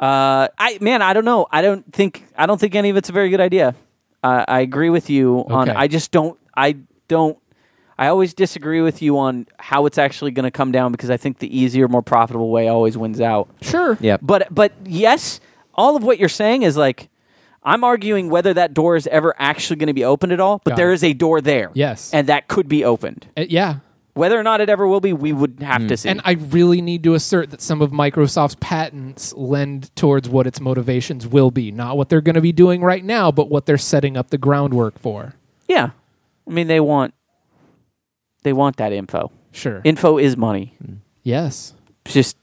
[SPEAKER 1] Uh, I man, I don't know. I don't think I don't think any of it's a very good idea. Uh, I agree with you on.
[SPEAKER 2] Okay.
[SPEAKER 1] I just don't. I don't. I always disagree with you on how it's actually going to come down because I think the easier, more profitable way always wins out.
[SPEAKER 2] Sure.
[SPEAKER 4] Yep.
[SPEAKER 1] But but yes, all of what you're saying is like I'm arguing whether that door is ever actually going to be opened at all. But
[SPEAKER 2] Got
[SPEAKER 1] there
[SPEAKER 2] it.
[SPEAKER 1] is a door there.
[SPEAKER 2] Yes.
[SPEAKER 1] and that could be opened.
[SPEAKER 2] Uh, yeah.
[SPEAKER 1] Whether or not it ever will be, we would have to see.
[SPEAKER 2] Mm. And I really need to assert that some of Microsoft's patents lend towards what its motivations will be, not what they're going to be doing right now, but what they're setting up the groundwork for.
[SPEAKER 1] yeah, I mean they want they want that info.
[SPEAKER 2] Sure.
[SPEAKER 1] Info is money.
[SPEAKER 2] yes.
[SPEAKER 1] It's just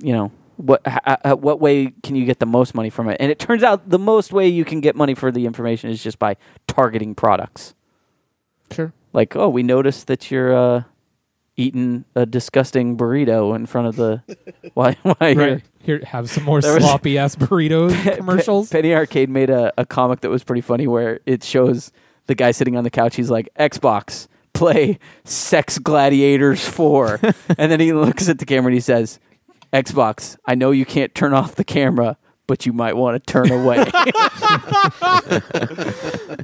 [SPEAKER 1] you know what h- h- what way can you get the most money from it? And it turns out the most way you can get money for the information is just by targeting products.
[SPEAKER 2] Sure.
[SPEAKER 1] Like, oh, we noticed that you're uh, eating a disgusting burrito in front of the *laughs* why why you're-
[SPEAKER 2] Right. Here, have some
[SPEAKER 1] *laughs*
[SPEAKER 2] more
[SPEAKER 1] There was-
[SPEAKER 2] sloppy ass burritos commercials.
[SPEAKER 1] *laughs* Pe- Penny Arcade made a, a comic that was pretty funny where it shows the guy sitting on the couch. He's like, Xbox, play Sex Gladiators *laughs* 4. and then he looks at the camera and he says, Xbox, I know you can't turn off the camera, but you might want to turn away.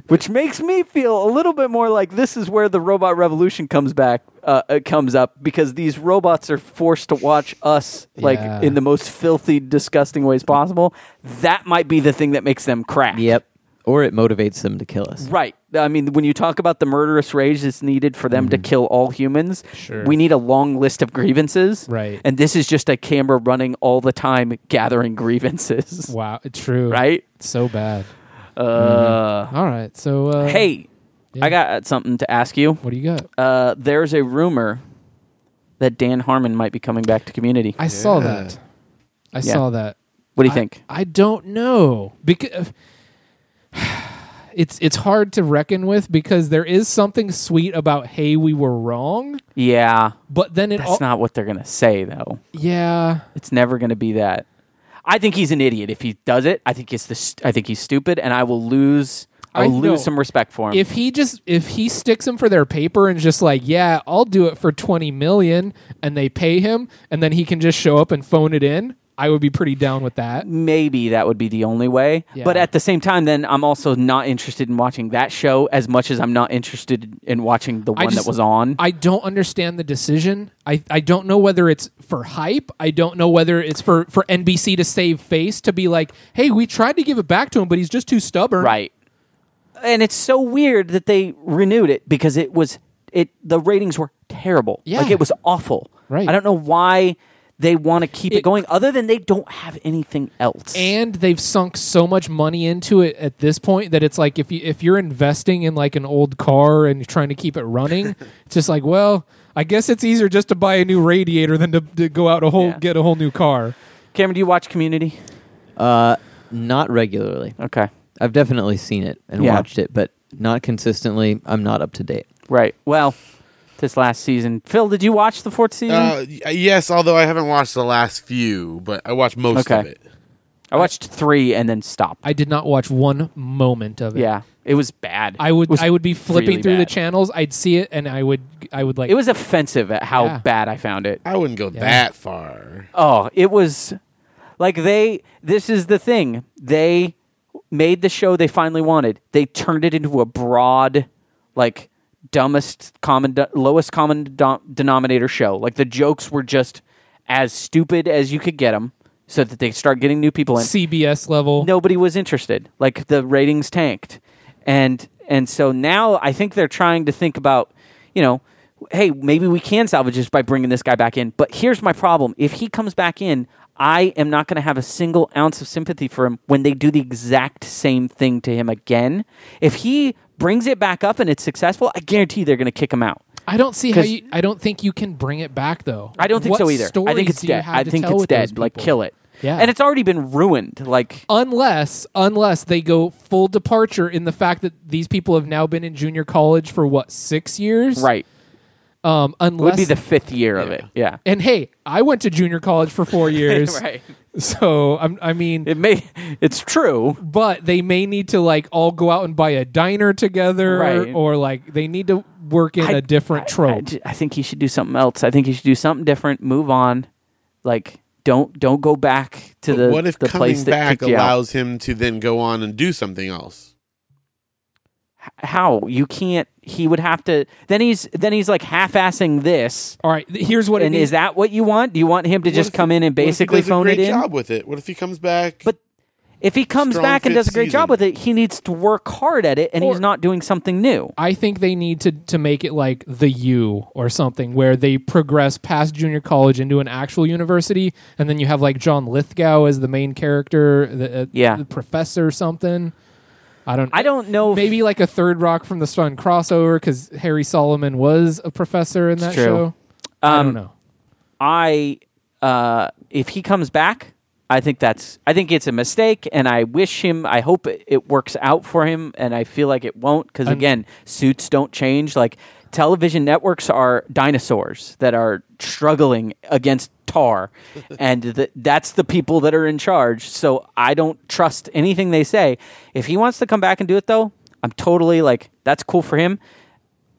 [SPEAKER 1] *laughs* Which makes me feel a little bit more like this is where the robot revolution comes back, uh, uh, comes up, because these robots are forced to watch us, like
[SPEAKER 2] Yeah.
[SPEAKER 1] in the most filthy, disgusting ways possible, that might be the thing that makes them crack.
[SPEAKER 4] Yep. Or it motivates them to kill us.
[SPEAKER 1] Right. I mean, when you talk about the murderous rage that's needed for them to kill all humans,
[SPEAKER 2] Sure.
[SPEAKER 1] we need a long list of grievances.
[SPEAKER 2] Right.
[SPEAKER 1] And this is just a camera running all the time gathering grievances.
[SPEAKER 2] wow. True.
[SPEAKER 1] *laughs* Right?
[SPEAKER 2] So bad.
[SPEAKER 1] Uh,
[SPEAKER 2] All right. So. Uh,
[SPEAKER 1] Hey,
[SPEAKER 2] Yeah.
[SPEAKER 1] I got something to ask you.
[SPEAKER 2] What do you got?
[SPEAKER 1] Uh, there's a rumor that Dan Harmon might be coming back to community.
[SPEAKER 2] I saw that. I
[SPEAKER 1] Yeah.
[SPEAKER 2] saw that.
[SPEAKER 1] what do you
[SPEAKER 2] I-
[SPEAKER 1] think?
[SPEAKER 2] I don't know because *sighs* it's it's hard to reckon with because there is something sweet about hey we were wrong,
[SPEAKER 1] Yeah.
[SPEAKER 2] but then it
[SPEAKER 1] That's
[SPEAKER 2] all,
[SPEAKER 1] not what they're going to say, though.
[SPEAKER 2] yeah
[SPEAKER 1] It's never going to be that. I think he's an idiot if he does it. I think it's the. St- I think he's stupid, and I will lose. I
[SPEAKER 2] I
[SPEAKER 1] will
[SPEAKER 2] know.
[SPEAKER 1] lose some respect for him.
[SPEAKER 2] if he just if he sticks them for their paper and just like yeah I'll do it for twenty million and they pay him and then he can just show up and phone it in I would be pretty down with that
[SPEAKER 1] Maybe that would be the only way. But
[SPEAKER 2] Yeah.
[SPEAKER 1] at the same time, then I'm also not interested in watching that show as much as I'm not interested in watching the
[SPEAKER 2] I
[SPEAKER 1] one
[SPEAKER 2] just-
[SPEAKER 1] that was on.
[SPEAKER 2] I don't understand the decision. I, I don't know whether it's for hype. I don't know whether it's for, for NBC to save face to be like, hey, we tried to give it back to him, but he's just too stubborn.
[SPEAKER 1] Right. And it's so weird that they renewed it because it was it the ratings were terrible.
[SPEAKER 2] Yeah.
[SPEAKER 1] Like it was awful.
[SPEAKER 2] Right.
[SPEAKER 1] I don't know why they want to keep it,
[SPEAKER 2] It-
[SPEAKER 1] going other than they don't have anything else.
[SPEAKER 2] And they've sunk so much money into it at this point that it's like if you if you're investing in like an old car and you're trying to keep it running,
[SPEAKER 1] *laughs*
[SPEAKER 2] it's just like, well, I guess it's easier just to buy a new radiator than to, to go out a whole
[SPEAKER 1] Yeah.
[SPEAKER 2] get a whole new car.
[SPEAKER 1] Cameron, do you watch Community?
[SPEAKER 4] Uh, not regularly.
[SPEAKER 1] Okay.
[SPEAKER 4] I've definitely seen it and
[SPEAKER 1] Yeah.
[SPEAKER 4] watched it, but not consistently. I'm not up to date.
[SPEAKER 1] Right. Well, this last season. Phil, did you watch the fourth season?
[SPEAKER 3] Uh, y- yes, although I haven't watched the last few, but I watched most of
[SPEAKER 1] Okay.
[SPEAKER 3] it.
[SPEAKER 1] I watched 3 and then stopped.
[SPEAKER 2] I did not watch one moment of it.
[SPEAKER 1] yeah. It was bad.
[SPEAKER 2] I
[SPEAKER 1] It
[SPEAKER 2] would
[SPEAKER 1] was,
[SPEAKER 2] I would be flipping
[SPEAKER 1] really
[SPEAKER 2] through the
[SPEAKER 1] bad.
[SPEAKER 2] channels. I'd see it and I would I would like
[SPEAKER 1] it was offensive at how
[SPEAKER 2] Yeah.
[SPEAKER 1] bad I found it.
[SPEAKER 3] I wouldn't go that far.
[SPEAKER 1] Oh, it was like they. This is the thing. They made the show they finally wanted. They turned it into a broad, like dumbest common, de- lowest common de- denominator show. Like the jokes were just as stupid as you could get them, so that they start getting new people in.
[SPEAKER 2] CBS level.
[SPEAKER 1] Nobody was interested. Like the ratings tanked, and and so now I think they're trying to think about, you know, hey, maybe we can salvage this by bringing this guy back in. But here's my problem: if he comes back in, I am not going to have a single ounce of sympathy for him when they do the exact same thing to him again. If he brings it back up and it's successful, I guarantee they're going to kick him out.
[SPEAKER 2] I don't see how
[SPEAKER 1] 'Cause-
[SPEAKER 2] you. I don't think you can bring it back though.
[SPEAKER 1] I don't think
[SPEAKER 2] What
[SPEAKER 1] so either. I
[SPEAKER 2] stories
[SPEAKER 1] think it's
[SPEAKER 2] do you
[SPEAKER 1] dead.
[SPEAKER 2] have
[SPEAKER 1] I
[SPEAKER 2] to
[SPEAKER 1] think
[SPEAKER 2] tell
[SPEAKER 1] it's
[SPEAKER 2] with those
[SPEAKER 1] dead. Like
[SPEAKER 2] people?
[SPEAKER 1] kill it.
[SPEAKER 2] Yeah.
[SPEAKER 1] And it's already been ruined. Like
[SPEAKER 2] Unless, unless they go full Oh, departure in the fact that these people have now been in junior college for what six years,
[SPEAKER 1] right.
[SPEAKER 2] Um,
[SPEAKER 1] would
[SPEAKER 2] unless
[SPEAKER 1] be the fifth year of it. Yeah.
[SPEAKER 2] and hey, I went to junior college for four years,
[SPEAKER 1] *laughs* Right.
[SPEAKER 2] so I'm, I mean,
[SPEAKER 1] It may. It's true.
[SPEAKER 2] but they may need to like all go out and buy a diner together,
[SPEAKER 1] Right.
[SPEAKER 2] or like they need to work in a
[SPEAKER 1] I-
[SPEAKER 2] different
[SPEAKER 1] I,
[SPEAKER 2] trope.
[SPEAKER 1] ju- I think he should do something else. I think he should do something different. Move on. Like don't don't go back to the
[SPEAKER 3] what if
[SPEAKER 1] the place
[SPEAKER 3] coming
[SPEAKER 1] that
[SPEAKER 3] back
[SPEAKER 1] kicked you out.
[SPEAKER 3] allows him to then go on and do something else?
[SPEAKER 1] How you can't. He would have to. Then he's then he's like half-assing this.
[SPEAKER 2] all right, th- here's what it
[SPEAKER 1] and
[SPEAKER 2] needs.
[SPEAKER 1] is that what you want? Do you want him to
[SPEAKER 3] What
[SPEAKER 1] just
[SPEAKER 3] if he-
[SPEAKER 1] come in and
[SPEAKER 3] what if he
[SPEAKER 1] basically
[SPEAKER 3] does a
[SPEAKER 1] phone
[SPEAKER 3] great
[SPEAKER 1] it in?
[SPEAKER 3] Job with it. What if he comes back?
[SPEAKER 1] But if he comes
[SPEAKER 3] Strong
[SPEAKER 1] back and
[SPEAKER 3] fifth
[SPEAKER 1] does a great job
[SPEAKER 3] season.
[SPEAKER 1] with it, he needs to work hard at it, and
[SPEAKER 2] Or-
[SPEAKER 1] he's not doing something new.
[SPEAKER 2] I think they need to to make it like the U or something where they progress past junior college into an actual university, and then you have like John Lithgow as the main character, the, uh,
[SPEAKER 1] Yeah.
[SPEAKER 2] the professor or something. I don't.
[SPEAKER 1] I don't know. if-
[SPEAKER 2] Maybe like a third Rock from the Sun crossover because Harry Solomon was a professor in that
[SPEAKER 1] true. Um,
[SPEAKER 2] show. I don't know.
[SPEAKER 1] I uh, if he comes back, I think that's I think it's a mistake, and I wish him. I hope it, it works out for him, and I feel like it won't because again, suits don't change. Like television networks are dinosaurs that are struggling against tar, and th- that's the people that are in charge. So I don't trust anything they say. If he wants to come back and do it though, I'm totally like that's cool for him.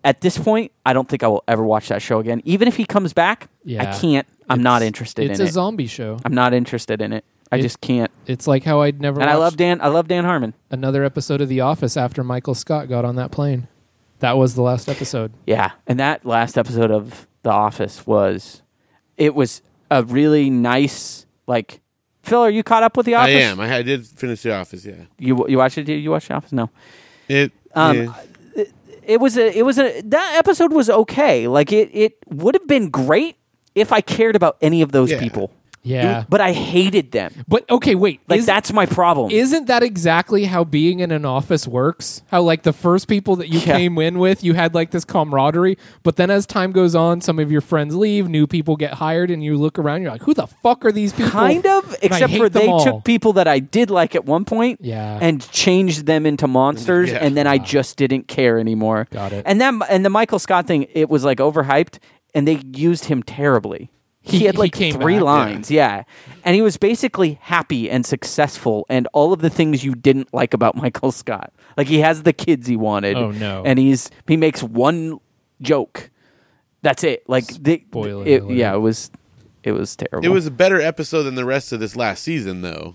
[SPEAKER 1] At this point, I don't think I will ever watch that show again. Even if he comes back,
[SPEAKER 2] Yeah.
[SPEAKER 1] I can't. I'm not
[SPEAKER 2] It's-
[SPEAKER 1] interested
[SPEAKER 2] It's
[SPEAKER 1] in
[SPEAKER 2] a
[SPEAKER 1] it.
[SPEAKER 2] zombie show.
[SPEAKER 1] I'm not interested in it. I
[SPEAKER 2] It-
[SPEAKER 1] just can't.
[SPEAKER 2] It's like how I'd never.
[SPEAKER 1] And I
[SPEAKER 2] watched
[SPEAKER 1] love Dan. I love Dan Harmon.
[SPEAKER 2] another episode of The Office after Michael Scott got on that plane. That was the last episode.
[SPEAKER 1] Yeah, and that last episode of The Office was, it was a really nice like. Phil, are you caught up with The
[SPEAKER 3] I
[SPEAKER 1] Office?
[SPEAKER 3] am. I, I did finish the office. Yeah.
[SPEAKER 1] You you watched it? Did you watch The Office? No.
[SPEAKER 3] It.
[SPEAKER 1] Um,
[SPEAKER 3] yeah.
[SPEAKER 1] It was a. It was a. That episode was okay. Like it. It would have been great if I cared about any of those
[SPEAKER 3] Yeah.
[SPEAKER 1] people.
[SPEAKER 2] Yeah,
[SPEAKER 1] But I hated them.
[SPEAKER 2] but okay, wait.
[SPEAKER 1] Like
[SPEAKER 2] is-
[SPEAKER 1] that's my problem.
[SPEAKER 2] isn't that exactly how being in an office works? How like the first people that you
[SPEAKER 1] Yeah.
[SPEAKER 2] came in with, you had like this camaraderie, but then as time goes on, some of your friends leave, new people get hired, and you look around, you're like, who the fuck are these people?
[SPEAKER 1] kind of
[SPEAKER 2] And I
[SPEAKER 1] except
[SPEAKER 2] hate
[SPEAKER 1] for
[SPEAKER 2] them
[SPEAKER 1] they
[SPEAKER 2] all.
[SPEAKER 1] took people that i did like at one point
[SPEAKER 2] Yeah.
[SPEAKER 1] and changed them into monsters
[SPEAKER 3] Yeah.
[SPEAKER 1] and then i just didn't care anymore
[SPEAKER 2] Got it.
[SPEAKER 1] and that and the michael scott thing it was like overhyped and they used him terribly he,
[SPEAKER 2] He-
[SPEAKER 1] had
[SPEAKER 2] he
[SPEAKER 1] like
[SPEAKER 2] came
[SPEAKER 1] three
[SPEAKER 2] back, yeah.
[SPEAKER 1] lines yeah. and he was basically happy and successful and all of the things you didn't like about *laughs* michael scott like he has the kids he wanted
[SPEAKER 2] Oh, no.
[SPEAKER 1] and he's he makes one joke that's it like they,
[SPEAKER 2] Spoiler
[SPEAKER 1] it,
[SPEAKER 2] alert.
[SPEAKER 1] yeah it was it was terrible
[SPEAKER 3] It was a better episode than the rest of this last season, though.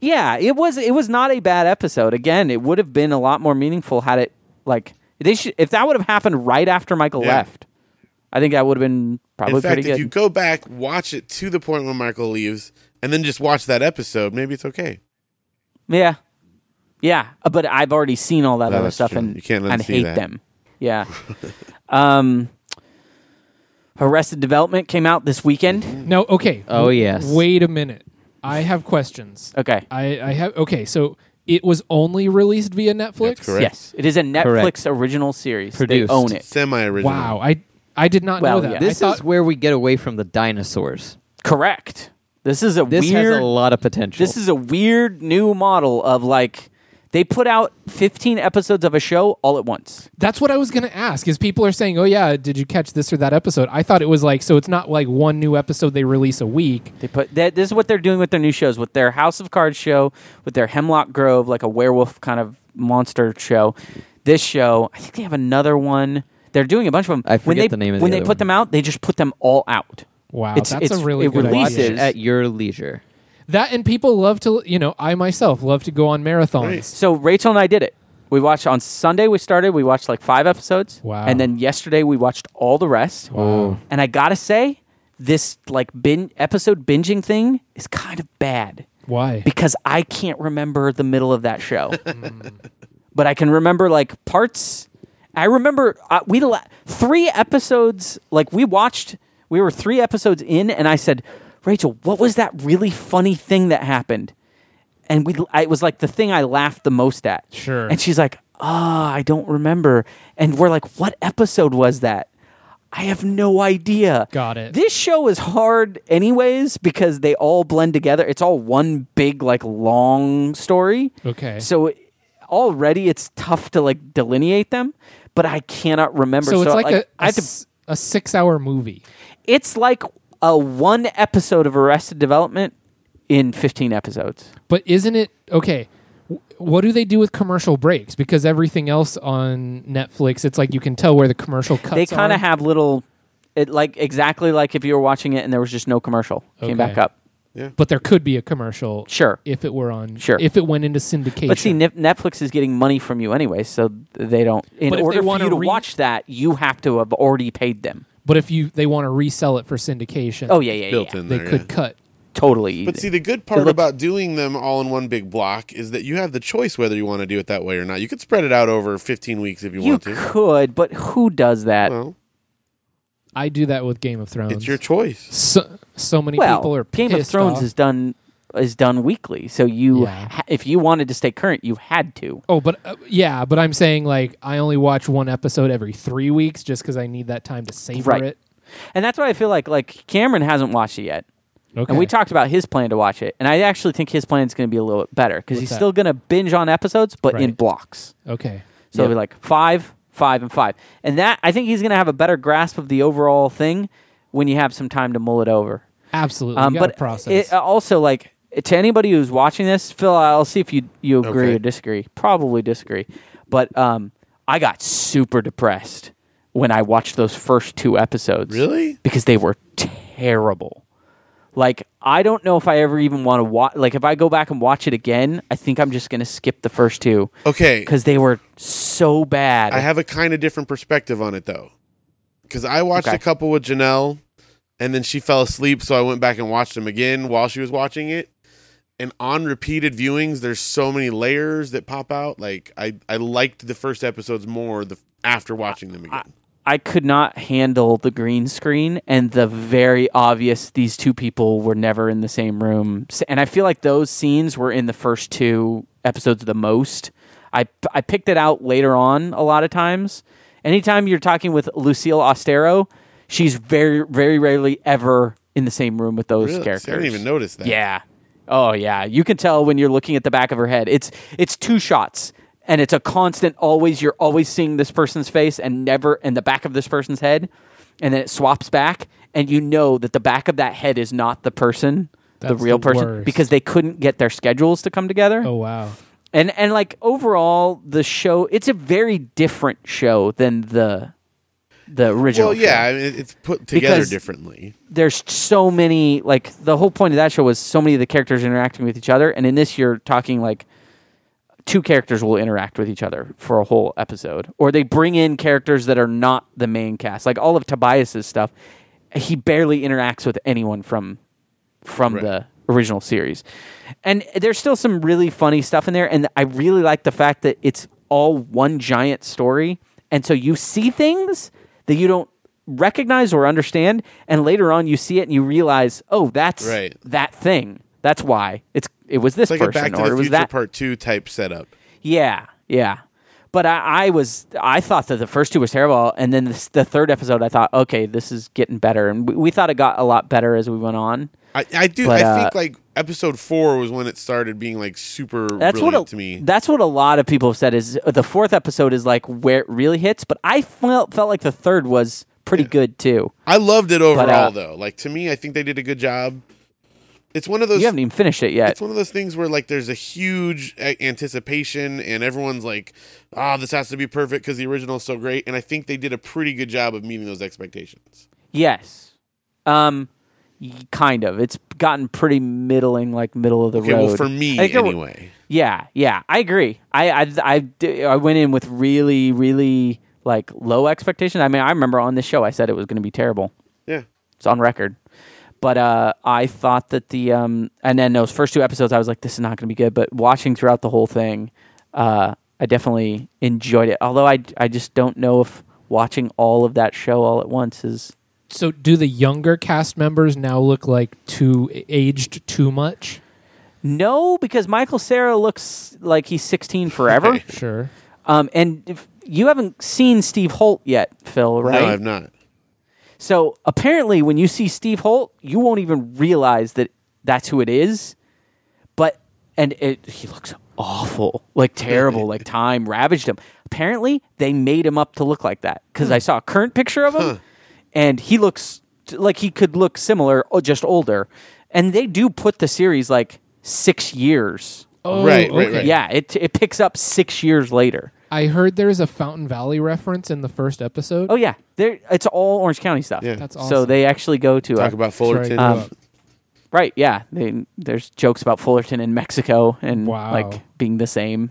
[SPEAKER 1] Yeah, it was it was not a bad episode. Again, it would have been a lot more meaningful had it like they should if that would have happened right after Michael
[SPEAKER 3] Yeah.
[SPEAKER 1] left. I think that would have been probably
[SPEAKER 3] In fact,
[SPEAKER 1] pretty
[SPEAKER 3] if
[SPEAKER 1] good.
[SPEAKER 3] you go back, watch it to the point where Michael leaves, and then just watch that episode, maybe it's okay.
[SPEAKER 1] yeah. Yeah, uh, but I've already seen all that
[SPEAKER 3] No,
[SPEAKER 1] other
[SPEAKER 3] that's
[SPEAKER 1] stuff
[SPEAKER 3] true.
[SPEAKER 1] and
[SPEAKER 3] You can't
[SPEAKER 1] and
[SPEAKER 3] unsee
[SPEAKER 1] hate
[SPEAKER 3] that.
[SPEAKER 1] them. Yeah. *laughs* um Arrested Development came out this weekend.
[SPEAKER 2] no. Okay.
[SPEAKER 4] Oh, yes.
[SPEAKER 2] Wait a minute. I have questions.
[SPEAKER 1] Okay.
[SPEAKER 2] I, I have okay. So it was only released via Netflix.
[SPEAKER 3] That's correct.
[SPEAKER 1] Yes, it is a Netflix
[SPEAKER 4] Correct.
[SPEAKER 1] original series.
[SPEAKER 4] Produced.
[SPEAKER 1] They own it.
[SPEAKER 3] Semi original.
[SPEAKER 2] Wow. I I did not
[SPEAKER 1] Well,
[SPEAKER 2] know that.
[SPEAKER 1] yeah.
[SPEAKER 2] I
[SPEAKER 4] This
[SPEAKER 2] thought-
[SPEAKER 4] is where we get away from the dinosaurs.
[SPEAKER 1] Correct. This is a
[SPEAKER 4] This
[SPEAKER 1] weird
[SPEAKER 4] has a lot of potential.
[SPEAKER 1] This is a weird new model of like they put out 15 episodes of a show all at once.
[SPEAKER 2] That's what I was going to ask. Is people are saying, "Oh yeah, did you catch this or that episode?" I thought it was like so it's not like one new episode they release a week.
[SPEAKER 1] They put that this is what they're doing with their new shows with their House of Cards show, with their Hemlock Grove like a werewolf kind of monster show. This show, I think they have another one. They're doing a bunch of them.
[SPEAKER 4] I
[SPEAKER 1] when
[SPEAKER 4] forget
[SPEAKER 1] they,
[SPEAKER 4] the name of the
[SPEAKER 1] When they
[SPEAKER 4] other
[SPEAKER 1] put
[SPEAKER 4] one.
[SPEAKER 1] them out, they just put them all out.
[SPEAKER 2] Wow,
[SPEAKER 1] It's-
[SPEAKER 2] that's
[SPEAKER 1] it's-
[SPEAKER 2] a really
[SPEAKER 1] it
[SPEAKER 2] good
[SPEAKER 4] Watch
[SPEAKER 1] releases.
[SPEAKER 2] idea.
[SPEAKER 4] it at your leisure.
[SPEAKER 2] That and people love to, you know, I myself love to go on marathons.
[SPEAKER 1] So Rachel and I did it. We watched on Sunday we started, we watched like 5 episodes.
[SPEAKER 2] Wow.
[SPEAKER 1] And then yesterday we watched all the rest.
[SPEAKER 2] Wow.
[SPEAKER 1] And I gotta say, this like bin episode binging thing is kind of bad
[SPEAKER 2] Why?
[SPEAKER 1] because I can't remember the middle of that
[SPEAKER 2] *laughs*
[SPEAKER 1] show,
[SPEAKER 2] Hmm.
[SPEAKER 1] but I can remember like parts. I remember uh, we la- three episodes. Like we watched, we were three episodes in, and I said, "Rachel, what was that really funny thing that happened?" And we, I, it was like the thing I laughed the most at.
[SPEAKER 2] Sure.
[SPEAKER 1] And she's like, "Ah, I don't remember." And we're like, "What episode was that?" I have no idea.
[SPEAKER 2] Got it.
[SPEAKER 1] This show is hard anyways because they all blend together. It's all one big like long story.
[SPEAKER 2] Okay.
[SPEAKER 1] So already it's tough to like delineate them, but I cannot remember
[SPEAKER 2] so it's like, a,
[SPEAKER 1] I
[SPEAKER 2] a
[SPEAKER 1] have to
[SPEAKER 2] s- a six hour movie.
[SPEAKER 1] It's like a one episode of Arrested Development in 15 episodes.
[SPEAKER 2] But isn't it okay? w- What do they do with commercial breaks? Because everything else on Netflix, it's like you can tell where the commercial cuts.
[SPEAKER 1] they kind
[SPEAKER 2] are.
[SPEAKER 1] of have little, it like exactly like if you were watching it and there was just no commercial. Came back
[SPEAKER 2] Okay.
[SPEAKER 1] up.
[SPEAKER 2] but there could be a commercial.
[SPEAKER 1] Sure.
[SPEAKER 2] if it were on.
[SPEAKER 1] Sure.
[SPEAKER 2] if it went into syndication.
[SPEAKER 1] But see, Nef- Netflix is getting money from you anyway, so they don't. In
[SPEAKER 2] But if they
[SPEAKER 1] order for
[SPEAKER 2] wanna
[SPEAKER 1] you to
[SPEAKER 2] re-
[SPEAKER 1] watch that, you have to have already paid them.
[SPEAKER 2] But if you they want to resell it for syndication,
[SPEAKER 1] Oh yeah, yeah, yeah,
[SPEAKER 3] built
[SPEAKER 1] yeah.
[SPEAKER 3] in
[SPEAKER 2] they
[SPEAKER 3] there.
[SPEAKER 2] could
[SPEAKER 3] yeah.
[SPEAKER 2] cut.
[SPEAKER 1] totally.
[SPEAKER 3] But
[SPEAKER 1] easy.
[SPEAKER 3] see, the good part
[SPEAKER 1] looks-
[SPEAKER 3] about doing them all in one big block is that you have the choice whether you want to do it that way or not. You could spread it out over 15 weeks if you,
[SPEAKER 1] you
[SPEAKER 3] want to.
[SPEAKER 1] could, but who does that?
[SPEAKER 3] Well,
[SPEAKER 2] I do that with Game of Thrones.
[SPEAKER 3] it's your choice.
[SPEAKER 2] so, so many
[SPEAKER 1] well,
[SPEAKER 2] people are
[SPEAKER 1] Game of
[SPEAKER 2] pissed
[SPEAKER 1] Thrones
[SPEAKER 2] off.
[SPEAKER 1] is done is done weekly, so you
[SPEAKER 2] Yeah.
[SPEAKER 1] ha- if you wanted to stay current, you had to.
[SPEAKER 2] Oh, but uh, yeah, but I'm saying like I only watch one episode every three weeks just because I need that time to savor
[SPEAKER 1] Right.
[SPEAKER 2] it.
[SPEAKER 1] And that's why I feel like like Cameron hasn't watched it yet.
[SPEAKER 2] Okay.
[SPEAKER 1] And we talked about his plan to watch it, and I actually think his plan is going to be a little bit better because he's
[SPEAKER 2] that?
[SPEAKER 1] still going to binge on episodes, but in
[SPEAKER 2] Right.
[SPEAKER 1] blocks.
[SPEAKER 2] Okay.
[SPEAKER 1] So it'll be like five, five, and five. And that I think he's going to have a better grasp of the overall thing when you have some time to mull it over.
[SPEAKER 2] Absolutely.
[SPEAKER 1] Um,
[SPEAKER 2] you gotta
[SPEAKER 1] but
[SPEAKER 2] process.
[SPEAKER 1] it also like to anybody who's watching this, Phil, I'll see if you you agree
[SPEAKER 3] Okay.
[SPEAKER 1] or disagree. Probably disagree, but um, I got super depressed when I watched those first two episodes.
[SPEAKER 3] Really?
[SPEAKER 1] Because they were terrible. Like I don't know if I ever even want to watch. Like if I go back and watch it again, I think I'm just gonna skip the first two
[SPEAKER 3] Okay.
[SPEAKER 1] because they were so bad.
[SPEAKER 3] I have a kind of different perspective on it though, because I watched
[SPEAKER 1] Okay.
[SPEAKER 3] a couple with Janelle, and then she fell asleep, so I went back and watched them again while she was watching it. And on repeated viewings, there's so many layers that pop out. Like I, I liked the first episodes more the after watching them again.
[SPEAKER 1] I could not handle the green screen and the very obvious these two people were never in the same room. S- And I feel like those scenes were in the first two episodes the most. I I picked it out later on a lot of times. Anytime you're talking with Lucille Ostero, she's very very rarely ever in the same room with those
[SPEAKER 3] Really?
[SPEAKER 1] characters.
[SPEAKER 3] See, I didn't even notice that.
[SPEAKER 1] Yeah. Oh yeah. You can tell when you're looking at the back of her head. It's it's two shots and it's a constant always you're always seeing this person's face and never and the back of this person's head and then it swaps back and you know that the back of that head is not the person, the
[SPEAKER 2] That's
[SPEAKER 1] real
[SPEAKER 2] the
[SPEAKER 1] person
[SPEAKER 2] worst.
[SPEAKER 1] because they couldn't get their schedules to come together.
[SPEAKER 2] oh wow.
[SPEAKER 1] And and like overall the show it's a very different show than the the original.
[SPEAKER 3] Well,
[SPEAKER 1] show
[SPEAKER 3] yeah, I mean, it- it's put together
[SPEAKER 1] Because-
[SPEAKER 3] differently.
[SPEAKER 1] there's so many like the whole point of that show was so many of the characters interacting with each other and in this you're talking like two characters will interact with each other for a whole episode or they bring in characters that are not the main cast like all of tobias's stuff he barely interacts with anyone from from the original series and there's still some really funny stuff in there and i really like the fact that it's all one giant story and so you see things that you don't recognize or understand and later on you see it and you realize oh that's
[SPEAKER 3] Right.
[SPEAKER 1] that thing that's why it's it was this
[SPEAKER 3] It's like a
[SPEAKER 1] person
[SPEAKER 3] Back
[SPEAKER 1] or
[SPEAKER 3] to
[SPEAKER 1] it
[SPEAKER 3] the
[SPEAKER 1] was
[SPEAKER 3] Future
[SPEAKER 1] that
[SPEAKER 3] Part Two type setup.
[SPEAKER 1] yeah, yeah. But I, I was I thought that the first two was terrible, and then this, the third episode I thought, okay, this is getting better, and we, we thought it got a lot better as we went on.
[SPEAKER 3] I, I do.
[SPEAKER 1] But,
[SPEAKER 3] I
[SPEAKER 1] uh,
[SPEAKER 3] think like episode four was when it started being like super
[SPEAKER 1] That's
[SPEAKER 3] brilliant
[SPEAKER 1] what a,
[SPEAKER 3] to me.
[SPEAKER 1] that's what a lot of people have said is uh, the fourth episode is like where it really hits, but I felt felt like the third was pretty good too.
[SPEAKER 3] I loved it overall,
[SPEAKER 1] uh,
[SPEAKER 3] though. Like to me, I think they did a good job. It's one of those.
[SPEAKER 1] You haven't even finished it yet.
[SPEAKER 3] It's one of those things where like there's a huge a- anticipation, and everyone's like, "Ah, this has to be perfect because the original's so great." And I think they did a pretty good job of meeting those expectations.
[SPEAKER 1] Yes, um, y- kind of. It's gotten pretty middling, like middle of the
[SPEAKER 3] Okay,
[SPEAKER 1] road.
[SPEAKER 3] well, for me
[SPEAKER 1] I think there were-
[SPEAKER 3] anyway.
[SPEAKER 1] Yeah, yeah, I agree. I, I, I, d- I went in with really, really like low expectations. I mean, I remember on this show I said it was going to be terrible.
[SPEAKER 3] Yeah,
[SPEAKER 1] It's on record. But uh, I thought that the um, and then those first two episodes, I was like, this is not going to be good. But watching throughout the whole thing, uh, I definitely enjoyed it. Although I, I just don't know if watching all of that show all at once is.
[SPEAKER 2] So do the younger cast members now look like too aged too much?
[SPEAKER 1] No, because Michael Sarah looks like he's 16 *laughs* forever.
[SPEAKER 2] Sure.
[SPEAKER 1] Um, and if, you haven't seen Steve Holt yet, Phil, right?
[SPEAKER 3] no, I've not.
[SPEAKER 1] So apparently, when you see Steve Holt, you won't even realize that that's who it is. But and it, he looks awful, like
[SPEAKER 3] *laughs*
[SPEAKER 1] terrible, like
[SPEAKER 3] Hmm.
[SPEAKER 1] time ravaged him. Apparently, they made him up to look like that because I saw a current picture of him. and he looks t- like he could look similar, or just older. And they do put the series like six years.
[SPEAKER 2] Oh,
[SPEAKER 3] Right, right, right.
[SPEAKER 1] Yeah, it it picks up six years later.
[SPEAKER 2] I heard there's a Fountain Valley reference in the first episode.
[SPEAKER 1] Oh yeah, They're, it's all Orange County stuff.
[SPEAKER 3] Yeah.
[SPEAKER 2] That's
[SPEAKER 1] So
[SPEAKER 2] awesome.
[SPEAKER 1] they actually go to
[SPEAKER 3] Talk
[SPEAKER 1] a,
[SPEAKER 3] about
[SPEAKER 2] Sorry,
[SPEAKER 3] Fullerton.
[SPEAKER 2] go
[SPEAKER 1] Um,
[SPEAKER 2] up.
[SPEAKER 1] right. Yeah, they, there's jokes about Fullerton and Mexico and
[SPEAKER 2] Wow.
[SPEAKER 1] like being the same.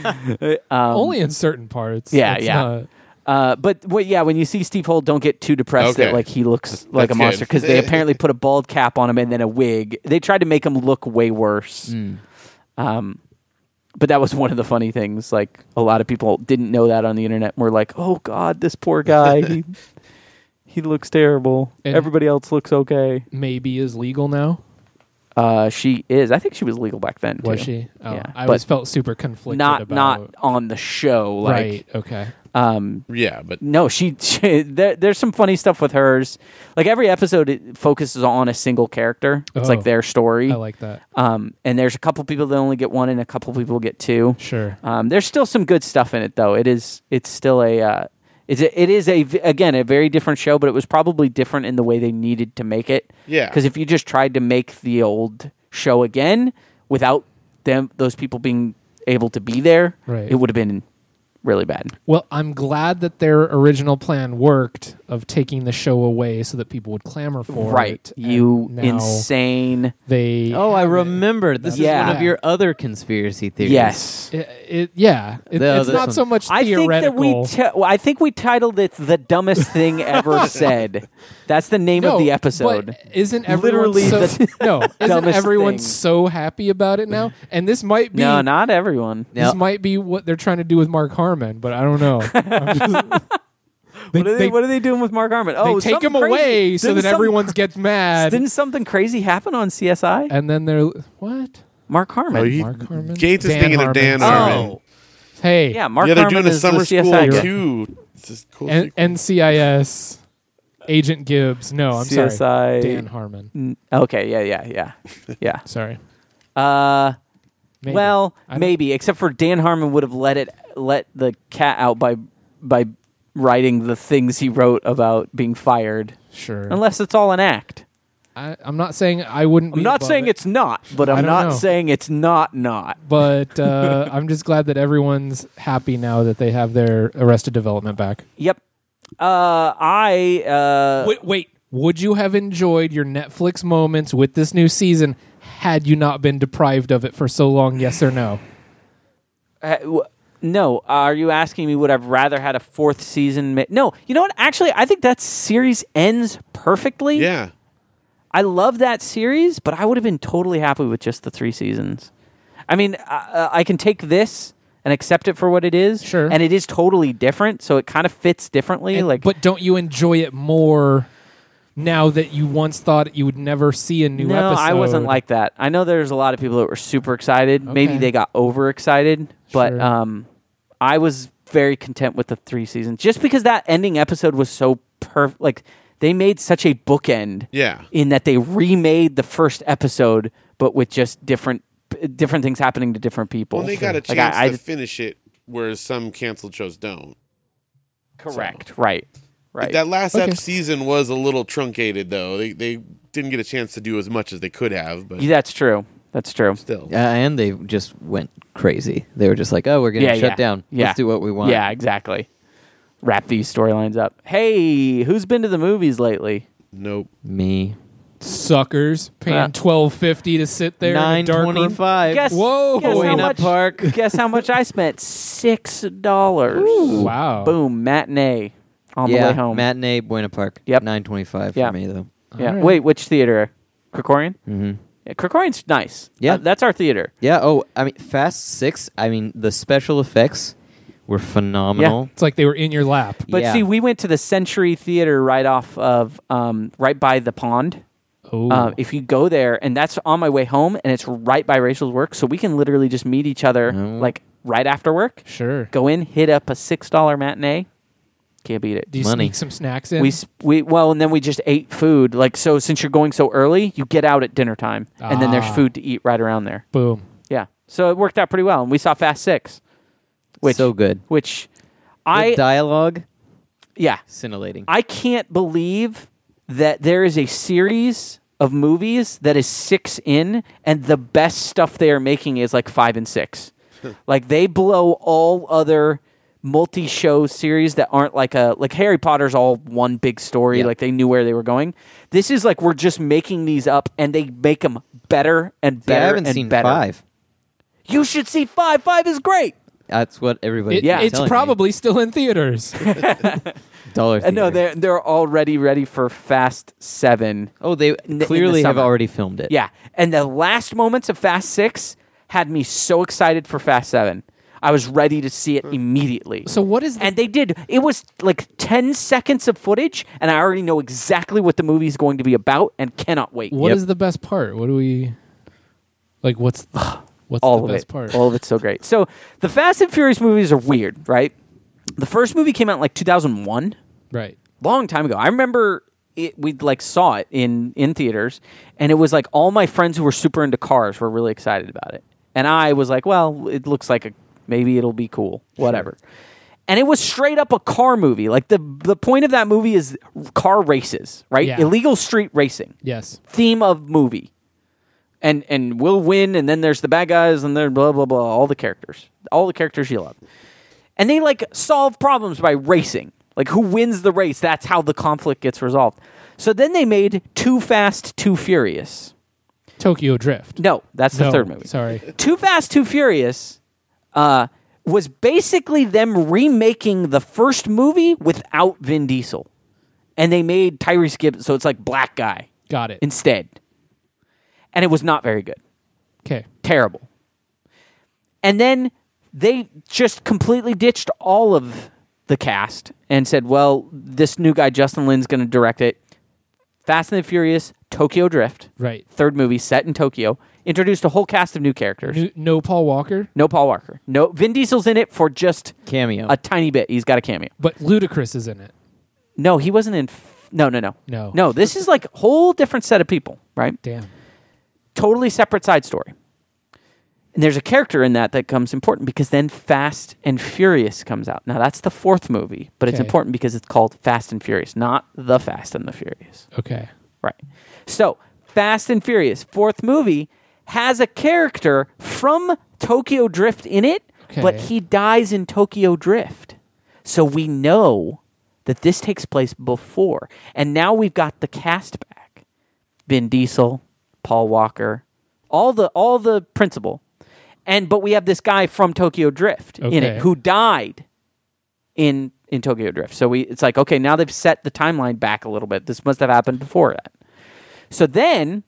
[SPEAKER 1] *laughs*
[SPEAKER 2] only in certain parts.
[SPEAKER 1] um, yeah,
[SPEAKER 2] It's
[SPEAKER 1] yeah.
[SPEAKER 2] not-
[SPEAKER 1] Uh, but well, yeah, when you see Steve Holt, don't get too depressed that
[SPEAKER 3] Okay.
[SPEAKER 1] like he looks like a
[SPEAKER 3] good.
[SPEAKER 1] monster because
[SPEAKER 3] *laughs*
[SPEAKER 1] they apparently put a bald cap on him and then a wig. They tried to make him look way worse.
[SPEAKER 2] Mm.
[SPEAKER 1] Um, but that was one of the funny things. Like a lot of people didn't know that on the internet. and Were like, "Oh God, this poor
[SPEAKER 3] *laughs*
[SPEAKER 1] guy. he, he looks terrible.
[SPEAKER 2] And-
[SPEAKER 1] Everybody else looks okay."
[SPEAKER 2] maybe is legal now.
[SPEAKER 1] Uh, she is. I think she was legal back then.
[SPEAKER 2] Was
[SPEAKER 1] too.
[SPEAKER 2] she? Oh,
[SPEAKER 1] Yeah,
[SPEAKER 2] I
[SPEAKER 1] but
[SPEAKER 2] always felt super conflicted.
[SPEAKER 1] Not
[SPEAKER 2] about,
[SPEAKER 1] not on the show. Like,
[SPEAKER 2] right. Okay.
[SPEAKER 1] Um,
[SPEAKER 3] Yeah, but
[SPEAKER 1] no, she, *laughs* she there, there's some funny stuff with hers. Like every episode it focuses on a single character. It's
[SPEAKER 2] Oh.
[SPEAKER 1] like their story.
[SPEAKER 2] I like that.
[SPEAKER 1] um and there's a couple people that only get one and a couple people get two.
[SPEAKER 2] Sure.
[SPEAKER 1] Um there's still some good stuff in it though. It is it's still a uh it's a, it is a v- again a very different show, but it was probably different in the way they needed to make it.
[SPEAKER 3] Yeah.
[SPEAKER 1] Because if you just tried to make the old show again without them those people being able to be there,
[SPEAKER 2] Right.
[SPEAKER 1] it would have been really bad.
[SPEAKER 2] Well, I'm glad that their original plan worked of taking the show away so that people would clamor for
[SPEAKER 1] right
[SPEAKER 2] it. and
[SPEAKER 1] you
[SPEAKER 2] now
[SPEAKER 1] insane
[SPEAKER 2] They.
[SPEAKER 4] Oh, I remember. This is
[SPEAKER 1] Yeah.
[SPEAKER 4] one of your other conspiracy theories.
[SPEAKER 1] yes
[SPEAKER 2] It, it- yeah. It-
[SPEAKER 4] No,
[SPEAKER 2] it's
[SPEAKER 4] this
[SPEAKER 2] not
[SPEAKER 4] one-
[SPEAKER 2] so much
[SPEAKER 1] I think that
[SPEAKER 2] theoretical.
[SPEAKER 1] we t- well, I think we titled it the dumbest thing
[SPEAKER 2] *laughs*
[SPEAKER 1] ever said. That's the name
[SPEAKER 2] no,
[SPEAKER 1] of the episode.
[SPEAKER 2] But isn't everyone
[SPEAKER 1] Literally
[SPEAKER 2] so,
[SPEAKER 1] the
[SPEAKER 2] *laughs*
[SPEAKER 1] *laughs*
[SPEAKER 2] no? Isn't
[SPEAKER 1] dumbest
[SPEAKER 2] everyone
[SPEAKER 1] thing.
[SPEAKER 2] so happy about
[SPEAKER 1] *laughs*
[SPEAKER 2] it now? And this might be
[SPEAKER 1] no, not everyone.
[SPEAKER 4] Yeah.
[SPEAKER 2] This might be what they're trying to do with Mark Harmon, but I
[SPEAKER 1] *laughs*
[SPEAKER 2] don't know. I'm just- they,
[SPEAKER 1] What are they,
[SPEAKER 2] they-
[SPEAKER 1] what are they doing with Mark Harmon?
[SPEAKER 2] they
[SPEAKER 1] Oh,
[SPEAKER 2] take
[SPEAKER 1] something
[SPEAKER 2] him away
[SPEAKER 1] crazy.
[SPEAKER 2] so
[SPEAKER 1] Didn't
[SPEAKER 2] that
[SPEAKER 1] some-
[SPEAKER 2] everyone gets mad,
[SPEAKER 1] Didn't something crazy happen on CSI?
[SPEAKER 2] and then they're what?
[SPEAKER 1] Mark Harmon.
[SPEAKER 3] Oh, he-
[SPEAKER 2] Mark Harmon.
[SPEAKER 3] Gates is
[SPEAKER 2] Dan
[SPEAKER 3] thinking
[SPEAKER 2] Harmon.
[SPEAKER 3] of Dan
[SPEAKER 1] Oh.
[SPEAKER 3] Harmon.
[SPEAKER 2] Hey,
[SPEAKER 1] yeah, Mark
[SPEAKER 3] yeah, they're
[SPEAKER 1] Harmon
[SPEAKER 3] doing a
[SPEAKER 1] is
[SPEAKER 3] summer
[SPEAKER 1] the
[SPEAKER 3] school
[SPEAKER 1] CSI guy.
[SPEAKER 3] too. It's this cool
[SPEAKER 2] N-
[SPEAKER 3] secret.
[SPEAKER 2] NCIS Agent Gibbs. No, I'm sorry,
[SPEAKER 1] CSI.
[SPEAKER 2] Dan Harmon.
[SPEAKER 1] Mm, Okay, yeah,
[SPEAKER 3] *laughs*
[SPEAKER 1] yeah, yeah,
[SPEAKER 2] Sorry.
[SPEAKER 1] yeah. Uh,
[SPEAKER 2] Maybe.
[SPEAKER 1] Well,
[SPEAKER 2] I don't-
[SPEAKER 1] maybe, except for Dan Harmon would have let it let the cat out by by writing the things he wrote about being fired.
[SPEAKER 2] sure.
[SPEAKER 1] Unless it's all an act.
[SPEAKER 2] I, I'm not saying I wouldn't.
[SPEAKER 1] I'm
[SPEAKER 2] be
[SPEAKER 1] not
[SPEAKER 2] above
[SPEAKER 1] saying
[SPEAKER 2] it,
[SPEAKER 1] it's not, but
[SPEAKER 2] I
[SPEAKER 1] I'm
[SPEAKER 2] don't
[SPEAKER 1] not
[SPEAKER 2] know.
[SPEAKER 1] saying it's not not.
[SPEAKER 2] but uh, *laughs* I'm just glad that everyone's happy now that they have their Arrested Development back.
[SPEAKER 1] Yep. Uh, I uh,
[SPEAKER 2] wait, wait. Would you have enjoyed your Netflix moments with this new season had you not been deprived of it for so long? Yes or no?
[SPEAKER 1] Uh, w- no, are you asking me would I've rather had a fourth season? Ma- no, you know what? Actually, I think that series ends perfectly.
[SPEAKER 3] yeah.
[SPEAKER 1] I love that series, but I would have been totally happy with just the three seasons. I mean, I, I can take this and accept it for what it is,
[SPEAKER 2] Sure.
[SPEAKER 1] and it is totally different, so it kind of fits differently. like,
[SPEAKER 2] but don't you enjoy it more now that you once thought you would never see a new
[SPEAKER 1] no,
[SPEAKER 2] episode?
[SPEAKER 1] I wasn't like that. I know there's a lot of people that were super excited.
[SPEAKER 2] Okay.
[SPEAKER 1] Maybe they got overexcited, but
[SPEAKER 2] Sure.
[SPEAKER 1] um, I was very content with the three seasons, just because that ending episode was so perfect. Like, they made such a bookend.
[SPEAKER 3] Yeah.
[SPEAKER 1] in that they remade the first episode, but with just different different things happening to different people.
[SPEAKER 3] Well, they got a
[SPEAKER 1] Like, I-
[SPEAKER 3] chance
[SPEAKER 1] I-
[SPEAKER 3] to finish it, whereas some canceled shows don't.
[SPEAKER 1] correct, right, right.
[SPEAKER 3] That last
[SPEAKER 2] Okay.
[SPEAKER 3] ep season was a little truncated, though. They they didn't get a chance to do as much as they could have, but
[SPEAKER 1] Yeah, that's true. That's true.
[SPEAKER 3] still.
[SPEAKER 4] Uh, and they just went crazy. They were just like, "Oh, we're getting
[SPEAKER 1] Yeah,
[SPEAKER 4] shut
[SPEAKER 1] yeah.
[SPEAKER 4] down.
[SPEAKER 1] Yeah.
[SPEAKER 4] Let's do what we want."
[SPEAKER 1] Yeah, exactly. Wrap these storylines up. Hey, who's been to the movies lately?
[SPEAKER 3] Nope.
[SPEAKER 4] Me.
[SPEAKER 2] suckers paying
[SPEAKER 1] Yeah.
[SPEAKER 2] twelve fifty to sit there in
[SPEAKER 4] Nine
[SPEAKER 2] a dark room.
[SPEAKER 4] twenty-five.
[SPEAKER 1] Guess
[SPEAKER 2] Whoa.
[SPEAKER 1] guess how
[SPEAKER 2] Buena
[SPEAKER 1] much,
[SPEAKER 4] Park.
[SPEAKER 1] *laughs* guess how much I spent? Six dollars.
[SPEAKER 2] Wow.
[SPEAKER 1] Boom, matinee on
[SPEAKER 4] yeah,
[SPEAKER 1] the way home.
[SPEAKER 4] matinee, Buena Park.
[SPEAKER 1] Yep.
[SPEAKER 4] Nine twenty-five
[SPEAKER 1] Yeah.
[SPEAKER 4] for me though.
[SPEAKER 1] yeah.
[SPEAKER 2] All right.
[SPEAKER 1] Wait, which theater? Krikorian?
[SPEAKER 4] hmm
[SPEAKER 1] Yeah, Krikorian's nice.
[SPEAKER 4] Yeah.
[SPEAKER 1] Uh, that's our theater.
[SPEAKER 4] Yeah. Oh, I mean, Fast Six. I mean, the special effects were phenomenal.
[SPEAKER 2] It's like they were in your lap.
[SPEAKER 1] But
[SPEAKER 4] Yeah.
[SPEAKER 1] see, we went to the Century Theater right off of, um, right by the pond.
[SPEAKER 2] Oh,
[SPEAKER 1] Uh, if you go there, and that's on my way home, and it's right by Rachel's work, so we can literally just meet each other
[SPEAKER 4] Mm.
[SPEAKER 1] like right after work.
[SPEAKER 2] sure.
[SPEAKER 1] Go in, hit up a six dollar matinee. Can't beat it.
[SPEAKER 2] Do you
[SPEAKER 4] Money.
[SPEAKER 2] sneak some snacks in?
[SPEAKER 1] We s- we well, and then we just ate food. Like so, since you're going so early, you get out at dinner time, and then there's
[SPEAKER 2] Ah.
[SPEAKER 1] food to eat right around there.
[SPEAKER 2] Boom.
[SPEAKER 1] Yeah, so it worked out pretty well, and we saw Fast Six, which
[SPEAKER 4] so good.
[SPEAKER 1] which
[SPEAKER 4] The
[SPEAKER 1] I
[SPEAKER 4] dialogue.
[SPEAKER 1] yeah.
[SPEAKER 4] Scintillating.
[SPEAKER 1] I can't believe that there is a series of movies that is six in, and the best stuff they are making is like five and
[SPEAKER 4] *laughs*
[SPEAKER 1] six. like they blow all other multi-show series that aren't like a like Harry Potter's all one big story.
[SPEAKER 4] Yeah.
[SPEAKER 1] Like they knew where they were going. This is like we're just making these up, and they make them better and
[SPEAKER 4] yeah, I
[SPEAKER 1] better
[SPEAKER 4] haven't
[SPEAKER 1] and
[SPEAKER 4] seen
[SPEAKER 1] better.
[SPEAKER 4] five.
[SPEAKER 1] You should see five. Five is great.
[SPEAKER 4] That's what everybody.
[SPEAKER 2] It-
[SPEAKER 1] yeah.
[SPEAKER 2] it's probably still
[SPEAKER 1] *laughs*
[SPEAKER 2] in theaters.
[SPEAKER 4] dollar.
[SPEAKER 1] And Uh, no,
[SPEAKER 4] Theater.
[SPEAKER 1] they're they're already ready for Fast Seven.
[SPEAKER 4] Oh, they
[SPEAKER 1] in the
[SPEAKER 4] clearly have
[SPEAKER 1] summer.
[SPEAKER 4] already filmed it.
[SPEAKER 1] Yeah. And the last moments of Fast Six had me so excited for Fast Seven. I was ready to see it immediately.
[SPEAKER 2] Mm. so what is the,
[SPEAKER 1] and they did. It was like 10 seconds of footage, and I already know exactly what the movie is going to be about and cannot wait.
[SPEAKER 2] what
[SPEAKER 4] Yep.
[SPEAKER 2] is the best part? What do we
[SPEAKER 1] *sighs*
[SPEAKER 2] like? What's what's
[SPEAKER 1] All
[SPEAKER 2] the
[SPEAKER 1] of
[SPEAKER 2] best
[SPEAKER 1] it.
[SPEAKER 2] part?
[SPEAKER 1] All of it's so great. So the Fast and Furious movies are weird, right? The first movie came out in like 2001.
[SPEAKER 2] right.
[SPEAKER 1] long time ago. I remember it, we like saw it in in theaters, and it was like all my friends who were super into cars were really excited about it, and I was like, well, it looks like a maybe it'll be cool, whatever. And it was straight up a car movie. Like the the point of that movie is car races, right?
[SPEAKER 2] Yeah.
[SPEAKER 1] Illegal street racing
[SPEAKER 2] Yes.
[SPEAKER 1] theme of movie. And and will win, and then there's the bad guys, and then blah blah blah. All the characters, all the characters you love, and they like solve problems by racing. Like who wins the race? That's how the conflict gets resolved. So then they made Too Fast, Too Furious.
[SPEAKER 2] Tokyo Drift.
[SPEAKER 1] No, that's the
[SPEAKER 2] No,
[SPEAKER 1] third movie.
[SPEAKER 2] Sorry.
[SPEAKER 1] Too Fast, Too Furious uh, was basically them remaking the first movie without Vin Diesel, and they made Tyrese Gibbs. So it's like black guy
[SPEAKER 2] Got it.
[SPEAKER 1] instead. And it was not very good.
[SPEAKER 2] Okay.
[SPEAKER 1] Terrible. And then they just completely ditched all of the cast and said, well, this new guy, Justin Lin's going to direct it. Fast and the Furious, Tokyo Drift,
[SPEAKER 2] Right.
[SPEAKER 1] third movie set in Tokyo, introduced a whole cast of new characters.
[SPEAKER 2] New- No Paul Walker,
[SPEAKER 1] no Paul Walker. No Vin Diesel's in it for just
[SPEAKER 4] Cameo. Uh,
[SPEAKER 1] a tiny bit. He's got a cameo.
[SPEAKER 2] but Ludacris is in it.
[SPEAKER 1] No, he wasn't in. F- no, no, no.
[SPEAKER 2] No.
[SPEAKER 1] No, this is like a whole different set of people, right?
[SPEAKER 2] Damn.
[SPEAKER 1] totally separate side story. And there's a character in that that comes important because then Fast and Furious comes out. Now that's the fourth movie, but it's
[SPEAKER 2] Okay.
[SPEAKER 1] important because it's called Fast and Furious, not The Fast and the Furious.
[SPEAKER 2] Okay.
[SPEAKER 1] Right. So, Fast and Furious, fourth movie, has a character from Tokyo Drift in it, but
[SPEAKER 2] Okay.
[SPEAKER 1] he dies in Tokyo Drift. So we know that this takes place before. And now we've got the cast back. Vin Diesel, Paul Walker, all the all the principal. And but we have this guy from Tokyo Drift in
[SPEAKER 2] Okay.
[SPEAKER 1] it who died in in Tokyo Drift. So we it's like okay, now they've set the timeline back a little bit. This must have happened before that. So then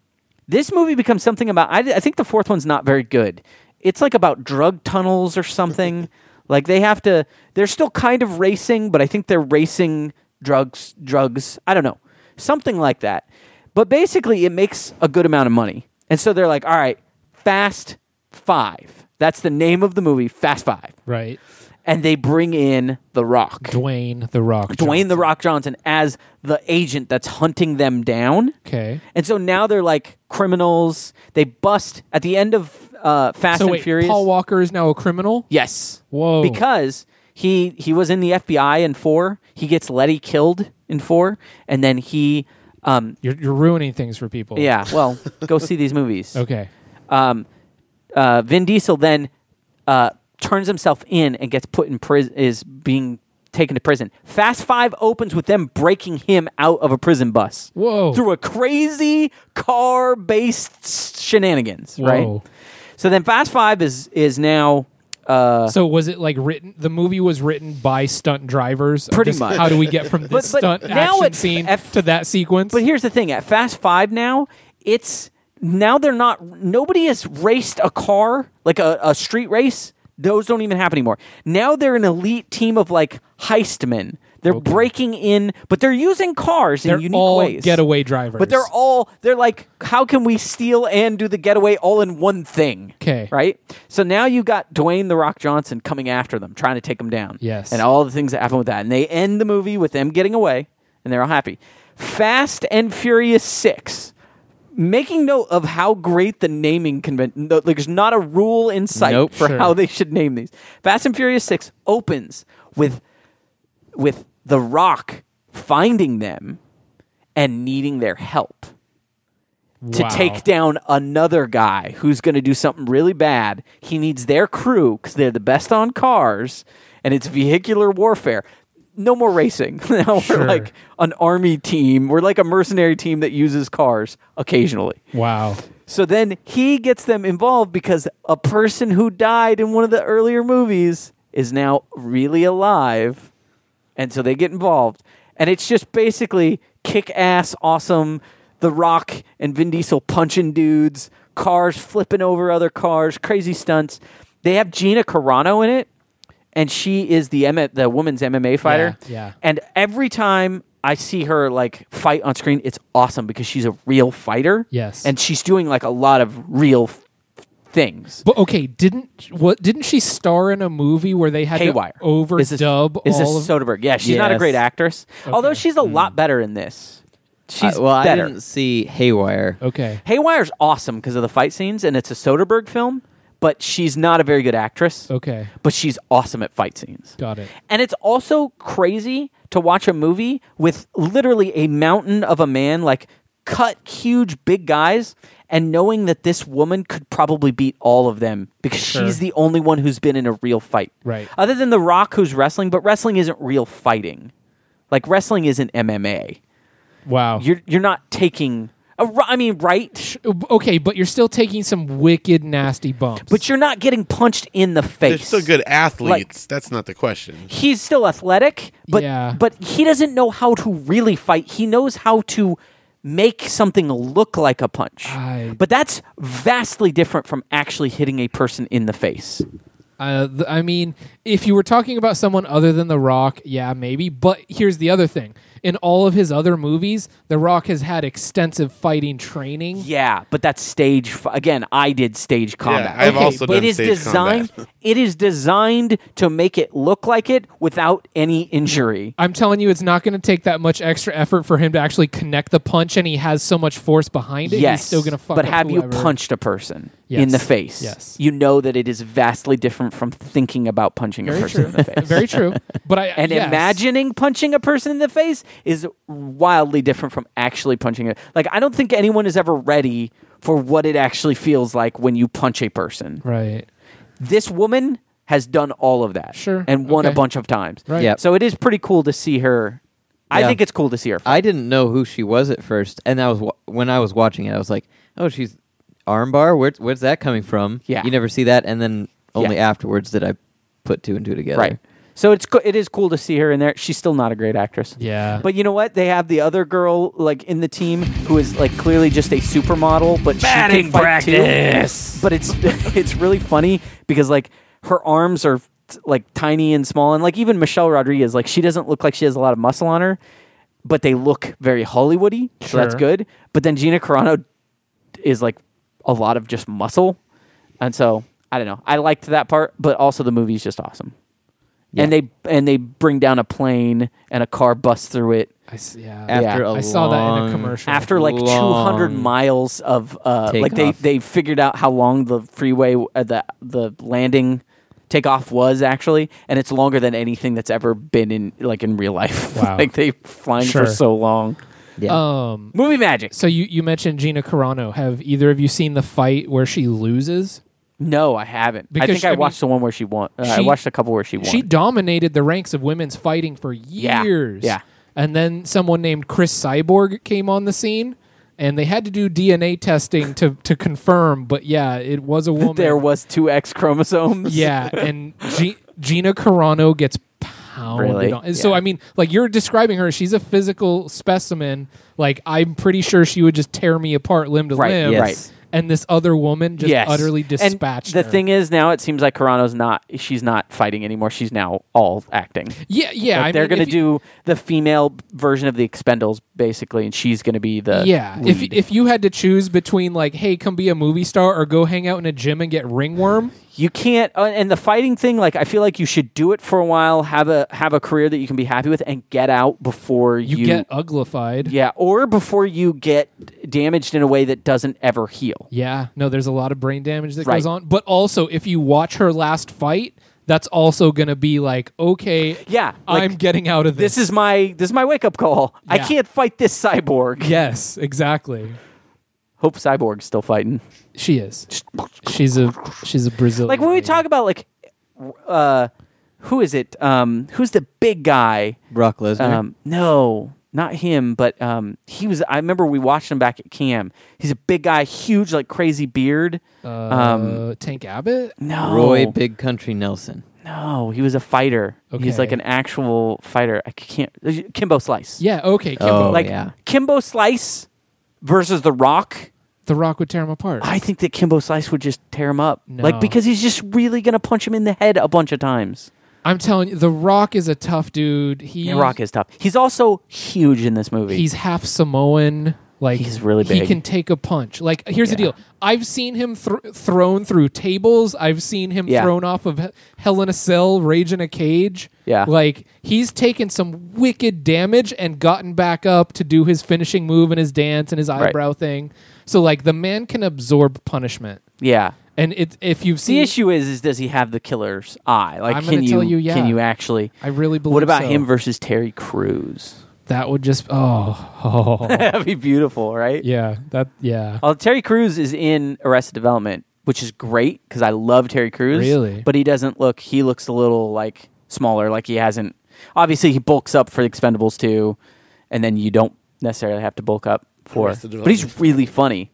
[SPEAKER 1] this movie becomes something about I, I think the fourth one's not very good. It's like about drug tunnels or something. like they have to they're still kind of racing, but I think they're racing drugs drugs. I don't know. Something like that. But basically it makes a good amount of money. And so they're like, "All right, Fast 5." That's the name of the movie, Fast 5
[SPEAKER 2] Right.
[SPEAKER 1] and they bring in The Rock,
[SPEAKER 2] Dwayne the Rock.
[SPEAKER 1] Dwayne The Rock Johnson, as the agent that's hunting them down.
[SPEAKER 2] Okay.
[SPEAKER 1] And so now they're like criminals. They bust at the end of uh, Fast
[SPEAKER 2] So
[SPEAKER 1] and
[SPEAKER 2] wait,
[SPEAKER 1] Furious.
[SPEAKER 2] Paul Walker is now a criminal.
[SPEAKER 1] yes,
[SPEAKER 2] Whoa.
[SPEAKER 1] because he he was in the FBI in four. He gets Letty killed in four, and then he. Um,
[SPEAKER 2] You're, you're ruining things for people.
[SPEAKER 1] yeah, well, go see these movies.
[SPEAKER 2] *laughs* Okay.
[SPEAKER 1] um, uh, Vin Diesel then uh, turns himself in and gets put in prison, is being taken to prison. Fast Five opens with them breaking him out of a prison bus
[SPEAKER 2] Whoa.
[SPEAKER 1] through a crazy car based shenanigans,
[SPEAKER 2] Whoa.
[SPEAKER 1] right? So then Fast Five is is now. Uh,
[SPEAKER 2] So was it like written? The movie was written by stunt drivers.
[SPEAKER 1] Pretty
[SPEAKER 2] Just
[SPEAKER 1] much.
[SPEAKER 2] How do we get from
[SPEAKER 1] *laughs*
[SPEAKER 2] this
[SPEAKER 1] but
[SPEAKER 2] stunt
[SPEAKER 1] now
[SPEAKER 2] action
[SPEAKER 1] it's
[SPEAKER 2] scene
[SPEAKER 1] F-
[SPEAKER 2] to that sequence?
[SPEAKER 1] but here's the thing: at Fast Five now, it's now they're not. Nobody has raced a car like a, a street race. Those don't even happen anymore. Now they're an elite team of like heistmen. They're breaking in, but they're using cars
[SPEAKER 2] They're
[SPEAKER 1] in unique
[SPEAKER 2] all
[SPEAKER 1] ways.
[SPEAKER 2] getaway drivers.
[SPEAKER 1] But they're all they're like, how can we steal and do the getaway all in one thing?
[SPEAKER 2] 'Kay.
[SPEAKER 1] right. So now you got Dwayne the Rock Johnson coming after them, trying to take them down.
[SPEAKER 2] Yes.
[SPEAKER 1] and all the things that happen with that, and they end the movie with them getting away, and they're all happy. Fast and Furious Six. Making note of how great the naming convention, no, like there's not a rule in sight
[SPEAKER 4] Nope.
[SPEAKER 1] for
[SPEAKER 2] Sure.
[SPEAKER 1] how they should name these. Fast and Furious Six opens with with The Rock finding them and needing their help to
[SPEAKER 2] Wow.
[SPEAKER 1] take down another guy who's going to do something really bad. He needs their crew because they're the best on cars, and it's vehicular warfare. No more racing. *laughs* now
[SPEAKER 2] Sure.
[SPEAKER 1] we're like an army team. We're like a mercenary team that uses cars occasionally.
[SPEAKER 2] Wow.
[SPEAKER 1] So then he gets them involved because a person who died in one of the earlier movies is now really alive. And so they get involved. And it's just basically kick ass, awesome, The Rock and Vin Diesel punching dudes, cars flipping over other cars, crazy stunts. They have Gina Carano in it, and she is the M- the woman's MMA fighter.
[SPEAKER 2] yeah.
[SPEAKER 1] And every time I see her like fight on screen, it's awesome because she's a real fighter.
[SPEAKER 2] Yes.
[SPEAKER 1] And she's doing like a lot of real f- things.
[SPEAKER 2] But okay, didn't what didn't she star in a movie where they had
[SPEAKER 1] Haywire.
[SPEAKER 2] to overdub
[SPEAKER 1] is this, Is this
[SPEAKER 2] all of Hmm.
[SPEAKER 1] Soderbergh? Yeah, she's not a
[SPEAKER 4] Yes.
[SPEAKER 1] great actress. Although she's a lot better in this. She's
[SPEAKER 4] I, well,
[SPEAKER 1] better.
[SPEAKER 4] I didn't see Haywire.
[SPEAKER 2] Okay.
[SPEAKER 1] Haywire's awesome because of the fight scenes, and it's a Soderbergh film, but she's not a very good actress.
[SPEAKER 2] Okay.
[SPEAKER 1] But she's awesome at fight scenes.
[SPEAKER 2] Got it.
[SPEAKER 1] And it's also crazy to watch a movie with literally a mountain of a man, like cut huge big guys, and knowing that this woman could probably beat all of them because
[SPEAKER 2] Sure.
[SPEAKER 1] she's the only one who's been in a real fight.
[SPEAKER 2] Right.
[SPEAKER 1] Other than The Rock, who's wrestling, but wrestling isn't real fighting. Like wrestling isn't MMA.
[SPEAKER 2] Wow.
[SPEAKER 1] You're you're not taking. A, ri- I mean, right?
[SPEAKER 2] okay, but you're still taking some wicked nasty bumps.
[SPEAKER 1] But you're not getting punched in the
[SPEAKER 3] They're
[SPEAKER 1] face.
[SPEAKER 3] still good athletes. That's not the question.
[SPEAKER 1] he's still athletic, but
[SPEAKER 2] Yeah.
[SPEAKER 1] but he doesn't know how to really fight. He knows how to make something look like a punch.
[SPEAKER 2] I-
[SPEAKER 1] But that's vastly different from actually hitting a person in the face.
[SPEAKER 2] Uh, th- I mean, if you were talking about someone other than The Rock, yeah, maybe. But here's the other thing: in all of his other movies, The Rock has had extensive fighting training.
[SPEAKER 1] Yeah, but that's stage f- again. I did stage combat.
[SPEAKER 3] I've
[SPEAKER 2] Okay,
[SPEAKER 3] also
[SPEAKER 2] but
[SPEAKER 3] done
[SPEAKER 1] it is
[SPEAKER 3] stage
[SPEAKER 1] designed.
[SPEAKER 3] combat.
[SPEAKER 1] it is designed to make it look like it without any injury.
[SPEAKER 2] I'm telling you, it's not going to take that much extra effort for him to actually connect the punch, and he has so much force behind it.
[SPEAKER 1] yes,
[SPEAKER 2] he's still going to fuck.
[SPEAKER 1] But
[SPEAKER 2] up
[SPEAKER 1] have you
[SPEAKER 2] whoever.
[SPEAKER 1] punched a person in
[SPEAKER 2] Yes.
[SPEAKER 1] the face?
[SPEAKER 2] Yes.
[SPEAKER 1] you know that it is vastly different from thinking about punching a
[SPEAKER 2] Very
[SPEAKER 1] person
[SPEAKER 2] true.
[SPEAKER 1] in the face.
[SPEAKER 2] *laughs* Very true. But I
[SPEAKER 1] *laughs* And
[SPEAKER 2] yes.
[SPEAKER 1] imagining punching a person in the face is wildly different from actually punching it. Like I don't think anyone is ever ready for what it actually feels like when you punch a person.
[SPEAKER 2] Right.
[SPEAKER 1] This woman has done all of that.
[SPEAKER 2] Sure.
[SPEAKER 1] And won a
[SPEAKER 2] Okay.
[SPEAKER 1] bunch of times.
[SPEAKER 2] Right.
[SPEAKER 4] Yep.
[SPEAKER 1] So it is pretty cool to see her. I
[SPEAKER 4] Yeah.
[SPEAKER 1] think it's cool to see her.
[SPEAKER 4] I didn't know who she was at first, and I was wa- when I was watching it, I was like, "Oh, she's armbar. Where's where's that coming from?
[SPEAKER 1] Yeah.
[SPEAKER 4] you never see that." And then only
[SPEAKER 1] Yeah.
[SPEAKER 4] afterwards did I put two and two together.
[SPEAKER 1] Right. So it's co- it is cool to see her in there. She's still not a great actress.
[SPEAKER 2] Yeah.
[SPEAKER 1] But you know what? They have the other girl like in the team who is like clearly just a supermodel, but she
[SPEAKER 5] Batting
[SPEAKER 1] can fight too.
[SPEAKER 5] practice.
[SPEAKER 1] But it's *laughs* it's really funny because like her arms are like tiny and small, and like even Michelle Rodriguez, like she doesn't look like she has a lot of muscle on her, but they look very Hollywoody, so that's
[SPEAKER 2] Sure.
[SPEAKER 1] good. But then Gina Carano is like a lot of just muscle, and so I don't know. I liked that part, but also the movie's just awesome. And they and they bring down a plane and a car busts through it
[SPEAKER 2] I, s- yeah.
[SPEAKER 1] Yeah.
[SPEAKER 4] After a
[SPEAKER 2] I saw that in a
[SPEAKER 4] long-
[SPEAKER 2] commercial.
[SPEAKER 1] after like 200
[SPEAKER 4] Long
[SPEAKER 1] miles of uh, like they,
[SPEAKER 4] takeoff.
[SPEAKER 1] they figured out how long the freeway uh, the the landing takeoff was actually and it's longer than anything that's ever been in like in real life *laughs*
[SPEAKER 2] Wow.
[SPEAKER 1] like they flying
[SPEAKER 2] Sure.
[SPEAKER 1] for so long
[SPEAKER 4] Yeah.
[SPEAKER 1] Oh.
[SPEAKER 2] Um.
[SPEAKER 1] movie magic
[SPEAKER 2] So you you mentioned Gina Carano. Have either of you seen the fight where she loses?
[SPEAKER 1] no i haven't i
[SPEAKER 2] Because
[SPEAKER 1] think
[SPEAKER 2] she-
[SPEAKER 1] i
[SPEAKER 2] I mean,
[SPEAKER 1] watched the one where she won uh, i
[SPEAKER 2] she-
[SPEAKER 1] watched a couple where she won
[SPEAKER 2] She dominated the ranks of women's fighting for
[SPEAKER 1] Yeah,
[SPEAKER 2] years.
[SPEAKER 1] yeah.
[SPEAKER 2] And then someone named Chris Cyborg came on the scene and they had to do DNA testing to to confirm, but yeah, it was a woman.
[SPEAKER 1] there was two x chromosomes
[SPEAKER 2] yeah, and G- Gina Carano gets pounded
[SPEAKER 1] Really?
[SPEAKER 2] on. So
[SPEAKER 1] Yeah.
[SPEAKER 2] I mean, like you're describing her, she's a physical specimen. Like I'm pretty sure she would just tear me apart limb to
[SPEAKER 1] Right,
[SPEAKER 2] limb.
[SPEAKER 1] yes.
[SPEAKER 4] Right.
[SPEAKER 2] And this other woman just
[SPEAKER 1] Yes.
[SPEAKER 2] utterly
[SPEAKER 1] And
[SPEAKER 2] dispatched
[SPEAKER 1] the
[SPEAKER 2] her.
[SPEAKER 1] thing is now it seems like carano's not she's not fighting anymore she's now all acting
[SPEAKER 2] yeah, yeah.
[SPEAKER 1] Like,
[SPEAKER 2] I
[SPEAKER 1] they're
[SPEAKER 2] mean,
[SPEAKER 1] going
[SPEAKER 2] if
[SPEAKER 1] to
[SPEAKER 2] you-
[SPEAKER 1] do the female version of the Expendables, basically, and she's going to be the
[SPEAKER 2] yeah if,
[SPEAKER 1] lead.
[SPEAKER 2] if you had to choose between like hey come be a movie star or go hang out in a gym and get ringworm
[SPEAKER 1] you can't, uh, and the fighting thing, like I feel like you should do it for a while, have a have a career that you can be happy with, and get out before you,
[SPEAKER 2] you, get uglified yeah.
[SPEAKER 1] yeah, or before you get damaged in a way that doesn't ever heal.
[SPEAKER 2] no there's a lot of brain damage that
[SPEAKER 1] Right.
[SPEAKER 2] goes on but also if you watch her last fight that's also going to be like, okay,
[SPEAKER 1] Yeah, like,
[SPEAKER 2] I'm getting out of this.
[SPEAKER 1] This is my this is my wake up call. I
[SPEAKER 2] Yeah.
[SPEAKER 1] can't fight this cyborg.
[SPEAKER 2] yes, exactly.
[SPEAKER 1] Hope cyborg's still fighting.
[SPEAKER 2] She is. She's a she's a Brazilian.
[SPEAKER 1] Like when we
[SPEAKER 2] lady.
[SPEAKER 1] talk about like, uh, who is it? Um, who's the big guy?
[SPEAKER 4] Brock Lesnar.
[SPEAKER 1] Um, no, not him, but um, he was. I remember we watched him back at Cam. He's a big guy, huge, like crazy beard.
[SPEAKER 2] uh,
[SPEAKER 1] um,
[SPEAKER 2] Tank Abbott.
[SPEAKER 1] No,
[SPEAKER 4] Roy Big Country Nelson.
[SPEAKER 1] No, he was a fighter. He's like
[SPEAKER 2] Okay.
[SPEAKER 1] an actual fighter. I can't. uh, Kimbo Slice.
[SPEAKER 2] Yeah. Okay.
[SPEAKER 4] Oh,
[SPEAKER 2] Kimbo.
[SPEAKER 1] like
[SPEAKER 4] yeah.
[SPEAKER 1] Kimbo Slice versus The Rock.
[SPEAKER 2] the Rock would tear him apart.
[SPEAKER 1] I think that Kimbo Slice would just tear him up.
[SPEAKER 2] No.
[SPEAKER 1] Like because he's just really gonna punch him in the head a bunch of times.
[SPEAKER 2] I'm telling you, The Rock is a tough dude. He
[SPEAKER 1] The Rock is tough. He's also huge in this movie.
[SPEAKER 2] He's half Samoan. Like
[SPEAKER 1] He's really
[SPEAKER 2] He
[SPEAKER 1] big.
[SPEAKER 2] can take a punch. Like here's the deal. I've seen him thr thrown through tables. I've seen him
[SPEAKER 1] Yeah.
[SPEAKER 2] thrown off of he- Hell in a Cell, Rage in a Cage.
[SPEAKER 1] Yeah.
[SPEAKER 2] Like he's taken some wicked damage and gotten back up to do his finishing move and his dance and his
[SPEAKER 1] Right.
[SPEAKER 2] eyebrow thing. So like the man can absorb punishment.
[SPEAKER 1] yeah.
[SPEAKER 2] And it, if you've
[SPEAKER 1] The
[SPEAKER 2] seen,
[SPEAKER 1] issue is, is does he have the killer's eye? Like,
[SPEAKER 2] I'm
[SPEAKER 1] can
[SPEAKER 2] gonna
[SPEAKER 1] you,
[SPEAKER 2] tell you, yeah.
[SPEAKER 1] can you actually?
[SPEAKER 2] I really believe
[SPEAKER 1] What about
[SPEAKER 2] so.
[SPEAKER 1] him versus Terry Crews? *laughs*
[SPEAKER 2] that would just oh, oh.
[SPEAKER 1] That'd be beautiful, right?
[SPEAKER 2] yeah that yeah
[SPEAKER 1] Well, Terry Crews is in Arrested Development, which is great because I love Terry Crews.
[SPEAKER 2] Really?
[SPEAKER 1] but he doesn't look. He looks a little like smaller, like he hasn't. Obviously, he bulks up for Expendables too, and then you don't necessarily have to bulk up for.
[SPEAKER 3] Arrested
[SPEAKER 1] But he's really funny.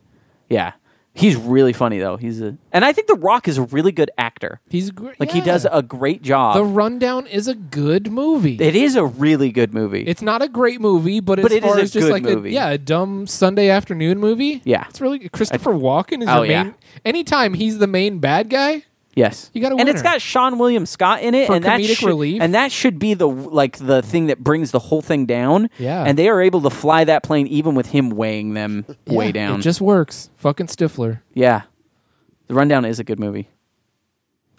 [SPEAKER 1] Yeah, he's really funny though. He's a, and I think The Rock is a really good actor.
[SPEAKER 2] he's great.
[SPEAKER 1] Like he does a great job.
[SPEAKER 2] The Rundown is a good movie.
[SPEAKER 1] it is a really good movie.
[SPEAKER 2] it's not a great movie, but,
[SPEAKER 1] But
[SPEAKER 2] as
[SPEAKER 1] it is
[SPEAKER 2] far
[SPEAKER 1] a
[SPEAKER 2] as just
[SPEAKER 1] good
[SPEAKER 2] like
[SPEAKER 1] movie.
[SPEAKER 2] A, yeah, a dumb Sunday afternoon movie.
[SPEAKER 1] Yeah.
[SPEAKER 2] it's really Christopher Walken is
[SPEAKER 1] Oh,
[SPEAKER 2] your main.
[SPEAKER 1] yeah.
[SPEAKER 2] Anytime he's the main bad guy,
[SPEAKER 1] Yes,
[SPEAKER 2] You got a
[SPEAKER 1] and it's
[SPEAKER 2] winner.
[SPEAKER 1] got Sean William Scott in it,
[SPEAKER 2] For
[SPEAKER 1] and that
[SPEAKER 2] comedic
[SPEAKER 1] should,
[SPEAKER 2] relief.
[SPEAKER 1] and that should be the like the thing that brings the whole thing down.
[SPEAKER 2] Yeah.
[SPEAKER 1] and they are able to fly that plane even with him weighing them
[SPEAKER 2] yeah,
[SPEAKER 1] way down.
[SPEAKER 2] It just works. Fucking Stifler.
[SPEAKER 1] yeah, the rundown is a good movie.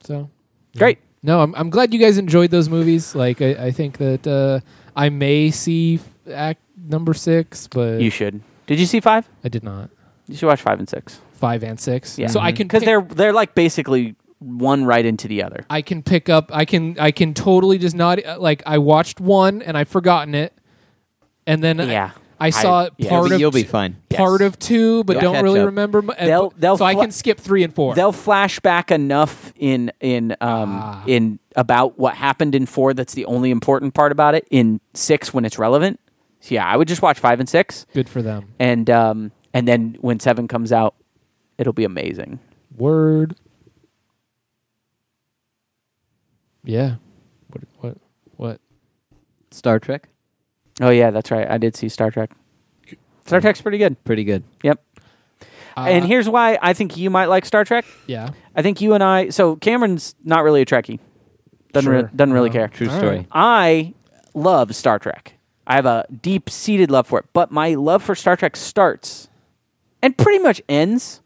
[SPEAKER 2] So
[SPEAKER 1] Great.
[SPEAKER 2] no, I'm I'm glad you guys enjoyed those movies. Like I, I think that uh, I may see Act Number Six, but
[SPEAKER 1] You should. Did you see five?
[SPEAKER 2] I did not
[SPEAKER 1] You should watch five and six.
[SPEAKER 2] five and six.
[SPEAKER 1] Yeah,
[SPEAKER 2] so I can
[SPEAKER 1] because
[SPEAKER 2] pick-
[SPEAKER 1] they're they're like basically one right into the other.
[SPEAKER 2] I can pick up. I can. I can totally just not uh, like. I watched one and I've forgotten it, and then I-
[SPEAKER 1] Yeah.
[SPEAKER 2] I, saw
[SPEAKER 1] I- yeah.
[SPEAKER 2] part
[SPEAKER 4] You'll
[SPEAKER 2] of
[SPEAKER 4] be, you'll be
[SPEAKER 2] t-
[SPEAKER 4] fine.
[SPEAKER 2] part
[SPEAKER 1] Yes.
[SPEAKER 2] of two, but
[SPEAKER 4] You'll
[SPEAKER 2] don't
[SPEAKER 4] catch
[SPEAKER 2] really
[SPEAKER 4] up.
[SPEAKER 2] remember. mu- and-
[SPEAKER 1] They'll- they'll
[SPEAKER 2] so I
[SPEAKER 1] fl-
[SPEAKER 2] can skip three and four.
[SPEAKER 1] They'll flash back enough in in um
[SPEAKER 2] Ah.
[SPEAKER 1] in about what happened in four. That's the only important part about it. In six, when it's relevant, so yeah, I would just watch five and six,
[SPEAKER 2] Good for them.
[SPEAKER 1] and um and then when seven comes out, it'll be amazing.
[SPEAKER 2] Word. Yeah. What? What? What?
[SPEAKER 4] Star Trek,
[SPEAKER 1] Oh yeah, that's right. I did see Star Trek. Star Trek's pretty good.
[SPEAKER 4] pretty good.
[SPEAKER 1] Yep.
[SPEAKER 2] Uh,
[SPEAKER 1] and here's why I think you might like Star Trek.
[SPEAKER 2] Yeah.
[SPEAKER 1] I think you and I. So Cameron's not really a Trekkie. Doesn't
[SPEAKER 2] Sure. Uh-huh.
[SPEAKER 1] re- doesn't really
[SPEAKER 2] No.
[SPEAKER 1] care.
[SPEAKER 4] True
[SPEAKER 2] All
[SPEAKER 4] story.
[SPEAKER 2] right.
[SPEAKER 1] I love Star Trek. I have a deep seated love for it, but my love for Star Trek starts and pretty much ends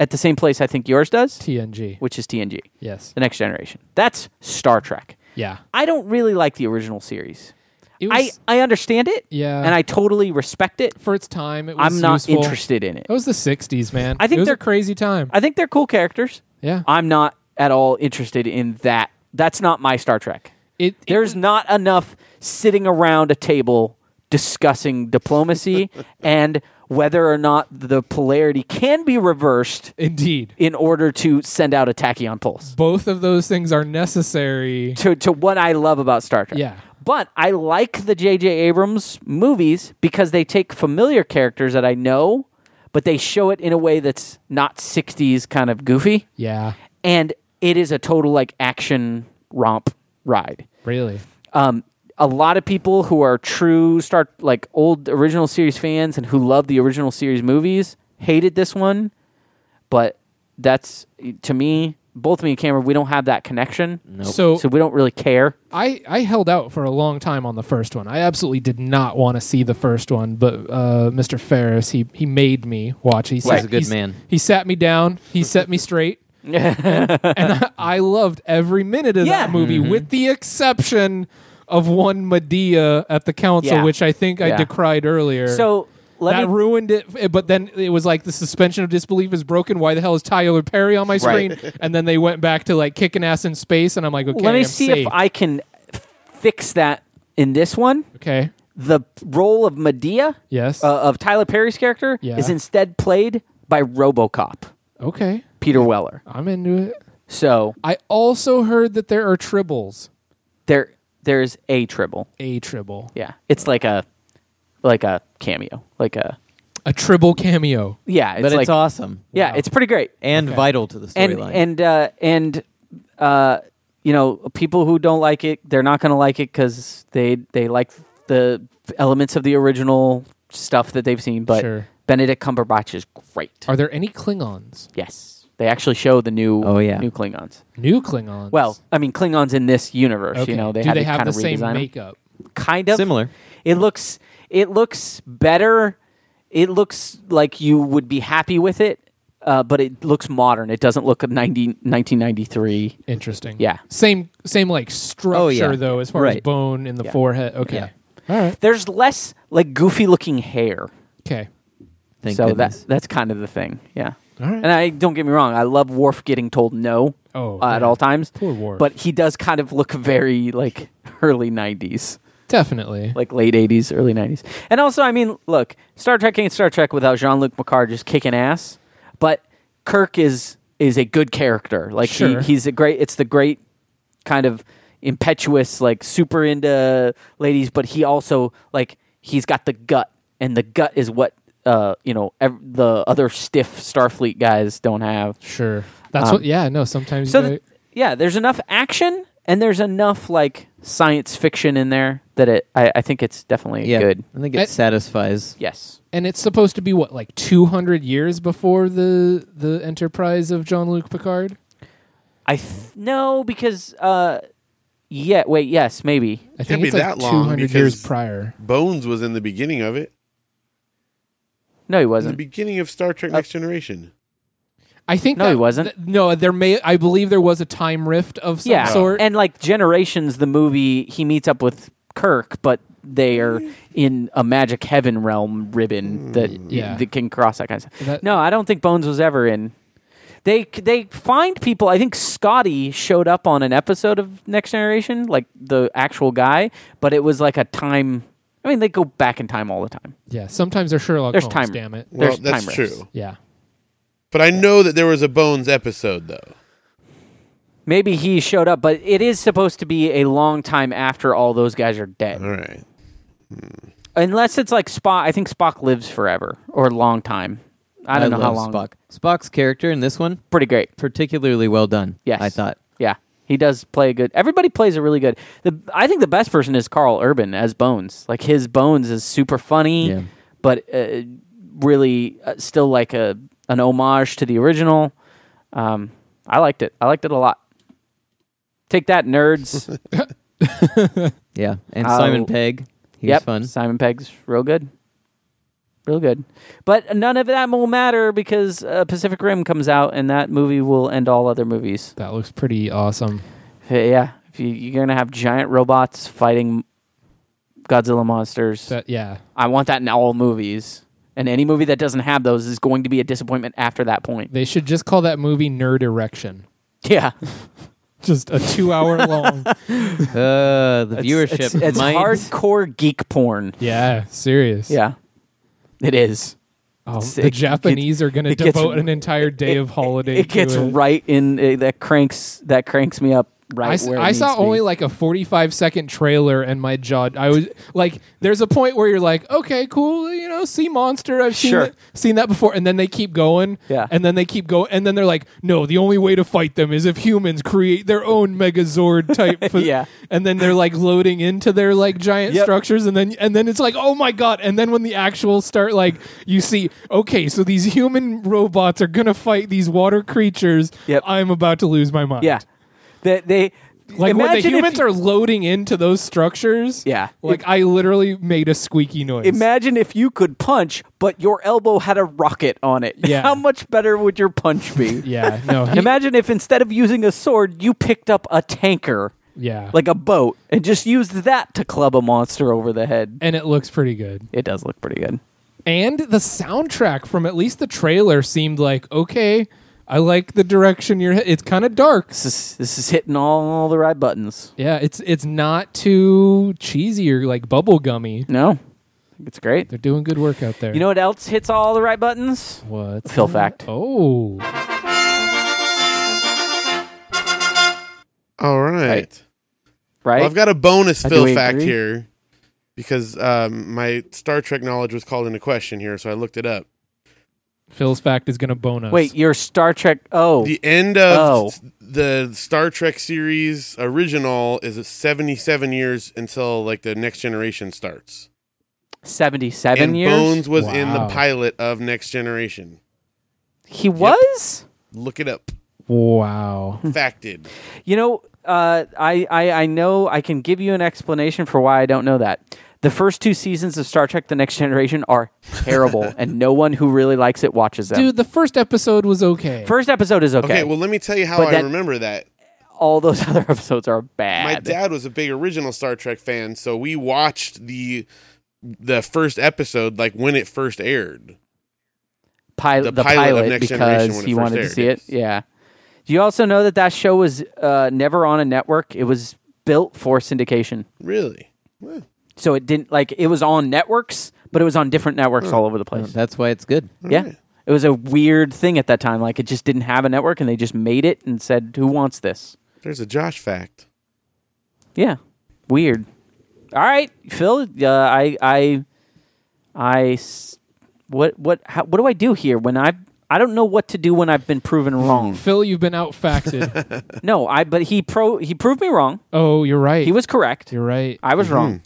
[SPEAKER 1] at the same place I think yours does,
[SPEAKER 2] TNG.
[SPEAKER 1] which is TNG,
[SPEAKER 2] Yes.
[SPEAKER 1] The Next Generation. That's Star Trek.
[SPEAKER 2] Yeah.
[SPEAKER 1] I don't really like the original series.
[SPEAKER 2] It
[SPEAKER 1] I,
[SPEAKER 2] was
[SPEAKER 1] I understand it,
[SPEAKER 2] Yeah.
[SPEAKER 1] and I totally respect it.
[SPEAKER 2] for its time. It was
[SPEAKER 1] I'm not
[SPEAKER 2] useful.
[SPEAKER 1] interested in it.
[SPEAKER 2] That was the '60s, man.
[SPEAKER 1] I think
[SPEAKER 2] it was
[SPEAKER 1] they're-
[SPEAKER 2] a crazy time.
[SPEAKER 1] I think they're cool characters.
[SPEAKER 2] yeah.
[SPEAKER 1] I'm not at all interested in that. That's not my Star Trek.
[SPEAKER 2] it, it
[SPEAKER 1] There's not enough sitting around a table discussing
[SPEAKER 2] *laughs*
[SPEAKER 1] diplomacy and whether or not the polarity can be reversed
[SPEAKER 2] indeed.
[SPEAKER 1] in order to send out a tachyon pulse.
[SPEAKER 2] both of those things are necessary.
[SPEAKER 1] To, to what I love about Star Trek.
[SPEAKER 2] Yeah.
[SPEAKER 1] But I like the J.J. Abrams movies because they take familiar characters that I know, but they show it in a way that's not 60s kind of goofy.
[SPEAKER 2] Yeah,
[SPEAKER 1] And it is a total like action romp ride.
[SPEAKER 2] really.
[SPEAKER 1] um, a lot of people who are true start like old original series fans and who love the original series movies hated this one but that's to me both me and cameron we don't have that connection
[SPEAKER 2] So
[SPEAKER 1] so we don't really care
[SPEAKER 2] I, I held out for a long time on the first one. I absolutely did not want to see the first one, but uh, Mr. Ferris he he made me watch. He sat,
[SPEAKER 4] a good
[SPEAKER 2] he,
[SPEAKER 4] man.
[SPEAKER 2] He sat me down. He set me straight. and I, I loved every minute of
[SPEAKER 1] Yeah.
[SPEAKER 2] that movie, with the exception of one Medea at the council,
[SPEAKER 1] Yeah.
[SPEAKER 2] which I think I
[SPEAKER 1] Yeah.
[SPEAKER 2] decried earlier.
[SPEAKER 1] so Let
[SPEAKER 2] that
[SPEAKER 1] me-
[SPEAKER 2] ruined it. eh, But then it was like the suspension of disbelief is broken. Why the hell is Tyler Perry on my screen?
[SPEAKER 1] *laughs*
[SPEAKER 2] And then they went back to like kicking ass in space, and I'm like, okay,
[SPEAKER 1] Let me
[SPEAKER 2] I'm
[SPEAKER 1] see
[SPEAKER 2] safe.
[SPEAKER 1] if I can fix that in this one.
[SPEAKER 2] okay,
[SPEAKER 1] The role of Medea,
[SPEAKER 2] yes,
[SPEAKER 1] uh, of Tyler Perry's character,
[SPEAKER 2] Yeah.
[SPEAKER 1] is instead played by RoboCop,
[SPEAKER 2] okay,
[SPEAKER 1] Peter Weller.
[SPEAKER 2] I'm into it.
[SPEAKER 1] So
[SPEAKER 2] I also heard that there are tribbles.
[SPEAKER 1] there, there's a tribble.
[SPEAKER 2] A tribble,
[SPEAKER 1] Yeah, it's like a, like a cameo, like a
[SPEAKER 2] a tribble cameo.
[SPEAKER 1] yeah. It's
[SPEAKER 4] but
[SPEAKER 1] like
[SPEAKER 4] it's awesome
[SPEAKER 1] yeah, it's pretty great.
[SPEAKER 4] and vital to the
[SPEAKER 1] and
[SPEAKER 4] storyline.
[SPEAKER 1] and uh, and uh, you know people who don't like it they're not going to like it because they they like the elements of the original stuff that they've seen but
[SPEAKER 2] Sure.
[SPEAKER 1] benedict cumberbatch is great
[SPEAKER 2] Are there any Klingons?
[SPEAKER 1] yes they actually show the new
[SPEAKER 4] Oh, yeah.
[SPEAKER 1] new klingons
[SPEAKER 2] New Klingons.
[SPEAKER 1] well i mean klingons in this universe you know they
[SPEAKER 2] do
[SPEAKER 1] had
[SPEAKER 2] they
[SPEAKER 1] to
[SPEAKER 2] have
[SPEAKER 1] kind
[SPEAKER 2] the
[SPEAKER 1] of
[SPEAKER 2] same
[SPEAKER 1] redesign 'em.
[SPEAKER 2] makeup?
[SPEAKER 1] kind of
[SPEAKER 4] Similar.
[SPEAKER 1] it looks it looks better it looks like you would be happy with it uh, but it looks modern it doesn't look 90, 1993
[SPEAKER 2] Interesting.
[SPEAKER 1] Yeah. Oh,
[SPEAKER 2] Same same like structure
[SPEAKER 4] yeah.
[SPEAKER 2] though, as far as
[SPEAKER 4] Right.
[SPEAKER 2] bone in the
[SPEAKER 1] Yeah.
[SPEAKER 2] forehead. Okay. All right.
[SPEAKER 1] there's less like goofy looking hair.
[SPEAKER 2] Okay.
[SPEAKER 4] Thank
[SPEAKER 1] so
[SPEAKER 4] goodness.
[SPEAKER 1] that that's kind of the thing. Yeah.
[SPEAKER 2] All right.
[SPEAKER 1] And I don't get me wrong, I love Worf getting told no
[SPEAKER 2] Oh,
[SPEAKER 1] uh, at
[SPEAKER 2] yeah.
[SPEAKER 1] all times.
[SPEAKER 2] Poor Worf.
[SPEAKER 1] But he does kind of look very like early 90s,
[SPEAKER 2] Definitely.
[SPEAKER 1] like late 80s, early 90s. And also, I mean, look, Star Trek ain't Star Trek without Jean-Luc Picard just kicking ass, but Kirk is is a good character. Like
[SPEAKER 2] Sure.
[SPEAKER 1] he, he's a great it's the great kind of impetuous, like super into ladies, but he also like he's got the gut, and the gut is what uh you know ev- the other stiff Starfleet guys don't have.
[SPEAKER 2] sure. That's
[SPEAKER 1] Um,
[SPEAKER 2] what yeah, no, sometimes
[SPEAKER 1] So
[SPEAKER 2] you
[SPEAKER 1] th-
[SPEAKER 2] get-
[SPEAKER 1] yeah, there's enough action and there's enough like science fiction in there that it I, I think it's definitely
[SPEAKER 4] yeah,
[SPEAKER 1] good.
[SPEAKER 4] I think
[SPEAKER 2] I-
[SPEAKER 4] it satisfies.
[SPEAKER 1] Yes.
[SPEAKER 2] and it's supposed to be what, like two hundred years before the the enterprise of John Luke Picard?
[SPEAKER 1] I th- no because uh yeah wait yes maybe
[SPEAKER 2] I
[SPEAKER 3] Can't
[SPEAKER 2] think
[SPEAKER 3] be
[SPEAKER 2] it's like
[SPEAKER 3] that long
[SPEAKER 2] two hundred years
[SPEAKER 3] because-
[SPEAKER 2] prior.
[SPEAKER 3] Bones was in the beginning of it.
[SPEAKER 1] no he
[SPEAKER 3] In the
[SPEAKER 1] wasn't Uh,
[SPEAKER 3] beginning of Star Trek Next Generation.
[SPEAKER 2] I think
[SPEAKER 1] No,
[SPEAKER 2] that,
[SPEAKER 1] he wasn't.
[SPEAKER 2] th- no, there may I believe there was a time rift of some
[SPEAKER 1] yeah
[SPEAKER 2] sort.
[SPEAKER 1] and like generations the movie he meets up with kirk but they are in a magic heaven realm ribbon that,
[SPEAKER 2] Mm, Yeah.
[SPEAKER 1] that can cross that kind of stuff
[SPEAKER 2] That-
[SPEAKER 1] no i don't think bones was ever in they they find people i think scotty showed up on an episode of next generation like the actual guy but it was like a time i mean they go back in time all the time
[SPEAKER 2] yeah, sometimes they're Sherlock
[SPEAKER 1] There's
[SPEAKER 2] Holmes,
[SPEAKER 1] time-
[SPEAKER 2] damn it.
[SPEAKER 3] Well,
[SPEAKER 1] There's
[SPEAKER 3] that's
[SPEAKER 1] time rifts.
[SPEAKER 3] true.
[SPEAKER 2] Yeah.
[SPEAKER 3] But I know that there was a Bones episode though.
[SPEAKER 1] maybe he showed up but it is supposed to be a long time after all those guys are dead
[SPEAKER 3] All right.
[SPEAKER 1] unless it's like Spock. I think Spock lives forever or a long time. I don't know how long.
[SPEAKER 4] love Spock. Spock's character in this one
[SPEAKER 1] Pretty great.
[SPEAKER 4] particularly well done.
[SPEAKER 1] Yes,
[SPEAKER 4] I thought.
[SPEAKER 1] Yeah, he does play a good. Everybody plays a really good. The I think the best person is Carl Urban as Bones. Like his Bones is super funny,
[SPEAKER 4] Yeah.
[SPEAKER 1] but uh, really uh, still like a an homage to the original. Um, I liked it. I liked it a lot. Take that, nerds.
[SPEAKER 4] Yeah, and
[SPEAKER 1] I'll-
[SPEAKER 4] Simon Pegg,
[SPEAKER 1] Uh,
[SPEAKER 4] he
[SPEAKER 1] yep, *laughs*
[SPEAKER 4] was fun.
[SPEAKER 1] Simon Pegg's real good, real good. But none of that will matter because uh, Pacific Rim comes out, and that movie will end all other movies.
[SPEAKER 2] That looks pretty awesome.
[SPEAKER 1] Hey, yeah, if you, you're gonna have giant robots fighting Godzilla monsters,
[SPEAKER 2] That yeah.
[SPEAKER 1] I want that in all movies. And any movie that doesn't have those is going to be a disappointment after that point.
[SPEAKER 2] They should just call that movie Nerd Erection.
[SPEAKER 1] Yeah,
[SPEAKER 2] Just a
[SPEAKER 1] *laughs*
[SPEAKER 2] two hour long.
[SPEAKER 4] Uh, the viewership
[SPEAKER 1] It's, it's
[SPEAKER 4] might
[SPEAKER 1] hardcore geek porn.
[SPEAKER 2] yeah, serious.
[SPEAKER 1] Yeah, it is.
[SPEAKER 2] Oh,
[SPEAKER 1] It's-
[SPEAKER 2] the
[SPEAKER 1] it-
[SPEAKER 2] Japanese are going to
[SPEAKER 1] it gets-
[SPEAKER 2] devote an entire day of holiday.
[SPEAKER 1] It
[SPEAKER 2] to
[SPEAKER 1] gets right in uh, that cranks that cranks me up right
[SPEAKER 2] I, s-
[SPEAKER 1] where it
[SPEAKER 2] I saw
[SPEAKER 1] needs to be.
[SPEAKER 2] only like a 45 second trailer and my jaw. I was like, there's a point where you're like, okay, cool, you know, sea monster. I've seen,
[SPEAKER 1] Sure.
[SPEAKER 2] that, seen that before. And then they keep going.
[SPEAKER 1] Yeah.
[SPEAKER 2] And then they keep going. And then they're like, no, the only way to fight them is if humans create their own megazord type.
[SPEAKER 1] *laughs*
[SPEAKER 2] ph-
[SPEAKER 1] Yeah.
[SPEAKER 2] And then they're like loading into their like giant
[SPEAKER 1] Yep.
[SPEAKER 2] structures. And then, and then it's like, oh my God. And then when the actual start, like, you see, okay, so these human robots are going to fight these water creatures.
[SPEAKER 1] Yep.
[SPEAKER 2] I'm about to lose my mind.
[SPEAKER 1] Yeah, that they
[SPEAKER 2] Like when the
[SPEAKER 1] imagine if
[SPEAKER 2] humans
[SPEAKER 1] you-
[SPEAKER 2] are loading into those structures.
[SPEAKER 1] Yeah.
[SPEAKER 2] Like I literally made a squeaky noise.
[SPEAKER 1] Imagine if you could punch, but your elbow had a rocket on it.
[SPEAKER 2] Yeah.
[SPEAKER 1] How much better would your punch be?
[SPEAKER 2] *laughs* yeah. No. he-
[SPEAKER 1] Imagine if instead of using a sword, you picked up a tanker,
[SPEAKER 2] yeah.
[SPEAKER 1] like a boat, and just used that to club a monster over the head.
[SPEAKER 2] and it looks pretty good.
[SPEAKER 1] It does look pretty good.
[SPEAKER 2] And the soundtrack from at least the trailer seemed like, okay, I like the direction you're he- It's kind of dark.
[SPEAKER 1] This is this is hitting all, all the right buttons.
[SPEAKER 2] Yeah, it's it's not too cheesy or like bubblegummy.
[SPEAKER 1] No, I think it's great.
[SPEAKER 2] They're doing good work out there.
[SPEAKER 1] You know what else hits all the right buttons?
[SPEAKER 2] what?
[SPEAKER 1] Phil fact.
[SPEAKER 2] Oh.
[SPEAKER 3] All right.
[SPEAKER 1] Right?
[SPEAKER 3] Well, I've got a bonus
[SPEAKER 1] I
[SPEAKER 3] Phil
[SPEAKER 1] do
[SPEAKER 3] fact
[SPEAKER 1] agree.
[SPEAKER 3] here because um, my Star Trek knowledge was called into question here, so I looked it up.
[SPEAKER 2] Phil's fact is going to bone us.
[SPEAKER 1] Wait, your Star Trek. Oh,
[SPEAKER 3] The end of
[SPEAKER 1] Oh.
[SPEAKER 3] s- the Star Trek series original is 77 years until like the next generation starts.
[SPEAKER 1] 77
[SPEAKER 3] and
[SPEAKER 1] years?
[SPEAKER 3] Bones was in the
[SPEAKER 2] Wow.
[SPEAKER 3] pilot of Next Generation.
[SPEAKER 1] He was?
[SPEAKER 3] Look it up.
[SPEAKER 2] Wow.
[SPEAKER 1] Hmm.
[SPEAKER 3] Facted.
[SPEAKER 1] You know, uh, I, I, I know I can give you an explanation for why I don't know that. The first two seasons of Star Trek The Next Generation are
[SPEAKER 3] *laughs*
[SPEAKER 1] terrible, and no one who really likes it watches them.
[SPEAKER 2] Dude, the first episode was okay.
[SPEAKER 1] First episode is okay.
[SPEAKER 3] Okay, well, let me tell you how
[SPEAKER 1] But
[SPEAKER 3] I
[SPEAKER 1] that-
[SPEAKER 3] remember that.
[SPEAKER 1] All those *laughs* other episodes are bad.
[SPEAKER 3] My dad was a big original Star Trek fan, so we watched the the first episode like when it first aired.
[SPEAKER 1] Pil-
[SPEAKER 3] the
[SPEAKER 1] the,
[SPEAKER 3] pilot of
[SPEAKER 1] pilot,
[SPEAKER 3] Next Generation
[SPEAKER 1] because
[SPEAKER 3] when it
[SPEAKER 1] he
[SPEAKER 3] first
[SPEAKER 1] wanted
[SPEAKER 3] aired,
[SPEAKER 1] to see
[SPEAKER 3] yes.
[SPEAKER 1] it. Yeah. Do you also know that that show was uh, never on a network? It was built for syndication.
[SPEAKER 3] Really? Well,
[SPEAKER 1] So it didn't like it was on networks, but it was on different networks all over the place.
[SPEAKER 4] That's why it's good.
[SPEAKER 1] yeah. It was a weird thing at that time. Like it just didn't have a network and they just made it and said, Who wants this?
[SPEAKER 3] There's a Josh fact.
[SPEAKER 1] Yeah. Weird. All right, Phil, uh, I I I s- what what how, what do I do here when I I don't know what to do when I've been proven
[SPEAKER 2] *laughs*
[SPEAKER 1] wrong.
[SPEAKER 2] Phil, you've
[SPEAKER 1] *laughs*
[SPEAKER 2] been outfacted.
[SPEAKER 1] No, I. But he pro. He proved me wrong.
[SPEAKER 2] oh, you're right.
[SPEAKER 1] He was correct.
[SPEAKER 2] You're right.
[SPEAKER 1] I was wrong.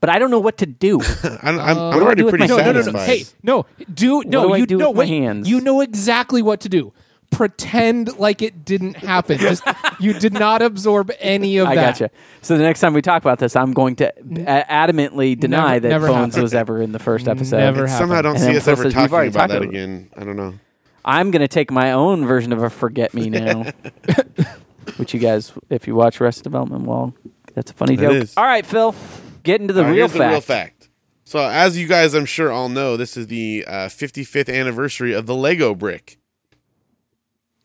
[SPEAKER 1] But I don't know what to do.
[SPEAKER 3] I'm, I'm,
[SPEAKER 1] do
[SPEAKER 3] I'm
[SPEAKER 1] I
[SPEAKER 3] already
[SPEAKER 1] do with
[SPEAKER 3] pretty
[SPEAKER 1] my
[SPEAKER 2] Uh, no, no,
[SPEAKER 3] satisfied.
[SPEAKER 2] no, no. Hey, no. Do no.
[SPEAKER 1] do I
[SPEAKER 2] you
[SPEAKER 1] do
[SPEAKER 2] no,
[SPEAKER 1] with my
[SPEAKER 2] wait.
[SPEAKER 1] hands?
[SPEAKER 2] You know exactly what to do. Pretend like it didn't
[SPEAKER 1] *laughs*
[SPEAKER 2] happen. Just you did not absorb any of
[SPEAKER 1] I
[SPEAKER 2] that.
[SPEAKER 1] gotcha. So the next time we talk about this, I'm going to a- adamantly deny
[SPEAKER 2] Never-
[SPEAKER 1] that
[SPEAKER 2] never
[SPEAKER 1] Bones
[SPEAKER 2] happened.
[SPEAKER 1] was ever in the first episode.
[SPEAKER 2] Never happened.
[SPEAKER 3] Somehow I don't
[SPEAKER 1] And
[SPEAKER 3] see
[SPEAKER 1] then
[SPEAKER 3] us ever
[SPEAKER 1] Phil says, "We've
[SPEAKER 3] talking
[SPEAKER 1] already
[SPEAKER 3] about
[SPEAKER 1] talked
[SPEAKER 3] that
[SPEAKER 1] about it."
[SPEAKER 3] again. I don't know.
[SPEAKER 1] I'm going to take my own version of a forget me
[SPEAKER 2] *laughs*
[SPEAKER 1] now. Which you guys, if you watch Rest Development, well, that's a funny
[SPEAKER 3] It
[SPEAKER 1] joke.
[SPEAKER 3] is.
[SPEAKER 1] All right, Phil, get into the,
[SPEAKER 3] All right,
[SPEAKER 1] real,
[SPEAKER 3] here's
[SPEAKER 1] fact.
[SPEAKER 3] the real fact. So, as you guys, I'm sure, all know, this is the uh, 55th anniversary of the Lego brick.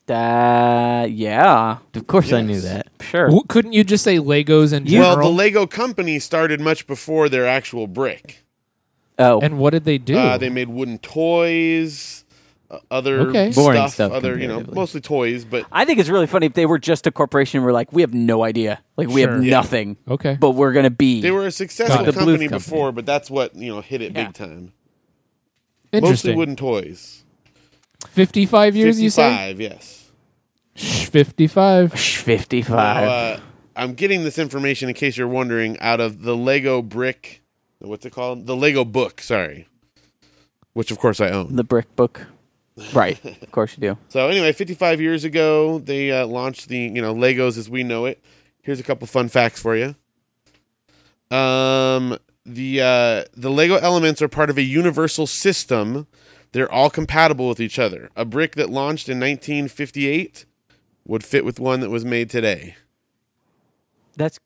[SPEAKER 1] Uh, yeah,
[SPEAKER 4] Of course I knew
[SPEAKER 3] Yes.
[SPEAKER 4] that.
[SPEAKER 1] sure.
[SPEAKER 2] W- Couldn't you just say Legos in
[SPEAKER 3] well,
[SPEAKER 2] general?
[SPEAKER 3] the Lego company started much before their actual brick.
[SPEAKER 1] oh,
[SPEAKER 2] and what did they do?
[SPEAKER 3] Uh, they made wooden toys, uh, other
[SPEAKER 2] Okay.
[SPEAKER 4] Boring
[SPEAKER 3] stuff,
[SPEAKER 4] stuff
[SPEAKER 3] other you know,
[SPEAKER 4] comparatively.
[SPEAKER 3] mostly toys. But
[SPEAKER 1] I think it's really funny if they were just a corporation and were like, we have no idea. Like, we
[SPEAKER 2] Sure.
[SPEAKER 1] have
[SPEAKER 2] Yeah.
[SPEAKER 1] nothing.
[SPEAKER 2] okay.
[SPEAKER 1] But we're going to be.
[SPEAKER 3] they were a successful
[SPEAKER 2] Got it.
[SPEAKER 3] company,
[SPEAKER 4] The Bluth company.
[SPEAKER 3] before. But that's what you know hit it
[SPEAKER 1] Yeah.
[SPEAKER 3] big time. Mostly
[SPEAKER 2] Interesting.
[SPEAKER 3] wooden toys.
[SPEAKER 2] 55 years, you say?
[SPEAKER 3] Fifty-five, yes.
[SPEAKER 2] Shh, 55.
[SPEAKER 1] Shh, 55.
[SPEAKER 3] Now, uh, I'm getting this information in case you're wondering out of the Lego brick. What's it called? The Lego book. Sorry, which of course I own.
[SPEAKER 1] the brick book. Right. of course you do.
[SPEAKER 3] So anyway, 55 years ago, they uh, launched the you know Legos as we know it. Here's a couple fun facts for you. Um, the uh, the Lego elements are part of a universal system. They're all compatible with each other. A brick that launched in 1958 would fit with one that was made today.
[SPEAKER 1] That's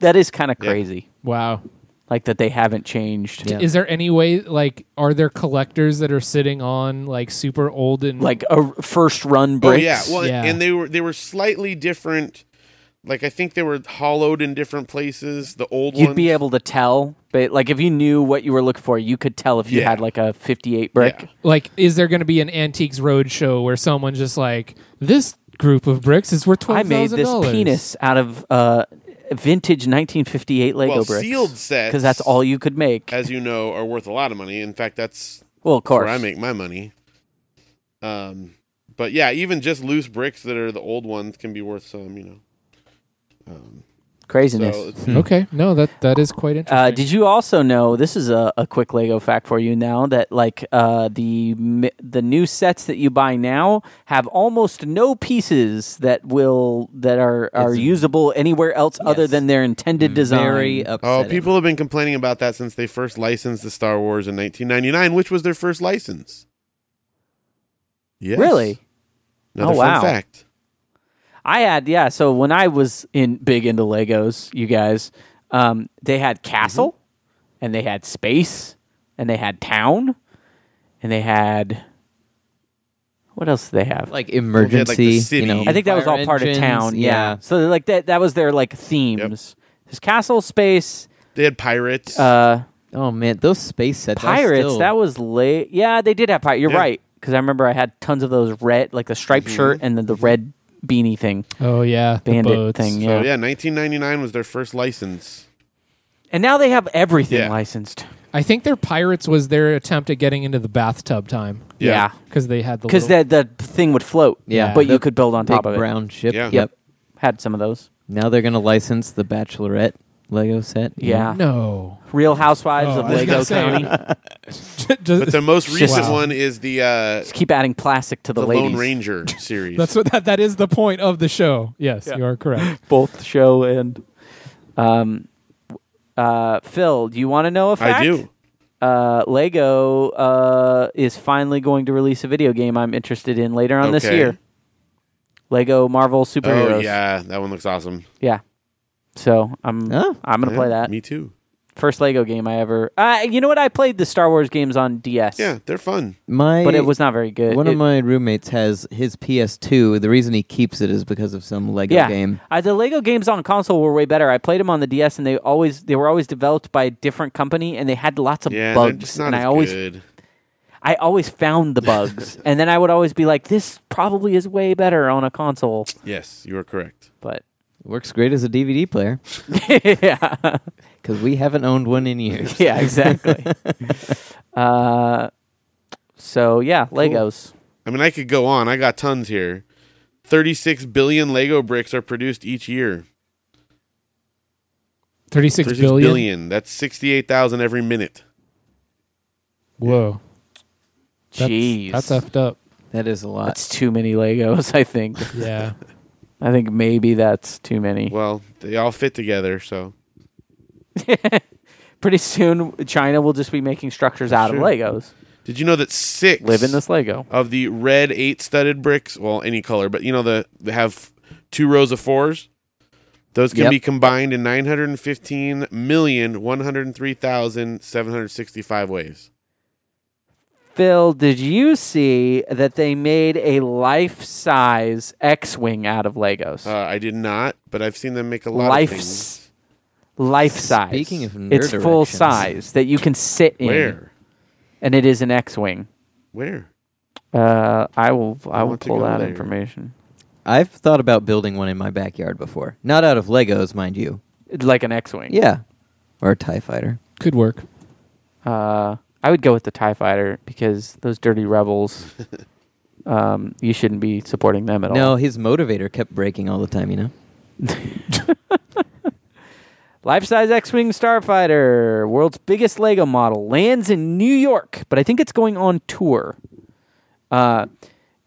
[SPEAKER 1] that is kind of
[SPEAKER 3] Yeah.
[SPEAKER 1] crazy.
[SPEAKER 2] Wow.
[SPEAKER 1] Like that they haven't changed.
[SPEAKER 4] Yeah.
[SPEAKER 2] Is there any way, like, are there collectors that are sitting on, like, super old and.
[SPEAKER 1] Like a r- first run bricks.
[SPEAKER 3] Oh yeah, well,
[SPEAKER 2] Yeah.
[SPEAKER 3] and they were they were slightly different. Like I think they were hollowed in different places. The old
[SPEAKER 1] You'd
[SPEAKER 3] ones.
[SPEAKER 1] be able to tell, but like if you knew what you were looking for, you could tell if you
[SPEAKER 3] Yeah.
[SPEAKER 1] had like a 58 brick.
[SPEAKER 3] Yeah.
[SPEAKER 2] like is there going to be an antiques roadshow where someone's just like this group of bricks is
[SPEAKER 1] I
[SPEAKER 2] worth twelve
[SPEAKER 1] made
[SPEAKER 2] thousand
[SPEAKER 1] this
[SPEAKER 2] dollars?
[SPEAKER 1] penis out of uh, vintage 1958 Lego
[SPEAKER 3] well,
[SPEAKER 1] bricks.
[SPEAKER 3] sealed sets
[SPEAKER 1] because that's all you could make.
[SPEAKER 3] as you know, are worth a lot of money. In fact, that's
[SPEAKER 1] well, of course.
[SPEAKER 3] where I make my money. Um, but yeah, even just loose bricks that are the old ones can be worth some, you know.
[SPEAKER 1] Craziness.
[SPEAKER 3] So it's,
[SPEAKER 2] Okay, no, that that is quite interesting.
[SPEAKER 1] Uh, did you also know this is a, a quick Lego fact for you now that like uh, the mi- the new sets that you buy now have almost no pieces that will that are are usable anywhere else other
[SPEAKER 4] Yes.
[SPEAKER 1] than their intended design.
[SPEAKER 4] Very
[SPEAKER 3] oh,
[SPEAKER 4] upsetting.
[SPEAKER 3] people have been complaining about that since they first licensed the Star Wars in 1999, which was their first license. Yes.
[SPEAKER 1] Really?
[SPEAKER 3] Another
[SPEAKER 1] Oh,
[SPEAKER 3] fun
[SPEAKER 1] wow.
[SPEAKER 3] fact.
[SPEAKER 1] I had yeah. So when I was in big into Legos, you guys,
[SPEAKER 4] Mm-hmm.
[SPEAKER 1] um, they had castle, and they had space, and they had town, and they had what else did they have?
[SPEAKER 4] like
[SPEAKER 3] the
[SPEAKER 4] emergency.
[SPEAKER 3] city.
[SPEAKER 4] you know,
[SPEAKER 3] I
[SPEAKER 1] I think that was
[SPEAKER 4] fire
[SPEAKER 1] all part
[SPEAKER 4] engines,
[SPEAKER 1] of town. Yeah. So like that that was their like themes. There's castle space,
[SPEAKER 3] They had pirates.
[SPEAKER 1] uh
[SPEAKER 4] Oh man, those space sets. I
[SPEAKER 1] pirates.
[SPEAKER 4] still-
[SPEAKER 1] That was late. Yeah, they did have pirates. You're
[SPEAKER 3] Yeah.
[SPEAKER 1] right. Because I remember I had tons of those red, like the striped
[SPEAKER 4] Mhm.
[SPEAKER 1] shirt and then the red beanie thing,
[SPEAKER 2] Oh yeah, the
[SPEAKER 1] bandit
[SPEAKER 2] boats.
[SPEAKER 1] thing.
[SPEAKER 3] so
[SPEAKER 1] Yeah.
[SPEAKER 3] yeah, 1999 was their first license.
[SPEAKER 1] And now they have everything
[SPEAKER 3] Yeah.
[SPEAKER 1] licensed.
[SPEAKER 2] I think their pirates was their attempt at getting into the bathtub time
[SPEAKER 1] Yeah.
[SPEAKER 2] because they had the
[SPEAKER 1] Because
[SPEAKER 2] little-
[SPEAKER 1] that the thing would float.
[SPEAKER 4] Yeah.
[SPEAKER 1] But
[SPEAKER 4] The
[SPEAKER 1] you could build on
[SPEAKER 4] big
[SPEAKER 1] top of it.
[SPEAKER 4] brown ship.
[SPEAKER 3] Yeah.
[SPEAKER 4] Yep.
[SPEAKER 1] Had some of those.
[SPEAKER 4] Now they're gonna license the Bachelorette Lego set. you
[SPEAKER 1] Yeah.
[SPEAKER 2] no. *laughs*
[SPEAKER 1] Real Housewives
[SPEAKER 2] Oh,
[SPEAKER 1] of
[SPEAKER 2] I was
[SPEAKER 1] Lego
[SPEAKER 2] gonna say.
[SPEAKER 1] County.
[SPEAKER 3] But
[SPEAKER 1] *laughs*
[SPEAKER 3] their most recent
[SPEAKER 2] Wow.
[SPEAKER 3] one is the uh,
[SPEAKER 1] Just keep adding plastic to the,
[SPEAKER 3] the
[SPEAKER 1] ladies.
[SPEAKER 3] Lone
[SPEAKER 1] *laughs*
[SPEAKER 3] Ranger
[SPEAKER 2] *laughs*
[SPEAKER 3] series.
[SPEAKER 2] That's what that, that is the point of the show. Yes, you are correct.
[SPEAKER 1] Both show and. Um, uh, Phil, do you want to know a fact?
[SPEAKER 3] I do.
[SPEAKER 1] uh, Lego uh, is finally going to release a video game I'm interested in later on this
[SPEAKER 3] Okay.
[SPEAKER 1] year. Lego Marvel Superheroes.
[SPEAKER 3] Oh yeah, that one looks awesome.
[SPEAKER 1] Yeah. So I'm
[SPEAKER 4] Oh.
[SPEAKER 1] I'm gonna
[SPEAKER 3] Yeah,
[SPEAKER 1] play that
[SPEAKER 3] Me too.
[SPEAKER 1] first Lego game I ever. Uh, you know what? I played the Star Wars games on DS.
[SPEAKER 3] Yeah, they're fun.
[SPEAKER 4] My
[SPEAKER 1] But it was not very good.
[SPEAKER 4] one
[SPEAKER 1] It-
[SPEAKER 4] of my roommates has his PS2. The reason he keeps it is because of some Lego
[SPEAKER 1] yeah.
[SPEAKER 4] game.
[SPEAKER 1] Uh, the Lego games on console were way better. I played them on the DS, and they always they were always developed by a different company, and they had lots of
[SPEAKER 3] Yeah, they're
[SPEAKER 1] bugs.
[SPEAKER 3] just not
[SPEAKER 1] and
[SPEAKER 3] as
[SPEAKER 1] I always
[SPEAKER 3] good.
[SPEAKER 1] I always found the
[SPEAKER 3] *laughs*
[SPEAKER 1] bugs, and then I would always be like, "This probably is way better on a console."
[SPEAKER 3] Yes, you are correct.
[SPEAKER 1] But *laughs*
[SPEAKER 4] Works great as a DVD player
[SPEAKER 1] yeah,
[SPEAKER 4] because we haven't owned one
[SPEAKER 1] *laughs*
[SPEAKER 4] in years.
[SPEAKER 1] yeah,
[SPEAKER 3] *laughs*
[SPEAKER 1] exactly. uh, so yeah, Legos.
[SPEAKER 3] I mean, I could go on. I got tons here. 36 billion Lego bricks are produced each year.
[SPEAKER 2] Thirty six
[SPEAKER 3] 36
[SPEAKER 2] billion.
[SPEAKER 3] billion. That's 68,000 every minute.
[SPEAKER 2] Whoa, that's,
[SPEAKER 1] Jeez,
[SPEAKER 2] that's effed up.
[SPEAKER 4] That is a lot.
[SPEAKER 1] That's too many Legos. I think.
[SPEAKER 2] Yeah,
[SPEAKER 1] I think maybe that's too many.
[SPEAKER 3] Well, they all fit together, so
[SPEAKER 1] Pretty soon, China will just be making structures out
[SPEAKER 3] true.
[SPEAKER 1] of Legos.
[SPEAKER 3] Did you know that 6
[SPEAKER 1] Live in this Lego.
[SPEAKER 3] of the red eight studded bricks, well, any color, but you know the they have two rows of fours. Those can
[SPEAKER 4] Yep.
[SPEAKER 3] be combined in 915,103,765 ways.
[SPEAKER 1] Phil, did you see that they made a life-size X-wing out of Legos?
[SPEAKER 3] Uh, I did not, but I've seen them make a lot
[SPEAKER 1] Life's
[SPEAKER 3] of things.
[SPEAKER 1] life size.
[SPEAKER 4] Speaking of nerd
[SPEAKER 1] it's full
[SPEAKER 4] erections.
[SPEAKER 1] size that you can sit in,
[SPEAKER 3] Where?
[SPEAKER 1] and it is an X-wing.
[SPEAKER 3] Where?
[SPEAKER 1] Uh, I will. I, will
[SPEAKER 3] want to
[SPEAKER 1] pull
[SPEAKER 3] go
[SPEAKER 1] that
[SPEAKER 3] there.
[SPEAKER 1] information.
[SPEAKER 4] I've thought about building one in my backyard before. Not out of Legos, mind you.
[SPEAKER 1] It's Like an X-wing.
[SPEAKER 4] Yeah. Or a TIE fighter.
[SPEAKER 2] could work.
[SPEAKER 1] Uh, I would go with the Tie Fighter because those dirty rebels. um, you shouldn't be supporting them at
[SPEAKER 4] No,
[SPEAKER 1] all.
[SPEAKER 4] his motivator kept breaking all the time, you know?
[SPEAKER 1] Life-size X-wing Starfighter, world's biggest Lego model, lands in New York, but I think it's going on tour. Uh,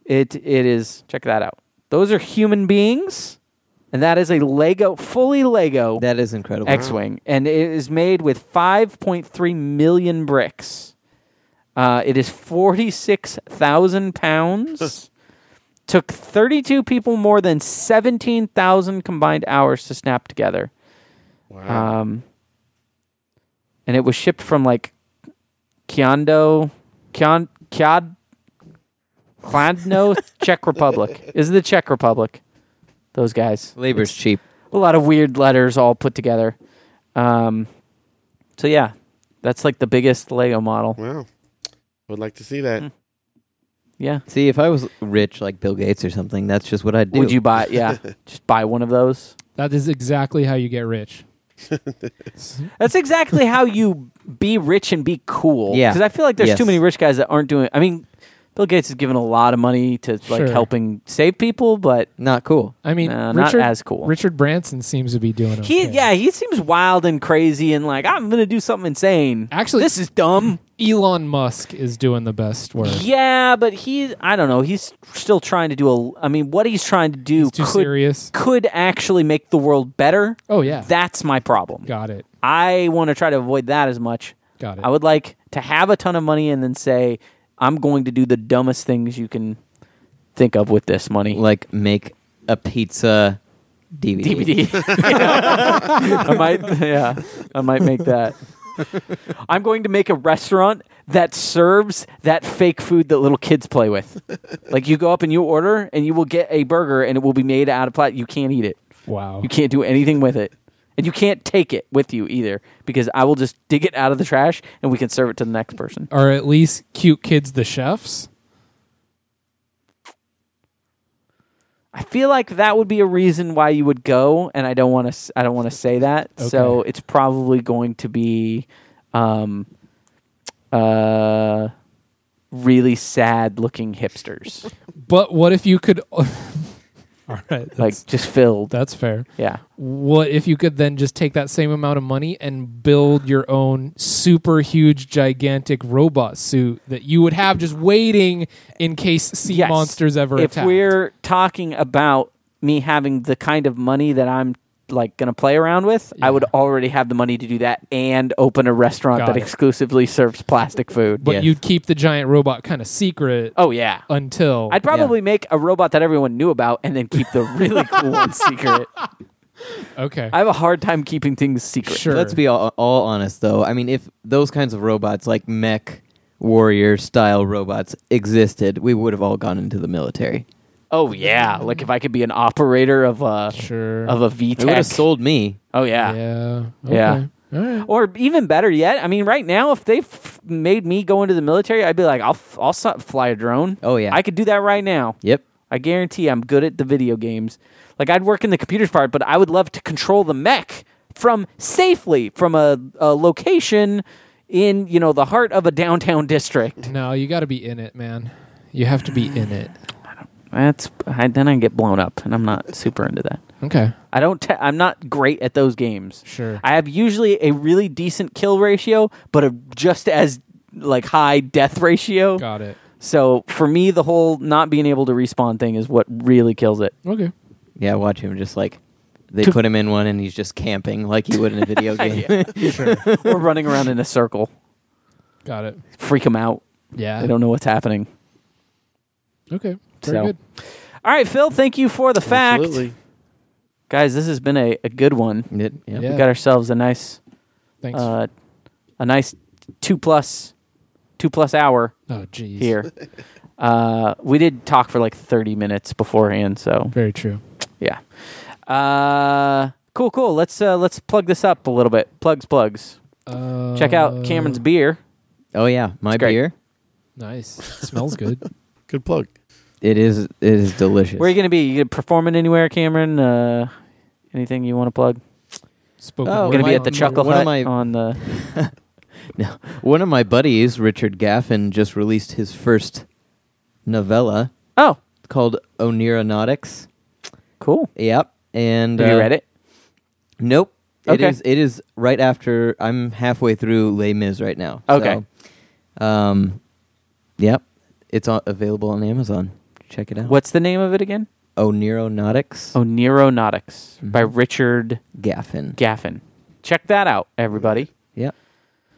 [SPEAKER 1] it it is. Check that out. Those are human beings, and that is a Lego, fully Lego.
[SPEAKER 4] That is incredible.
[SPEAKER 1] X-wing, and it is made with 5.3 million bricks. Uh, it is 46,000 pounds. Took 32 people more than 17,000 combined hours to snap together.
[SPEAKER 3] Wow.
[SPEAKER 1] Um, and it was shipped from like Kyondo, Kyon, Kyod, Kladno, Czech Republic. Is it the Czech Republic? Those guys
[SPEAKER 4] Labor's cheap.
[SPEAKER 1] a lot of weird letters all put together. Um, so yeah, that's like the biggest Lego model.
[SPEAKER 3] wow. Would like to see
[SPEAKER 1] Hmm.
[SPEAKER 3] that.
[SPEAKER 1] Yeah.
[SPEAKER 4] See, if I was rich like Bill Gates or something, that's just what I'd do.
[SPEAKER 1] Would you buy? Yeah, just buy one of those.
[SPEAKER 2] That is exactly how you get rich.
[SPEAKER 1] That's exactly how you be rich and be cool.
[SPEAKER 4] Yeah.
[SPEAKER 1] Because I feel like there's
[SPEAKER 4] Yes.
[SPEAKER 1] too many rich guys that aren't doing. I mean, Bill Gates has given a lot of money to like
[SPEAKER 2] Sure.
[SPEAKER 1] helping save people, but
[SPEAKER 4] Not cool.
[SPEAKER 2] I mean,
[SPEAKER 1] No, not
[SPEAKER 2] Richard,
[SPEAKER 1] as cool.
[SPEAKER 2] Richard Branson seems to be doing okay.
[SPEAKER 1] he yeah he seems wild and crazy and like I'm gonna do something insane.
[SPEAKER 2] Actually-
[SPEAKER 1] this is dumb.
[SPEAKER 2] Elon Musk is doing the best work.
[SPEAKER 1] Yeah, but he I don't know. He's still trying to do a. I mean, what he's trying to do
[SPEAKER 2] Too
[SPEAKER 1] could
[SPEAKER 2] serious.
[SPEAKER 1] could actually make the world better.
[SPEAKER 2] Oh yeah,
[SPEAKER 1] That's my problem.
[SPEAKER 2] got it.
[SPEAKER 1] I want to try to avoid that as much.
[SPEAKER 2] Got it.
[SPEAKER 1] I would like to have a ton of money and then say, I'm going to do the dumbest things you can think of with this money.
[SPEAKER 4] Like make a pizza DVD.
[SPEAKER 1] DVD. *laughs* I might, yeah, I might make that. I'm going to make a restaurant that serves that fake food that little kids play with. like you go up and you order, and you will get a burger, and it will be made out of plastic. You can't eat it.
[SPEAKER 2] Wow.
[SPEAKER 1] You can't do anything with it. And you can't take it with you either because I will just dig it out of the trash and we can serve it to the next person.
[SPEAKER 2] Are at least cute kids the chefs?
[SPEAKER 1] I feel like that would be a reason why you would go and I don't want to I don't want to say that. So
[SPEAKER 2] Okay.
[SPEAKER 1] it's probably going to be um uh really sad looking hipsters.
[SPEAKER 2] But what if you could? *laughs* All right, that's,
[SPEAKER 1] like just filled.
[SPEAKER 2] that's fair.
[SPEAKER 1] Yeah.
[SPEAKER 2] What if you could then just take that same amount of money and build your own super huge, gigantic robot suit that you would have just waiting in case sea
[SPEAKER 1] Yes.
[SPEAKER 2] monsters ever
[SPEAKER 1] if
[SPEAKER 2] attack?
[SPEAKER 1] we're talking about me having the kind of money that i'm like gonna play around with i would already have the money to do that and open a restaurant
[SPEAKER 2] Got
[SPEAKER 1] that
[SPEAKER 2] it.
[SPEAKER 1] exclusively serves plastic food
[SPEAKER 2] but
[SPEAKER 4] Yes.
[SPEAKER 2] you'd keep the giant robot kind of secret
[SPEAKER 1] oh yeah
[SPEAKER 2] until
[SPEAKER 1] i'd probably make a robot that everyone knew about and then keep the really cool one secret
[SPEAKER 2] okay.
[SPEAKER 1] i have a hard time keeping things secret
[SPEAKER 2] sure.
[SPEAKER 4] Let's be all, all honest, though. I mean, if those kinds of robots, like mech warrior style robots, existed, we would have all gone into the military.
[SPEAKER 1] oh yeah like if i could be an operator of a
[SPEAKER 2] Sure.
[SPEAKER 1] of a
[SPEAKER 4] They would have
[SPEAKER 1] vtech
[SPEAKER 4] sold me.
[SPEAKER 1] oh yeah.
[SPEAKER 2] Yeah.
[SPEAKER 1] Yeah.
[SPEAKER 2] Okay. All right.
[SPEAKER 1] Or even better yet, I mean, right now, if they f- made me go into the military, I'd be like, I'll, f- I'll so- fly a drone.
[SPEAKER 4] Oh, yeah.
[SPEAKER 1] I could do that right now.
[SPEAKER 4] Yep.
[SPEAKER 1] I guarantee I'm good at the video games. Like, I'd work in the computers part, but I would love to control the mech from safely from a, a location in, you know, the heart of a downtown district.
[SPEAKER 2] No, you got to be in it, man. You have to be in it.
[SPEAKER 1] That's, I, then I get blown up, and I'm not super into that.
[SPEAKER 2] *sighs* Okay.
[SPEAKER 1] I don't. Te- I'm not great at those games.
[SPEAKER 2] Sure.
[SPEAKER 1] I have usually a really decent kill ratio, but a just as like high death ratio.
[SPEAKER 2] Got it.
[SPEAKER 1] So for me, the whole not being able to respawn thing is what really kills it. *laughs*
[SPEAKER 2] Okay.
[SPEAKER 4] Yeah, watch him just like they put him in one and he's just camping like you would in
[SPEAKER 1] *laughs*
[SPEAKER 4] a video game.
[SPEAKER 1] Or running around in a circle,
[SPEAKER 2] Got it.
[SPEAKER 1] freak them out.
[SPEAKER 2] Yeah.
[SPEAKER 1] They don't know what's happening.
[SPEAKER 2] Okay. Very
[SPEAKER 1] So-
[SPEAKER 2] good.
[SPEAKER 1] All right, Phil. Thank you for the fact,
[SPEAKER 3] Absolutely.
[SPEAKER 1] guys. This has been a, a good one.
[SPEAKER 4] *laughs* It- yep.
[SPEAKER 2] Yeah.
[SPEAKER 1] We got ourselves a nice,
[SPEAKER 2] Thanks.
[SPEAKER 1] uh, a nice two plus, two plus hour
[SPEAKER 2] oh, geez.
[SPEAKER 1] here. Uh, we did talk for like 30 minutes beforehand, so
[SPEAKER 2] Very true.
[SPEAKER 1] yeah. Uh, cool, cool. Let's uh, let's plug this up a little bit. Plugs, plugs.
[SPEAKER 2] Uh,
[SPEAKER 1] Check out Cameron's beer.
[SPEAKER 4] Oh yeah, my
[SPEAKER 1] It's great.
[SPEAKER 4] beer.
[SPEAKER 2] Nice. Smells
[SPEAKER 1] *laughs*
[SPEAKER 2] good.
[SPEAKER 3] Good plug.
[SPEAKER 4] It is it is delicious.
[SPEAKER 1] Where are you gonna be? You gonna performing anywhere, Cameron? Uh, anything you want to plug?
[SPEAKER 2] Spoken
[SPEAKER 4] Oh,
[SPEAKER 2] word.
[SPEAKER 1] gonna be
[SPEAKER 4] my-
[SPEAKER 1] at the
[SPEAKER 4] my-
[SPEAKER 1] Chuckle
[SPEAKER 4] one of
[SPEAKER 1] Hut
[SPEAKER 4] my-
[SPEAKER 1] on the.
[SPEAKER 4] One of my buddies, Richard Gaffin, just released his first novella
[SPEAKER 1] Oh,
[SPEAKER 4] called Oneronautics.
[SPEAKER 1] cool.
[SPEAKER 4] Yep. And
[SPEAKER 1] Have you
[SPEAKER 4] uh,
[SPEAKER 1] read it?
[SPEAKER 4] Nope. It
[SPEAKER 1] Okay.
[SPEAKER 4] is it is right after I'm halfway through Les Mis right now.
[SPEAKER 1] Okay.
[SPEAKER 4] So, um Yep. It's on, available on Amazon. Check it out. Oh,
[SPEAKER 1] What's the name of it again? Mm-hmm.
[SPEAKER 4] Oneronautics
[SPEAKER 1] Oh, Neuronautics by Richard
[SPEAKER 4] Gaffin.
[SPEAKER 1] Gaffin. Check that out, everybody.
[SPEAKER 4] Yep.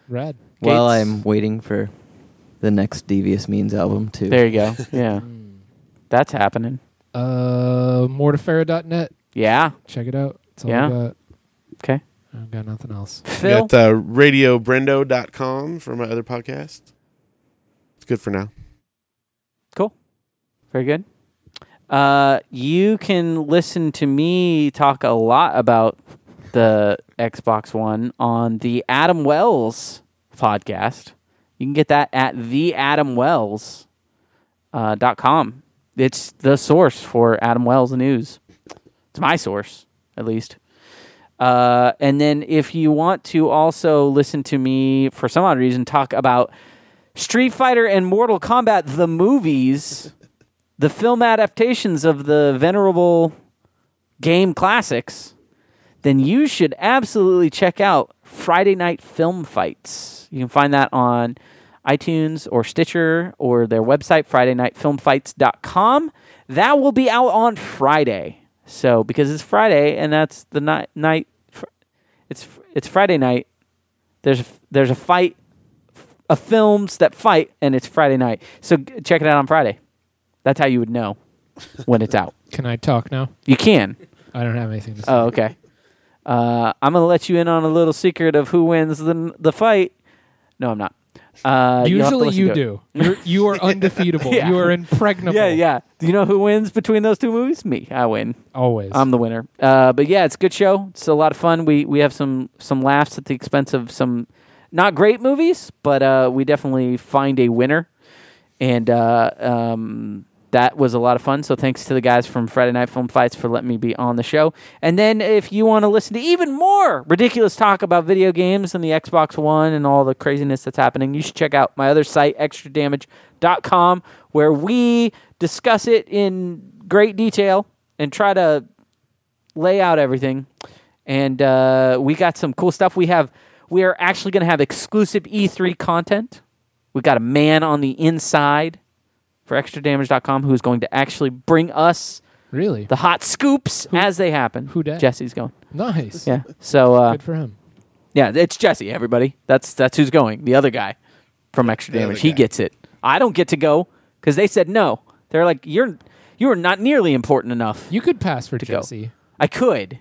[SPEAKER 2] Rad.
[SPEAKER 4] While
[SPEAKER 1] Gates.
[SPEAKER 4] I'm waiting for the next Devious Means album to
[SPEAKER 1] There you go. Yeah, that's happening.
[SPEAKER 2] Hmm. Uh, mortifera.net.
[SPEAKER 1] Yeah.
[SPEAKER 2] Check it out. It's all
[SPEAKER 1] Yeah.
[SPEAKER 2] I got.
[SPEAKER 1] Okay.
[SPEAKER 2] I don't got nothing else.
[SPEAKER 3] We
[SPEAKER 1] Phil.
[SPEAKER 3] got uh, radiobrendo.com for my other podcast. It's good for now.
[SPEAKER 1] Very good. Uh, you can listen to me talk a lot about the Xbox One on the Adam Wells podcast. You can get that at theadamwells.com. Uh, dot com. it's the source for Adam Wells news. It's my source, at least. Uh, and then if you want to also listen to me, for some odd reason, talk about Street Fighter and Mortal Kombat, the movies the film adaptations of the venerable game classics, then you should absolutely check out Friday Night Film Fights. You can find that on iTunes or Stitcher or their website, FridayNightFilmFights.com. That will be out on Friday. So, because it's Friday and that's the night, night fr- it's fr- it's Friday night. There's a, f- there's a fight, f- a films that fight, and it's Friday night. So g- check it out on Friday. That's how you would know when it's out.
[SPEAKER 2] Can I talk now?
[SPEAKER 1] You can.
[SPEAKER 2] I don't have anything to say.
[SPEAKER 1] Oh, okay. Uh, I'm gonna let you in on a little secret of who wins the the fight. No, I'm not. Uh, you'll have to
[SPEAKER 2] Usually
[SPEAKER 1] listen
[SPEAKER 2] you
[SPEAKER 1] to it.
[SPEAKER 2] do. You're, you are
[SPEAKER 1] *laughs*
[SPEAKER 2] undefeatable.
[SPEAKER 1] Yeah.
[SPEAKER 2] You are impregnable.
[SPEAKER 1] Yeah, yeah. Do you know who wins between those two movies? Me. I win.
[SPEAKER 2] Always.
[SPEAKER 1] I'm the winner. Uh, but yeah, it's a good show. It's a lot of fun. We we have some some laughs at the expense of some not great movies, but uh, we definitely find a winner, and uh, um, that was a lot of fun. So thanks to the guys from Friday Night Film Fights for letting me be on the show. And then if you want to listen to even more ridiculous talk about video games and the Xbox One and all the craziness that's happening, you should check out my other site, extradamage.com, where we discuss it in great detail and try to lay out everything. And uh, we got some cool stuff. We have we are actually going to have exclusive E3 content. We got a man on the inside for extradamage.com who is going to actually bring us
[SPEAKER 2] really
[SPEAKER 1] the hot scoops as they happen.
[SPEAKER 2] who dat?
[SPEAKER 1] Jesse's going.
[SPEAKER 2] nice.
[SPEAKER 1] Yeah. So uh,
[SPEAKER 2] Good for him.
[SPEAKER 1] yeah, it's Jesse. Everybody. That's that's who's going. The other guy from Extra
[SPEAKER 3] the other
[SPEAKER 1] Damage. He
[SPEAKER 3] guy.
[SPEAKER 1] gets it. I don't get to go because they said no. They're like you're you are not nearly important enough.
[SPEAKER 2] You could pass for
[SPEAKER 1] go.
[SPEAKER 2] Jesse.
[SPEAKER 1] I could.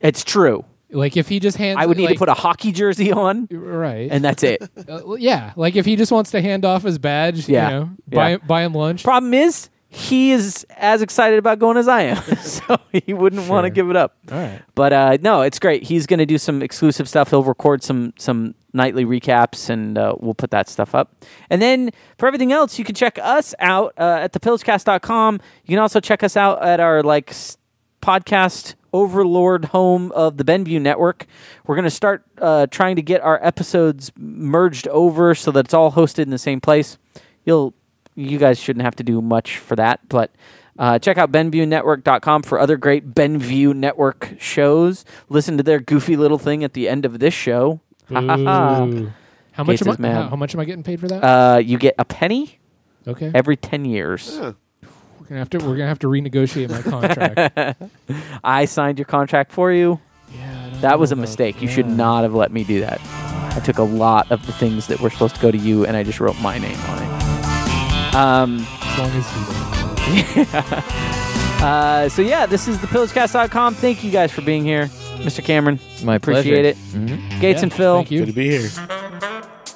[SPEAKER 1] It's true.
[SPEAKER 2] Like if he just hands.
[SPEAKER 1] I would need
[SPEAKER 2] like,
[SPEAKER 1] to put a hockey jersey on,
[SPEAKER 2] right.
[SPEAKER 1] and that's
[SPEAKER 2] *laughs*
[SPEAKER 1] it.
[SPEAKER 2] Uh, well, yeah, like if he just wants to hand off his badge,
[SPEAKER 1] Yeah.
[SPEAKER 2] you know, buy
[SPEAKER 1] Yeah.
[SPEAKER 2] buy him lunch.
[SPEAKER 1] Problem is, he is as excited about going as I am, *laughs* so he wouldn't want to
[SPEAKER 2] Sure.
[SPEAKER 1] give it up. *laughs*
[SPEAKER 2] All right.
[SPEAKER 1] But uh, no, it's great. He's going to do some exclusive stuff. He'll record some some nightly recaps, and uh, we'll put that stuff up. And then for everything else, you can check us out uh, at thepillagecast.com. You can also check us out at our like s- podcast overlord home of the Benview Network. We're going to start uh, trying to get our episodes merged over so that it's all hosted in the same place. You'll you guys shouldn't have to do much for that, but uh, check out BenviewNetwork.com for other great Benview Network shows. Listen to their goofy little thing at the end of this show. *laughs* Ha, ha, ha.
[SPEAKER 2] Ooh. How much
[SPEAKER 1] Gates
[SPEAKER 2] am I,
[SPEAKER 1] is mad.
[SPEAKER 2] how, how much am I getting paid for that?
[SPEAKER 1] uh, you get a penny
[SPEAKER 2] okay.
[SPEAKER 1] every 10 years.
[SPEAKER 2] we're going to have to we're going to have to
[SPEAKER 1] *laughs*
[SPEAKER 2] renegotiate my contract.
[SPEAKER 1] I signed your contract for you.
[SPEAKER 2] yeah. I don't
[SPEAKER 1] That was a
[SPEAKER 2] know about
[SPEAKER 1] mistake. You should
[SPEAKER 2] that.
[SPEAKER 1] not have let me do that. I took a lot of the things that were supposed to go to you, and I just wrote my name on it. Um,
[SPEAKER 2] As long as he doesn't.
[SPEAKER 1] *laughs* uh, so, yeah, this is thepillagecast.com. Thank you guys for being here, Mr. Cameron.
[SPEAKER 4] My
[SPEAKER 1] Appreciate it. Gates
[SPEAKER 2] Mm-hmm. Yeah,
[SPEAKER 1] and Phil.
[SPEAKER 2] Thank
[SPEAKER 3] Good to
[SPEAKER 2] you.
[SPEAKER 3] be here.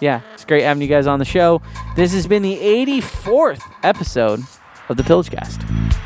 [SPEAKER 1] yeah, it's great having you guys on the show. This has been the 84th episode of the Pillagecast.